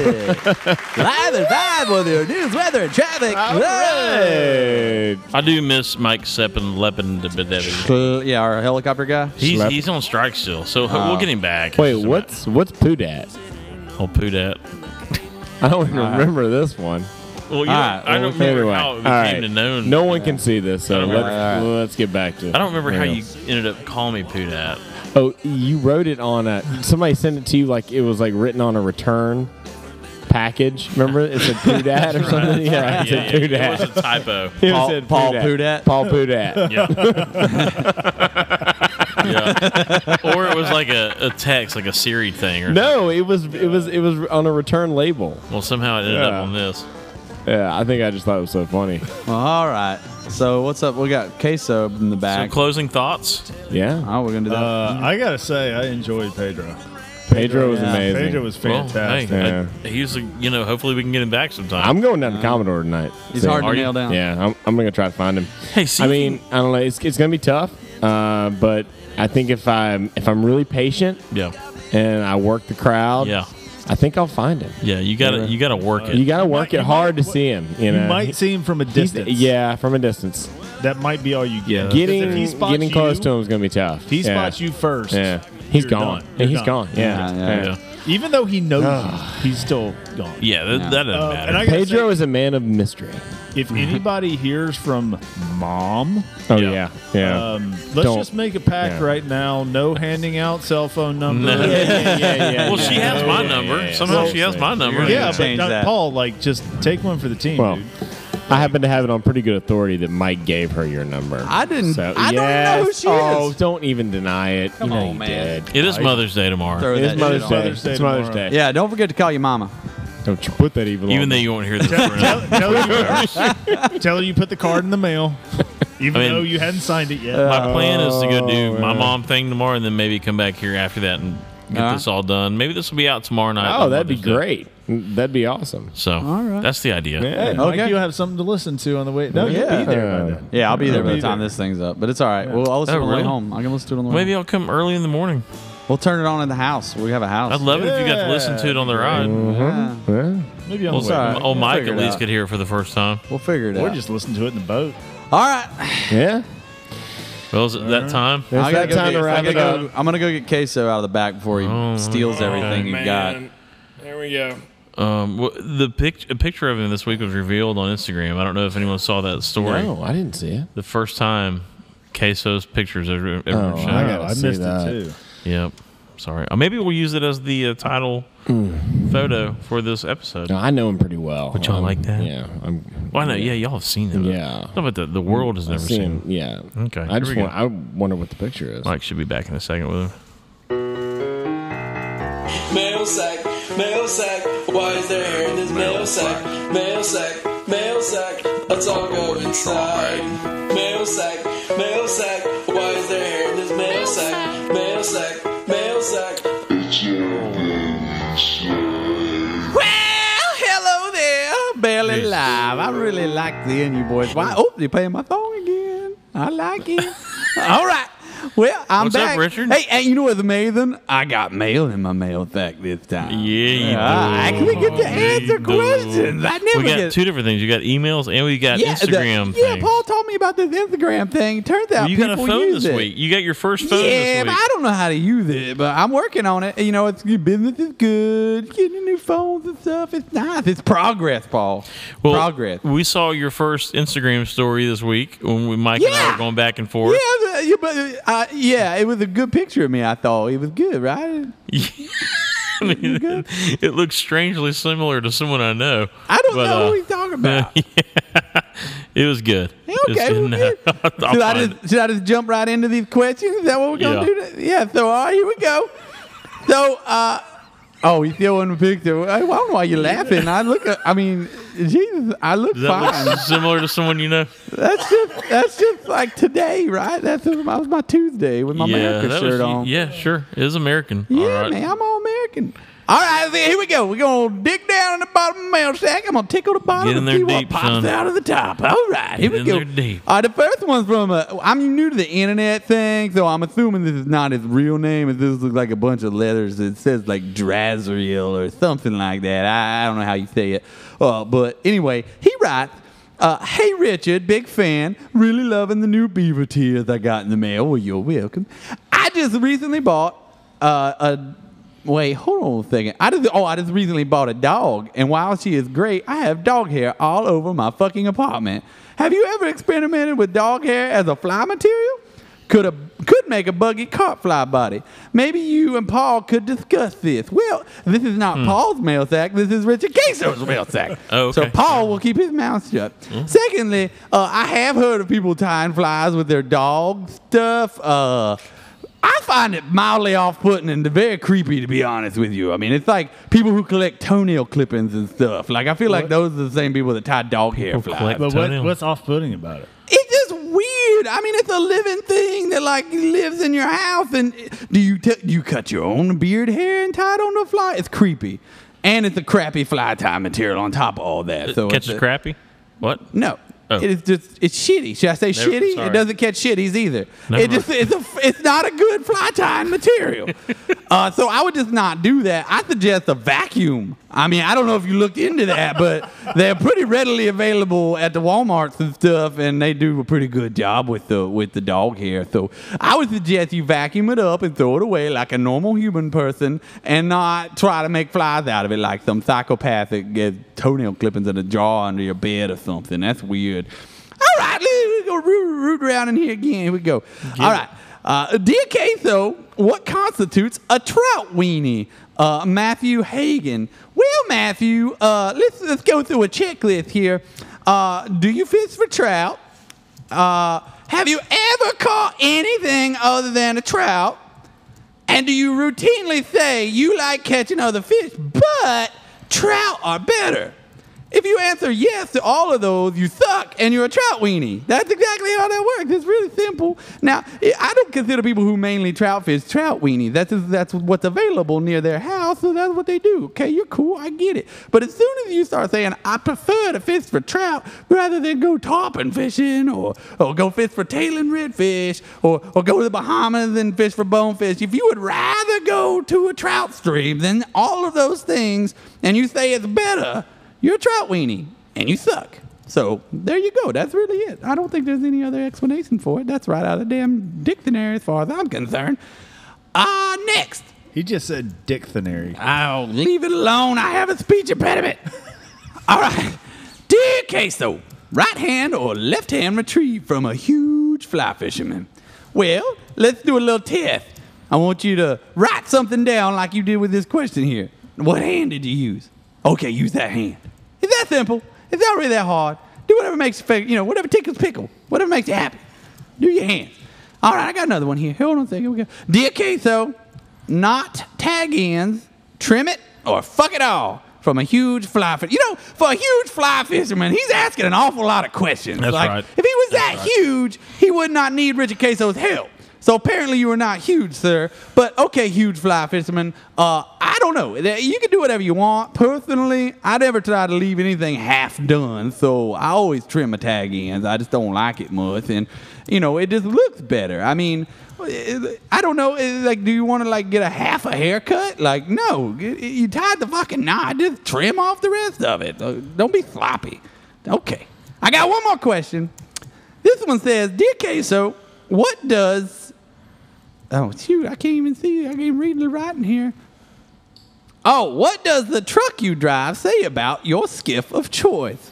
Speaker 8: Live and live with your news, weather, and traffic.
Speaker 5: I do miss Mike Seppin Leppin to
Speaker 8: Whoa. Yeah, our helicopter guy.
Speaker 5: He's, he's on strike still, so
Speaker 8: Oh.
Speaker 5: we'll get him back.
Speaker 6: Wait, what's what's Poodat?
Speaker 5: Oh, Poodat.
Speaker 6: I don't even
Speaker 5: All right.
Speaker 6: remember this one.
Speaker 5: Ah. Well, you don't- I don't remember how it became to known.
Speaker 6: No one can see this,
Speaker 5: I
Speaker 6: so
Speaker 5: don't
Speaker 6: let's,
Speaker 5: remember. All right.
Speaker 6: let's get back to
Speaker 5: I
Speaker 6: it.
Speaker 5: don't remember how
Speaker 6: Yeah.
Speaker 5: you ended up calling me Poodat.
Speaker 6: Oh, you wrote it on a. Somebody sent it to you like it was like written on a return package. Remember, it said Poodat or
Speaker 5: That's
Speaker 6: something.
Speaker 5: right,
Speaker 6: Yeah, it
Speaker 5: that's
Speaker 6: said
Speaker 5: right. Yeah, yeah,
Speaker 6: Poodat.
Speaker 5: it was a typo.
Speaker 6: It
Speaker 5: Paul-
Speaker 6: said
Speaker 5: Paul
Speaker 6: Poodat.
Speaker 5: Poodat?
Speaker 6: Paul Poodat.
Speaker 5: Yeah. yeah. Or it was like a, a text, like a Siri thing. Or
Speaker 6: No, it was it was it was on a return label.
Speaker 5: Well, somehow it ended
Speaker 6: Yeah.
Speaker 5: up on this.
Speaker 6: Yeah, I think I just thought it was so funny.
Speaker 8: All right. So what's up? We got queso in the back.
Speaker 5: So closing thoughts.
Speaker 6: Yeah.
Speaker 8: Oh, we're gonna do that.
Speaker 11: Uh, I gotta say, I enjoyed Pedro.
Speaker 6: Pedro was
Speaker 11: Yeah.
Speaker 6: amazing.
Speaker 11: Pedro was
Speaker 5: Well,
Speaker 11: fantastic.
Speaker 5: hey, I- he's a- you know. Hopefully, we can get him back sometime.
Speaker 6: I'm going down to Commodore tonight.
Speaker 5: He's Uh, hard to Are you? nail down.
Speaker 6: Yeah, I'm, I'm going to try to find him.
Speaker 5: Hey, see
Speaker 6: I
Speaker 5: if
Speaker 6: mean, I don't know. It's, it's going to be tough, uh, but I think if I'm if I'm really patient,
Speaker 5: yeah,
Speaker 6: and I work the crowd,
Speaker 5: Yeah.
Speaker 6: I think I'll find him.
Speaker 5: Yeah, you gotta you gotta work it.
Speaker 6: You got to work it hard to see him. You
Speaker 11: you
Speaker 6: know,
Speaker 11: might see him from a
Speaker 6: He's-
Speaker 11: distance.
Speaker 6: Yeah, from a distance.
Speaker 11: That might be all you get. 'Cause
Speaker 6: Getting
Speaker 11: if he spots
Speaker 6: getting
Speaker 11: you-
Speaker 6: close to him is going to be tough.
Speaker 11: If he
Speaker 6: Yeah.
Speaker 11: spots you first,
Speaker 6: Yeah. He's
Speaker 10: you're
Speaker 6: gone.
Speaker 10: done.
Speaker 6: Yeah,
Speaker 10: You're
Speaker 6: he's
Speaker 10: done.
Speaker 6: gone. Yeah. Yeah, yeah.
Speaker 10: Even though he knows
Speaker 5: Ah.
Speaker 10: you, he's still gone. Uh, and I gotta
Speaker 6: Pedro is a man of mystery.
Speaker 10: if anybody hears from mom,
Speaker 6: Oh, yeah. Yeah.
Speaker 10: Um, let's
Speaker 6: Don't-
Speaker 10: just make a pact
Speaker 6: yeah.
Speaker 10: right now. No handing out cell phone numbers.
Speaker 5: No. Well, she has my
Speaker 10: yeah,
Speaker 5: number.
Speaker 10: yeah, yeah.
Speaker 5: Somehow she has my number. You're
Speaker 10: Yeah,
Speaker 5: gonna
Speaker 10: but
Speaker 5: change
Speaker 10: uh,
Speaker 5: that.
Speaker 10: Paul, like, just take one for the team.
Speaker 6: Well,
Speaker 10: dude.
Speaker 6: I happen to have it on pretty good authority that Mike gave her your number.
Speaker 10: I didn't-
Speaker 6: So,
Speaker 10: I don't know who
Speaker 6: yes.
Speaker 10: she
Speaker 6: oh,
Speaker 10: is.
Speaker 6: don't even deny it.
Speaker 4: Come
Speaker 6: you know you
Speaker 4: on, man.
Speaker 6: did.
Speaker 5: It is
Speaker 6: Oh,
Speaker 5: Mother's Day tomorrow.
Speaker 4: Throw
Speaker 6: It
Speaker 4: that
Speaker 6: is
Speaker 4: shit
Speaker 6: Mother's
Speaker 4: on.
Speaker 6: Day. Mother's Day It's Mother's tomorrow. Day.
Speaker 4: Yeah, don't forget to call your mama.
Speaker 6: Don't you put that evil
Speaker 5: Even though you won't hear this for
Speaker 10: Tell,
Speaker 5: another-
Speaker 10: tell her- tell her you put the card in the mail, even
Speaker 5: I mean,
Speaker 10: though you hadn't signed it yet.
Speaker 6: Uh,
Speaker 5: My plan is to go
Speaker 6: Oh,
Speaker 5: do my mom thing tomorrow, and then maybe come back here after that and get
Speaker 4: Uh-huh.
Speaker 6: Alright.
Speaker 5: this all done. Maybe this will be out tomorrow night.
Speaker 6: Oh,
Speaker 5: on
Speaker 6: that'd be
Speaker 5: Mother's Day.
Speaker 6: great. That'd be awesome.
Speaker 5: So that's the idea.
Speaker 10: Yeah, Mike, you'll have something to listen to on the way. No, you'll be there by then.
Speaker 4: Uh, Yeah, I'll be there by
Speaker 10: You'll
Speaker 4: the time this thing's up. But it's all right. Well, I'll listen
Speaker 5: Oh,
Speaker 4: to it on the way
Speaker 5: really?
Speaker 4: home. I can listen to it on the way.
Speaker 5: Maybe I'll come early in the morning.
Speaker 4: We'll turn it on in the house. We have a house.
Speaker 5: I'd love it if you got to listen to it on the ride.
Speaker 6: Mm.
Speaker 4: Mm-hmm. Maybe
Speaker 5: Well, oh, Mike at least
Speaker 4: Could
Speaker 5: could hear it for the first time.
Speaker 4: We'll figure it
Speaker 10: Or
Speaker 4: out.
Speaker 10: just listen to it in the boat.
Speaker 4: All right.
Speaker 6: Yeah.
Speaker 5: Well, is it that time?
Speaker 4: I gotta go get- I gotta go- I'm gonna go get queso out of the back before he
Speaker 5: Oh,
Speaker 4: steals everything
Speaker 6: Oh,
Speaker 4: you got.
Speaker 7: There we go.
Speaker 5: Um, wh- the pic- a picture of him this week was revealed on Instagram. I don't know if anyone saw that story.
Speaker 6: No, I didn't see it.
Speaker 5: The first time Queso's pictures ever, ever
Speaker 6: Oh,
Speaker 5: shown.
Speaker 6: I gotta I see missed it that.
Speaker 10: too.
Speaker 5: Yep. Sorry. Uh, maybe we'll use it as the uh, title photo for this episode.
Speaker 6: Mm. No, I know him pretty well.
Speaker 5: Would y'all
Speaker 6: I'm-
Speaker 5: like that?
Speaker 6: Yeah. I'm,
Speaker 5: Well, I know. Yeah, y'all have seen it.
Speaker 6: Yeah.
Speaker 5: No, but the, the world has
Speaker 6: I've
Speaker 5: never
Speaker 6: seen-
Speaker 5: seen, it.
Speaker 6: yeah.
Speaker 5: Okay.
Speaker 6: I
Speaker 5: here
Speaker 6: just
Speaker 5: we
Speaker 6: want- I wonder what the picture is.
Speaker 5: Mike should be back in a second with him.
Speaker 7: Mail sack, mail sack. Why is there hair in this mail sack? Mail sack, mail sack. Let's all go inside. Mail sack, mail sack. Why is there hair in this mail sack? Mail sack, mail sack.
Speaker 4: Well, hello there, barely live. I really like the in you boys. Why? Oh, you're paying my phone again. I like it. All right. Well, I'm
Speaker 5: What's up,
Speaker 4: back.
Speaker 5: Richard?
Speaker 4: Hey, and you know what, Nathan? I got mail in my mail sack this time.
Speaker 5: Yeah, you
Speaker 4: Ah,
Speaker 5: do.
Speaker 4: can we get to answer
Speaker 5: do.
Speaker 4: questions? I never
Speaker 5: we got
Speaker 4: get.
Speaker 5: two different things. You got emails and we got
Speaker 4: the-
Speaker 5: Instagram
Speaker 4: yeah,
Speaker 5: things.
Speaker 4: Paul told me about this Instagram thing. Turns out
Speaker 5: Well, you got a
Speaker 4: people
Speaker 5: phone
Speaker 4: use
Speaker 5: this
Speaker 4: it.
Speaker 5: week. You got your first phone
Speaker 4: yeah,
Speaker 5: this
Speaker 4: but
Speaker 5: week.
Speaker 4: I don't know how to use it, but I'm working on it. You know, it's your business is good. Getting new phones and stuff. It's nice. It's progress, Paul.
Speaker 5: Well, Progress. We saw your first Instagram story this week when we, Mike and I were going back and forth.
Speaker 4: Yeah, but, yeah, but uh, yeah, it was a good picture of me. I thought it was good, right?
Speaker 5: I mean, it, it looks strangely similar to someone I know.
Speaker 4: I don't
Speaker 5: but,
Speaker 4: know
Speaker 5: uh,
Speaker 4: who he's talking about.
Speaker 5: yeah. it was good. It was
Speaker 4: okay,
Speaker 5: good.
Speaker 4: well, good.
Speaker 5: I'll
Speaker 4: should, I
Speaker 5: find
Speaker 4: just, should I just jump right into these questions? Is that what we're gonna
Speaker 5: Yeah.
Speaker 4: do? to- Yeah. So, all right, here we go. So, uh, oh, you still in the picture? I don't know why you're laughing. I look. I mean, Jesus, I look
Speaker 5: Does that
Speaker 4: fine.
Speaker 5: look similar to someone you know?
Speaker 4: That's just that's just like today, right? That's that was my Tuesday with my America
Speaker 5: that
Speaker 4: shirt
Speaker 5: was you-
Speaker 4: on.
Speaker 5: Yeah, sure. It is American. All
Speaker 4: Yeah,
Speaker 5: right.
Speaker 4: man, I'm all American. All right, then, here we go. We're gonna dig down in the bottom of the mail sack. I'm gonna tickle the bottom
Speaker 5: Get in
Speaker 4: and
Speaker 5: there
Speaker 4: see
Speaker 5: deep,
Speaker 4: what pops
Speaker 5: son.
Speaker 4: out of the top. All right,
Speaker 5: Get
Speaker 4: here we
Speaker 5: in
Speaker 4: go.
Speaker 5: there deep.
Speaker 4: All right, the first one's from a. I'm new to the internet thing, so I'm assuming this is not his real name. It this looks like a bunch of letters that says like Drazriel or something like that. I, I don't know how you say it, uh, but anyway, he writes. Uh, hey Richard, big fan. Really loving the new beaver tears I got in the mail. Well, you're welcome. I just recently bought uh, a. Wait, hold on a second. I just oh, I just recently bought a dog, and while she is great, I have dog hair all over my fucking apartment. Have you ever experimented with dog hair as a fly material? Could a could make a buggy cart fly body. Maybe you and Paul could discuss this. Well, this is not Paul's mail sack. This is Richard Queso's mail sack.
Speaker 5: Oh,
Speaker 4: So
Speaker 5: okay.
Speaker 4: Paul will keep his mouth shut. Secondly, uh, I have heard of people tying flies with their dog stuff. Uh, I find it mildly off-putting and very creepy, to be honest with you. I mean, it's like people who collect toenail clippings and stuff. Like I feel like those are the same people that tie dog hair flies.
Speaker 10: But what, what's off-putting about it?
Speaker 4: It's just weird. I mean, it's a living thing that like lives in your house. And do you t- do you cut your own beard hair and tie it on the fly? It's creepy, and it's a crappy fly tie material on top of all that. So
Speaker 5: Uh, Catch
Speaker 4: it's a-
Speaker 5: crappy? What?
Speaker 4: No.
Speaker 5: Oh.
Speaker 4: It is just it's shitty. Should I say
Speaker 5: Never-
Speaker 4: shitty?
Speaker 5: sorry.
Speaker 4: It doesn't catch shitties either.
Speaker 5: Never
Speaker 4: it just it's a, it's not a good fly tying material. Uh, so I would just not do that. I suggest a vacuum. I mean, I don't know if you looked into that, but they're pretty readily available at the WalMarts and stuff, and they do a pretty good job with the with the dog hair. So I would suggest you vacuum it up and throw it away like a normal human person, and not try to make flies out of it like some psychopath that gets toenail clippings in a jar under your bed or something. That's weird. All right, let's go root, root around in here again. Here we go. All right. Uh, dear Queso, what constitutes a trout weenie? Uh, Matthew Hagen. Well, Matthew, uh, let's, let's go through a checklist here. Uh, do you fish for trout? Uh, have you ever caught anything other than a trout? And do you routinely say you like catching other fish, but trout are better? If you answer yes to all of those, you suck and you're a trout weenie. That's exactly how that works. It's really simple. Now, I I don't consider people who mainly trout fish trout weenies. That's, that's what's available near their house, so that's what they do. Okay, you're cool. I get it. But as soon as you start saying, I prefer to fish for trout rather than go tarpon fishing or, or go fish for tailing redfish or, or go to the Bahamas and fish for bonefish, if you would rather go to a trout stream than all of those things and you say it's better, you're a trout weenie and you suck. So there you go. That's really it. I don't think there's any other explanation for it. That's right out of the damn dictionary as far as I'm concerned. Ah, next.
Speaker 10: He just said dictionary.
Speaker 4: Oh, leave it alone. I have a speech impediment. All right. Dear Queso, right hand or left hand retrieved from a huge fly fisherman. Well, let's do a little test. I want you to write something down like you did with this question here. What hand did you use? Okay, use that hand. It's that simple. It's not really that hard. Do whatever makes you, fa- you know, whatever tickles pickle, whatever makes you happy. Do your hands. All right, I got another one here. Hold on a second. We go. Dear Queso, not tag ends, trim it, or fuck it all from a huge fly fish. You know, for a huge fly fisherman, he's asking an awful lot of questions.
Speaker 10: That's
Speaker 4: Like,
Speaker 10: right.
Speaker 4: If he was that
Speaker 10: right.
Speaker 4: huge, he would not need Richard Queso's help. So apparently you are not huge, sir. But okay, huge fly fisherman. Uh, I don't know. Th- You can do whatever you want. Personally, I never try to leave anything half done. So I always trim my tag ends. I just don't like it much, and you know it just looks better. I mean, I don't know. eh, Like, do you want to like get a half a haircut? Like, no. You- You tied the fucking knot. Just trim off the rest of it. Uh, Don't be sloppy. Okay. I got one more question. This one says, "Dear Queso, what does Oh, shoot, I can't even see. I can't even read the writing here. Oh, what does the truck you drive say about your skiff of choice?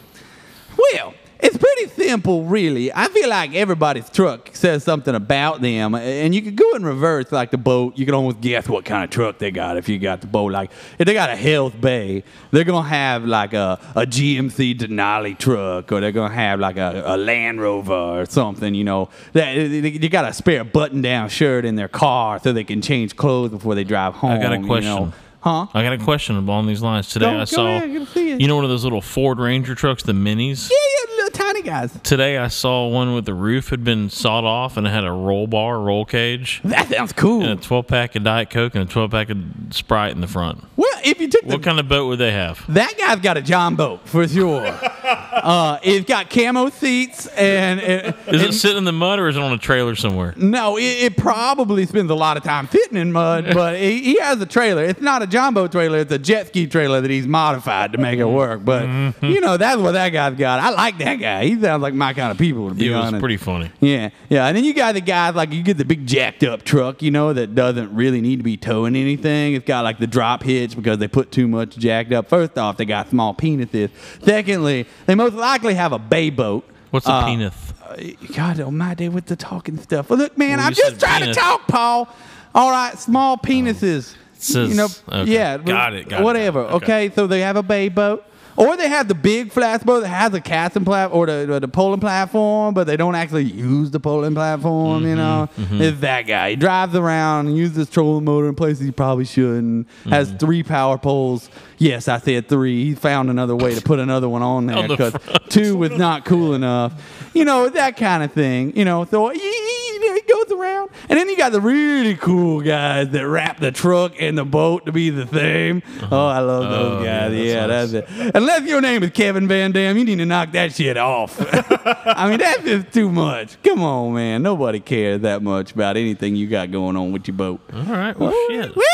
Speaker 4: Well, it's pretty simple, really. I feel like everybody's truck says something about them, and you could go in reverse like the boat. You can almost guess what kind of truck they got if you got the boat. Like if they got a Hell's Bay, they're gonna have like a, a GMC Denali truck, or they're gonna have like a, a Land Rover or something. You know, that you got a spare button-down shirt in their car so they can change clothes before they drive home.
Speaker 5: I got a
Speaker 4: you
Speaker 5: question.
Speaker 4: know. Huh?
Speaker 5: I got a question along these lines. Today
Speaker 4: Don't-
Speaker 5: I
Speaker 4: go
Speaker 5: saw,
Speaker 4: ahead, go see it.
Speaker 5: you know, one of those little Ford Ranger trucks, the minis.
Speaker 4: Yeah, yeah, little tiny guys.
Speaker 5: Today I saw one with the roof had been sawed off and it had a roll bar, roll cage.
Speaker 4: That sounds cool.
Speaker 5: And a 12 pack of Diet Coke and a 12 pack of Sprite in the front.
Speaker 4: Well, if you took the
Speaker 5: What kind of boat would they have?
Speaker 4: That guy's got a John boat for sure. uh, it's got camo seats and. and-
Speaker 5: Is it sitting in the mud or is it on a trailer somewhere?
Speaker 4: no, it, it probably spends a lot of time fitting in mud, but he, he has a trailer. It's not a jumbo trailer; it's a jet ski trailer that he's modified to make it
Speaker 5: Mm-hmm.
Speaker 4: work. But you know, that's what that guy's got. I like that guy. He sounds like my kind of people. To be
Speaker 5: It was
Speaker 4: honest.
Speaker 5: pretty funny.
Speaker 4: Yeah, yeah. And then you got the guys like you get the big jacked up truck, you know, that doesn't really need to be towing anything. It's got like the drop hitch because they put too much jacked up. First off, they got small penises. Secondly, they most likely have a bay boat.
Speaker 5: What's a
Speaker 4: Uh,
Speaker 5: penis?
Speaker 4: uh, God almighty with the talking stuff. Well, look, man,
Speaker 5: Well,
Speaker 4: I'm
Speaker 5: you
Speaker 4: just
Speaker 5: said
Speaker 4: trying
Speaker 5: penis. Oh.
Speaker 4: to talk, Paul. All right, small penises.
Speaker 5: Says-
Speaker 4: you know,
Speaker 5: okay.
Speaker 4: yeah.
Speaker 5: Got it, got it,
Speaker 4: whatever.
Speaker 5: got it, okay.
Speaker 4: okay. so they have a bay boat. Or they have the big flat boat that has a casting platform or the, the polling platform, but they don't actually use the polling platform,
Speaker 5: Mm-hmm,
Speaker 4: you know?
Speaker 1: mhm.
Speaker 4: It's that guy. He drives around and uses his trolling motor in places he probably shouldn't. Has
Speaker 5: Mm-hmm.
Speaker 4: three power poles. Yes, I said three. He found another way to put another one on there
Speaker 1: On the
Speaker 4: because two was not cool enough. You know, that kind of thing. You know, so he, he- he goes around. And then you got the really cool guys that wrap the truck and the boat to be the same. Oh, I love those
Speaker 1: Oh, yeah,
Speaker 4: guys. Yeah,
Speaker 1: that's
Speaker 4: that's, it. Unless your name is Kevin Van Dam, you need to knock that shit off. I mean, that's just too much. Come on, man. Nobody cares that much about anything you got going on with your boat. Oh,
Speaker 5: All right. Well, shit.
Speaker 4: Well,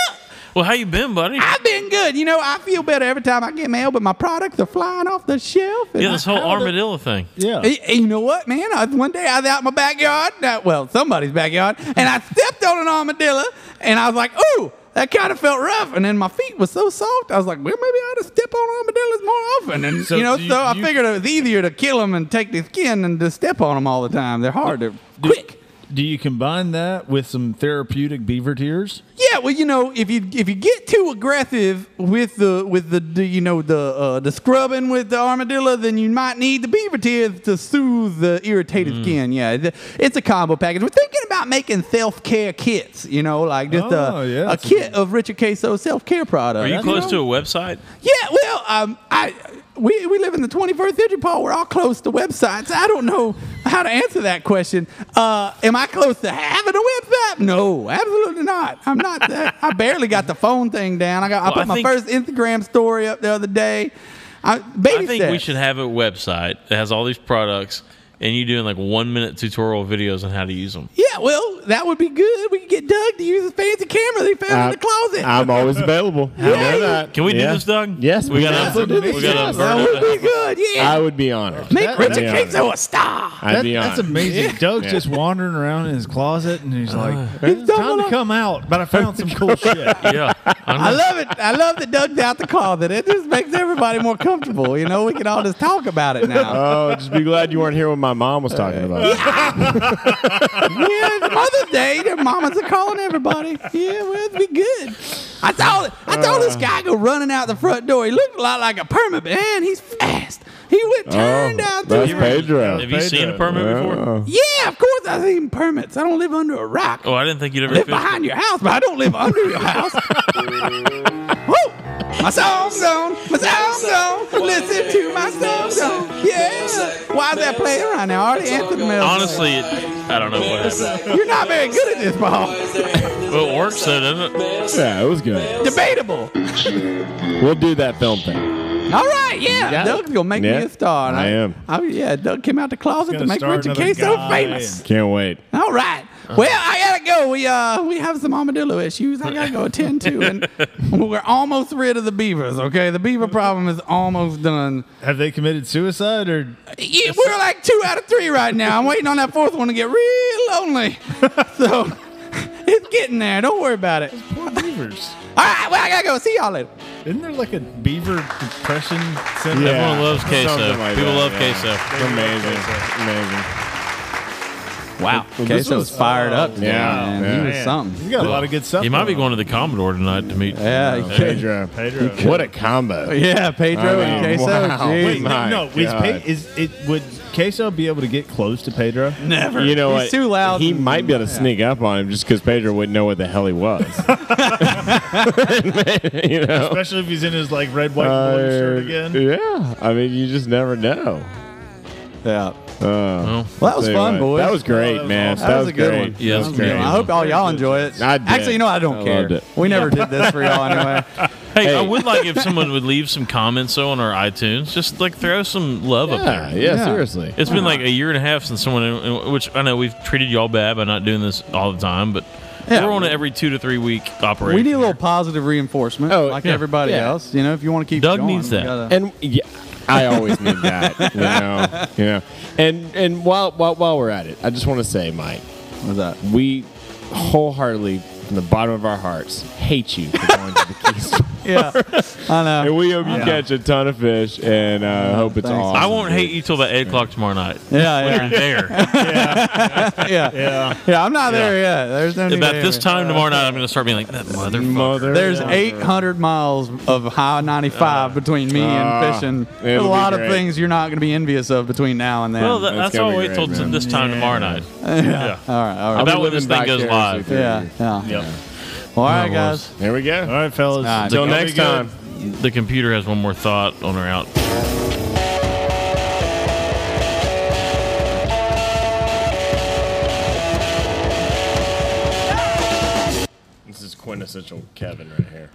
Speaker 5: Well, how you been, buddy?
Speaker 4: I've been good. You know, I feel better every time I get mail, but my products are flying off the shelf. and
Speaker 5: Yeah, this
Speaker 4: I-
Speaker 5: whole
Speaker 4: how the-
Speaker 5: armadillo thing.
Speaker 4: And- and you know what, man? I, one day I was out in my backyard, uh, well, somebody's backyard, and I stepped on an armadillo, and I was like, ooh, that kind of felt rough. And then my feet were so soft, I was like, well, maybe I ought to step on armadillos more often. And,
Speaker 5: So
Speaker 4: you know,
Speaker 5: do you-
Speaker 4: so I
Speaker 5: you-
Speaker 4: figured it was easier to kill them and take their skin than to step on them all the time. They're hard to quick.
Speaker 10: Do you combine that with some therapeutic beaver tears?
Speaker 4: Yeah, well, you know, if you if you get too aggressive with the with the, the you know the uh, the scrubbing with the armadillo, then you might need the beaver tears to soothe the irritated
Speaker 5: Mm.
Speaker 4: skin. Yeah, th- it's a combo package. We're thinking about making self care kits. You know, like just
Speaker 5: Oh,
Speaker 4: a,
Speaker 5: yeah,
Speaker 4: a
Speaker 5: that's a
Speaker 4: kit of Richard Queso self care products.
Speaker 5: Are you
Speaker 4: know?
Speaker 5: close to a website?
Speaker 4: Yeah, well, um, I we, we live in the 21st century, Paul. We're all close to websites. I don't know how to answer that question. Uh, am I close to having a website? No, absolutely not. I'm not. That, I barely got the phone thing down. I got.
Speaker 5: Well,
Speaker 4: I put
Speaker 5: I
Speaker 4: my
Speaker 5: think-
Speaker 4: first Instagram story up the other day. I, baby
Speaker 5: I think we
Speaker 4: steps.
Speaker 5: should have a website that has all these products, and you doing like one minute tutorial videos on how to use them.
Speaker 4: Yeah, well, that would be good. We could get Doug to use his fancy camera that he found in the closet.
Speaker 6: I'm always available. You know that.
Speaker 5: Can we do
Speaker 6: Yeah.
Speaker 5: this, Doug?
Speaker 6: Yes,
Speaker 5: we got to.
Speaker 6: absolutely.
Speaker 5: We got
Speaker 6: Yes.
Speaker 5: to burn it.
Speaker 4: be good. Yeah.
Speaker 6: I would be honored.
Speaker 4: Make
Speaker 6: I'd
Speaker 4: Richard
Speaker 6: be honored.
Speaker 4: Queso a star.
Speaker 6: I'd
Speaker 10: That-
Speaker 6: be
Speaker 10: that's
Speaker 6: honored.
Speaker 10: amazing.
Speaker 6: Yeah.
Speaker 10: Doug's
Speaker 6: Yeah. Uh,
Speaker 10: just wandering around in his closet, and he's like, "It's time to come out." But I found some cool shit.
Speaker 5: Yeah,
Speaker 4: I love it. I love that Doug's out the closet. It just makes everybody more comfortable. You know, we can all just talk about it now.
Speaker 6: Oh, just be glad you weren't here when my mom was talking about. it.
Speaker 4: yeah, it's Mother's Day. Their mamas are calling everybody. Yeah, well, it'd be good. I saw, I saw this guy go running out the front door. He looked a lot like a permit, man. He's fast. He went turned out through.
Speaker 6: that's Pedro.
Speaker 5: Have you seen a permit before?
Speaker 4: Yeah, of course I've seen permits. I don't live under a rock.
Speaker 5: Oh, I didn't think you'd
Speaker 4: I
Speaker 5: ever
Speaker 4: live
Speaker 5: fish.
Speaker 4: behind your house, but I don't live under your house. Woo! My song's on, my song's on. Listen to my song's on. Yeah. Why is that playing right now? I already answered the mail.
Speaker 5: Honestly, it, I don't know what happened.
Speaker 4: You're not very good at this, Paul.
Speaker 5: Well, it works though, doesn't it?
Speaker 6: Yeah, it was good.
Speaker 4: Debatable.
Speaker 6: We'll do that film thing.
Speaker 4: All right, yeah.
Speaker 6: Yeah.
Speaker 4: Doug's gonna make
Speaker 6: Yeah,
Speaker 4: me a star. and
Speaker 6: I am.
Speaker 4: I, yeah, Doug came out the closet to
Speaker 6: gonna
Speaker 4: make
Speaker 6: start
Speaker 4: Richard
Speaker 6: another
Speaker 4: Queso
Speaker 6: guy
Speaker 4: famous.
Speaker 6: Can't wait.
Speaker 4: All right.
Speaker 10: Uh-huh.
Speaker 4: Well, I gotta go. We uh we have some armadillo issues. I gotta go attend to, and we're almost rid of the beavers. Okay, the beaver problem is almost done.
Speaker 10: Mm-hmm. Have they committed suicide or?
Speaker 4: Yeah, we're like two out of three right now. I'm waiting on that fourth one to get real lonely. So it's getting there. Don't worry about it.
Speaker 10: Poor beavers.
Speaker 4: All right. Well, I gotta go. See y'all later.
Speaker 10: Isn't there like a beaver depression center?
Speaker 5: Yeah. Everyone loves queso.
Speaker 6: Something like
Speaker 5: People
Speaker 6: that,
Speaker 5: love
Speaker 6: yeah.
Speaker 5: queso.
Speaker 6: Amazing.
Speaker 4: Wow.
Speaker 6: Amazing.
Speaker 4: Queso's fired up today,
Speaker 6: Yeah.
Speaker 4: man. He was
Speaker 6: yeah.
Speaker 4: something.
Speaker 10: He's got a lot of good stuff.
Speaker 5: He might be going to the Commodore tonight to meet.
Speaker 4: Yeah, he could.
Speaker 6: Pedro.
Speaker 10: Pedro.
Speaker 6: What a combo.
Speaker 4: Yeah, Pedro and Queso, jeez.
Speaker 10: Wait,
Speaker 6: my
Speaker 10: no, is,
Speaker 6: God.
Speaker 10: Pe- is it would Queso be able to get close to Pedro?
Speaker 4: Never.
Speaker 6: You know what?
Speaker 4: He's too loud
Speaker 6: He
Speaker 4: and-
Speaker 6: might be able to
Speaker 4: yeah.
Speaker 6: sneak up on him just because Pedro wouldn't know what the hell he was. you know?
Speaker 10: Especially if he's in his like red, white, and blue shirt again.
Speaker 6: Uh, Yeah. I mean, you just never know.
Speaker 4: Yeah.
Speaker 6: well,
Speaker 4: Well, that was fun, boys.
Speaker 6: That was great, man.
Speaker 4: That was a good one.
Speaker 6: Yeah,
Speaker 4: That was a good one. I hope all y'all enjoy it.
Speaker 6: I did.
Speaker 4: Actually, you know, I
Speaker 6: I
Speaker 4: don't care.
Speaker 6: loved it.
Speaker 4: We never did this for y'all anyway.
Speaker 5: Hey, I would like if someone would leave some comments though on our iTunes. Just like throw some love up
Speaker 6: Yeah,
Speaker 5: there.
Speaker 6: yeah, Yeah. seriously.
Speaker 5: It's been like a year and a half since someone, which I know we've treated y'all bad by not doing this all the time, but
Speaker 4: Yeah.
Speaker 5: we're on an every two to three week
Speaker 4: We
Speaker 5: operation.
Speaker 4: need a little positive reinforcement, like
Speaker 5: yeah.
Speaker 4: everybody
Speaker 5: Yeah.
Speaker 4: else. You know, if you want to keep
Speaker 5: Doug
Speaker 4: going,
Speaker 5: needs
Speaker 4: we
Speaker 5: that.
Speaker 4: gotta-
Speaker 6: And yeah, I always need that. You know, you know. And and while while while we're at it, I just want to say, Mike,
Speaker 4: what's that?
Speaker 6: We wholeheartedly, from the bottom of our hearts, hate you for going to the Keys.
Speaker 4: yeah, I know.
Speaker 6: And we hope you
Speaker 5: I know.
Speaker 6: catch a ton of fish, and uh, hope it's all.
Speaker 5: I won't hate you till about eight o'clock tomorrow night.
Speaker 4: Yeah,
Speaker 5: when
Speaker 4: yeah.
Speaker 5: you're there.
Speaker 4: yeah. yeah, I'm not there yet. There's no need
Speaker 5: About
Speaker 4: to
Speaker 5: this
Speaker 4: hate me.
Speaker 5: time tomorrow night, I'm going to start being like that motherfucker. Mother.
Speaker 4: There's 800 miles of High 95 between me
Speaker 5: Ah,
Speaker 4: and fishing.
Speaker 5: it'll
Speaker 4: There's a
Speaker 5: be
Speaker 4: lot
Speaker 5: great.
Speaker 4: of things you're not going to be envious of between now and then.
Speaker 5: Well, that, that's all I wait till t- this time tomorrow night.
Speaker 4: Yeah. All right. All right.
Speaker 5: About when this thing goes live.
Speaker 4: Yeah. Yeah. Well, all right, guys.
Speaker 6: There we go. All
Speaker 10: right, fellas.
Speaker 4: All right.
Speaker 5: The
Speaker 4: Till
Speaker 5: com-
Speaker 4: next time.
Speaker 5: The computer has one more thought on her out.
Speaker 6: This is quintessential Kevin right here.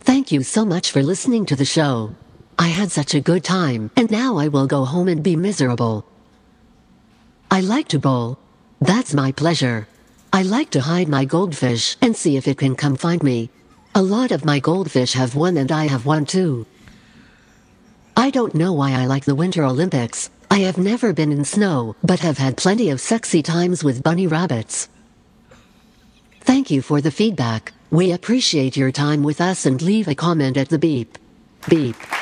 Speaker 25: Thank you so much for listening to the show. I had such a good time, and now I will go home and be miserable. I like to bowl. That's my pleasure.
Speaker 1: I like to hide my goldfish and see if it can come find me. A lot of my goldfish have won, and I have won too. I don't know why I like the Winter Olympics. I have never been in snow, but have had plenty of sexy times with bunny rabbits. Thank you for the feedback. We appreciate your time with us and leave a comment at the beep. Beep.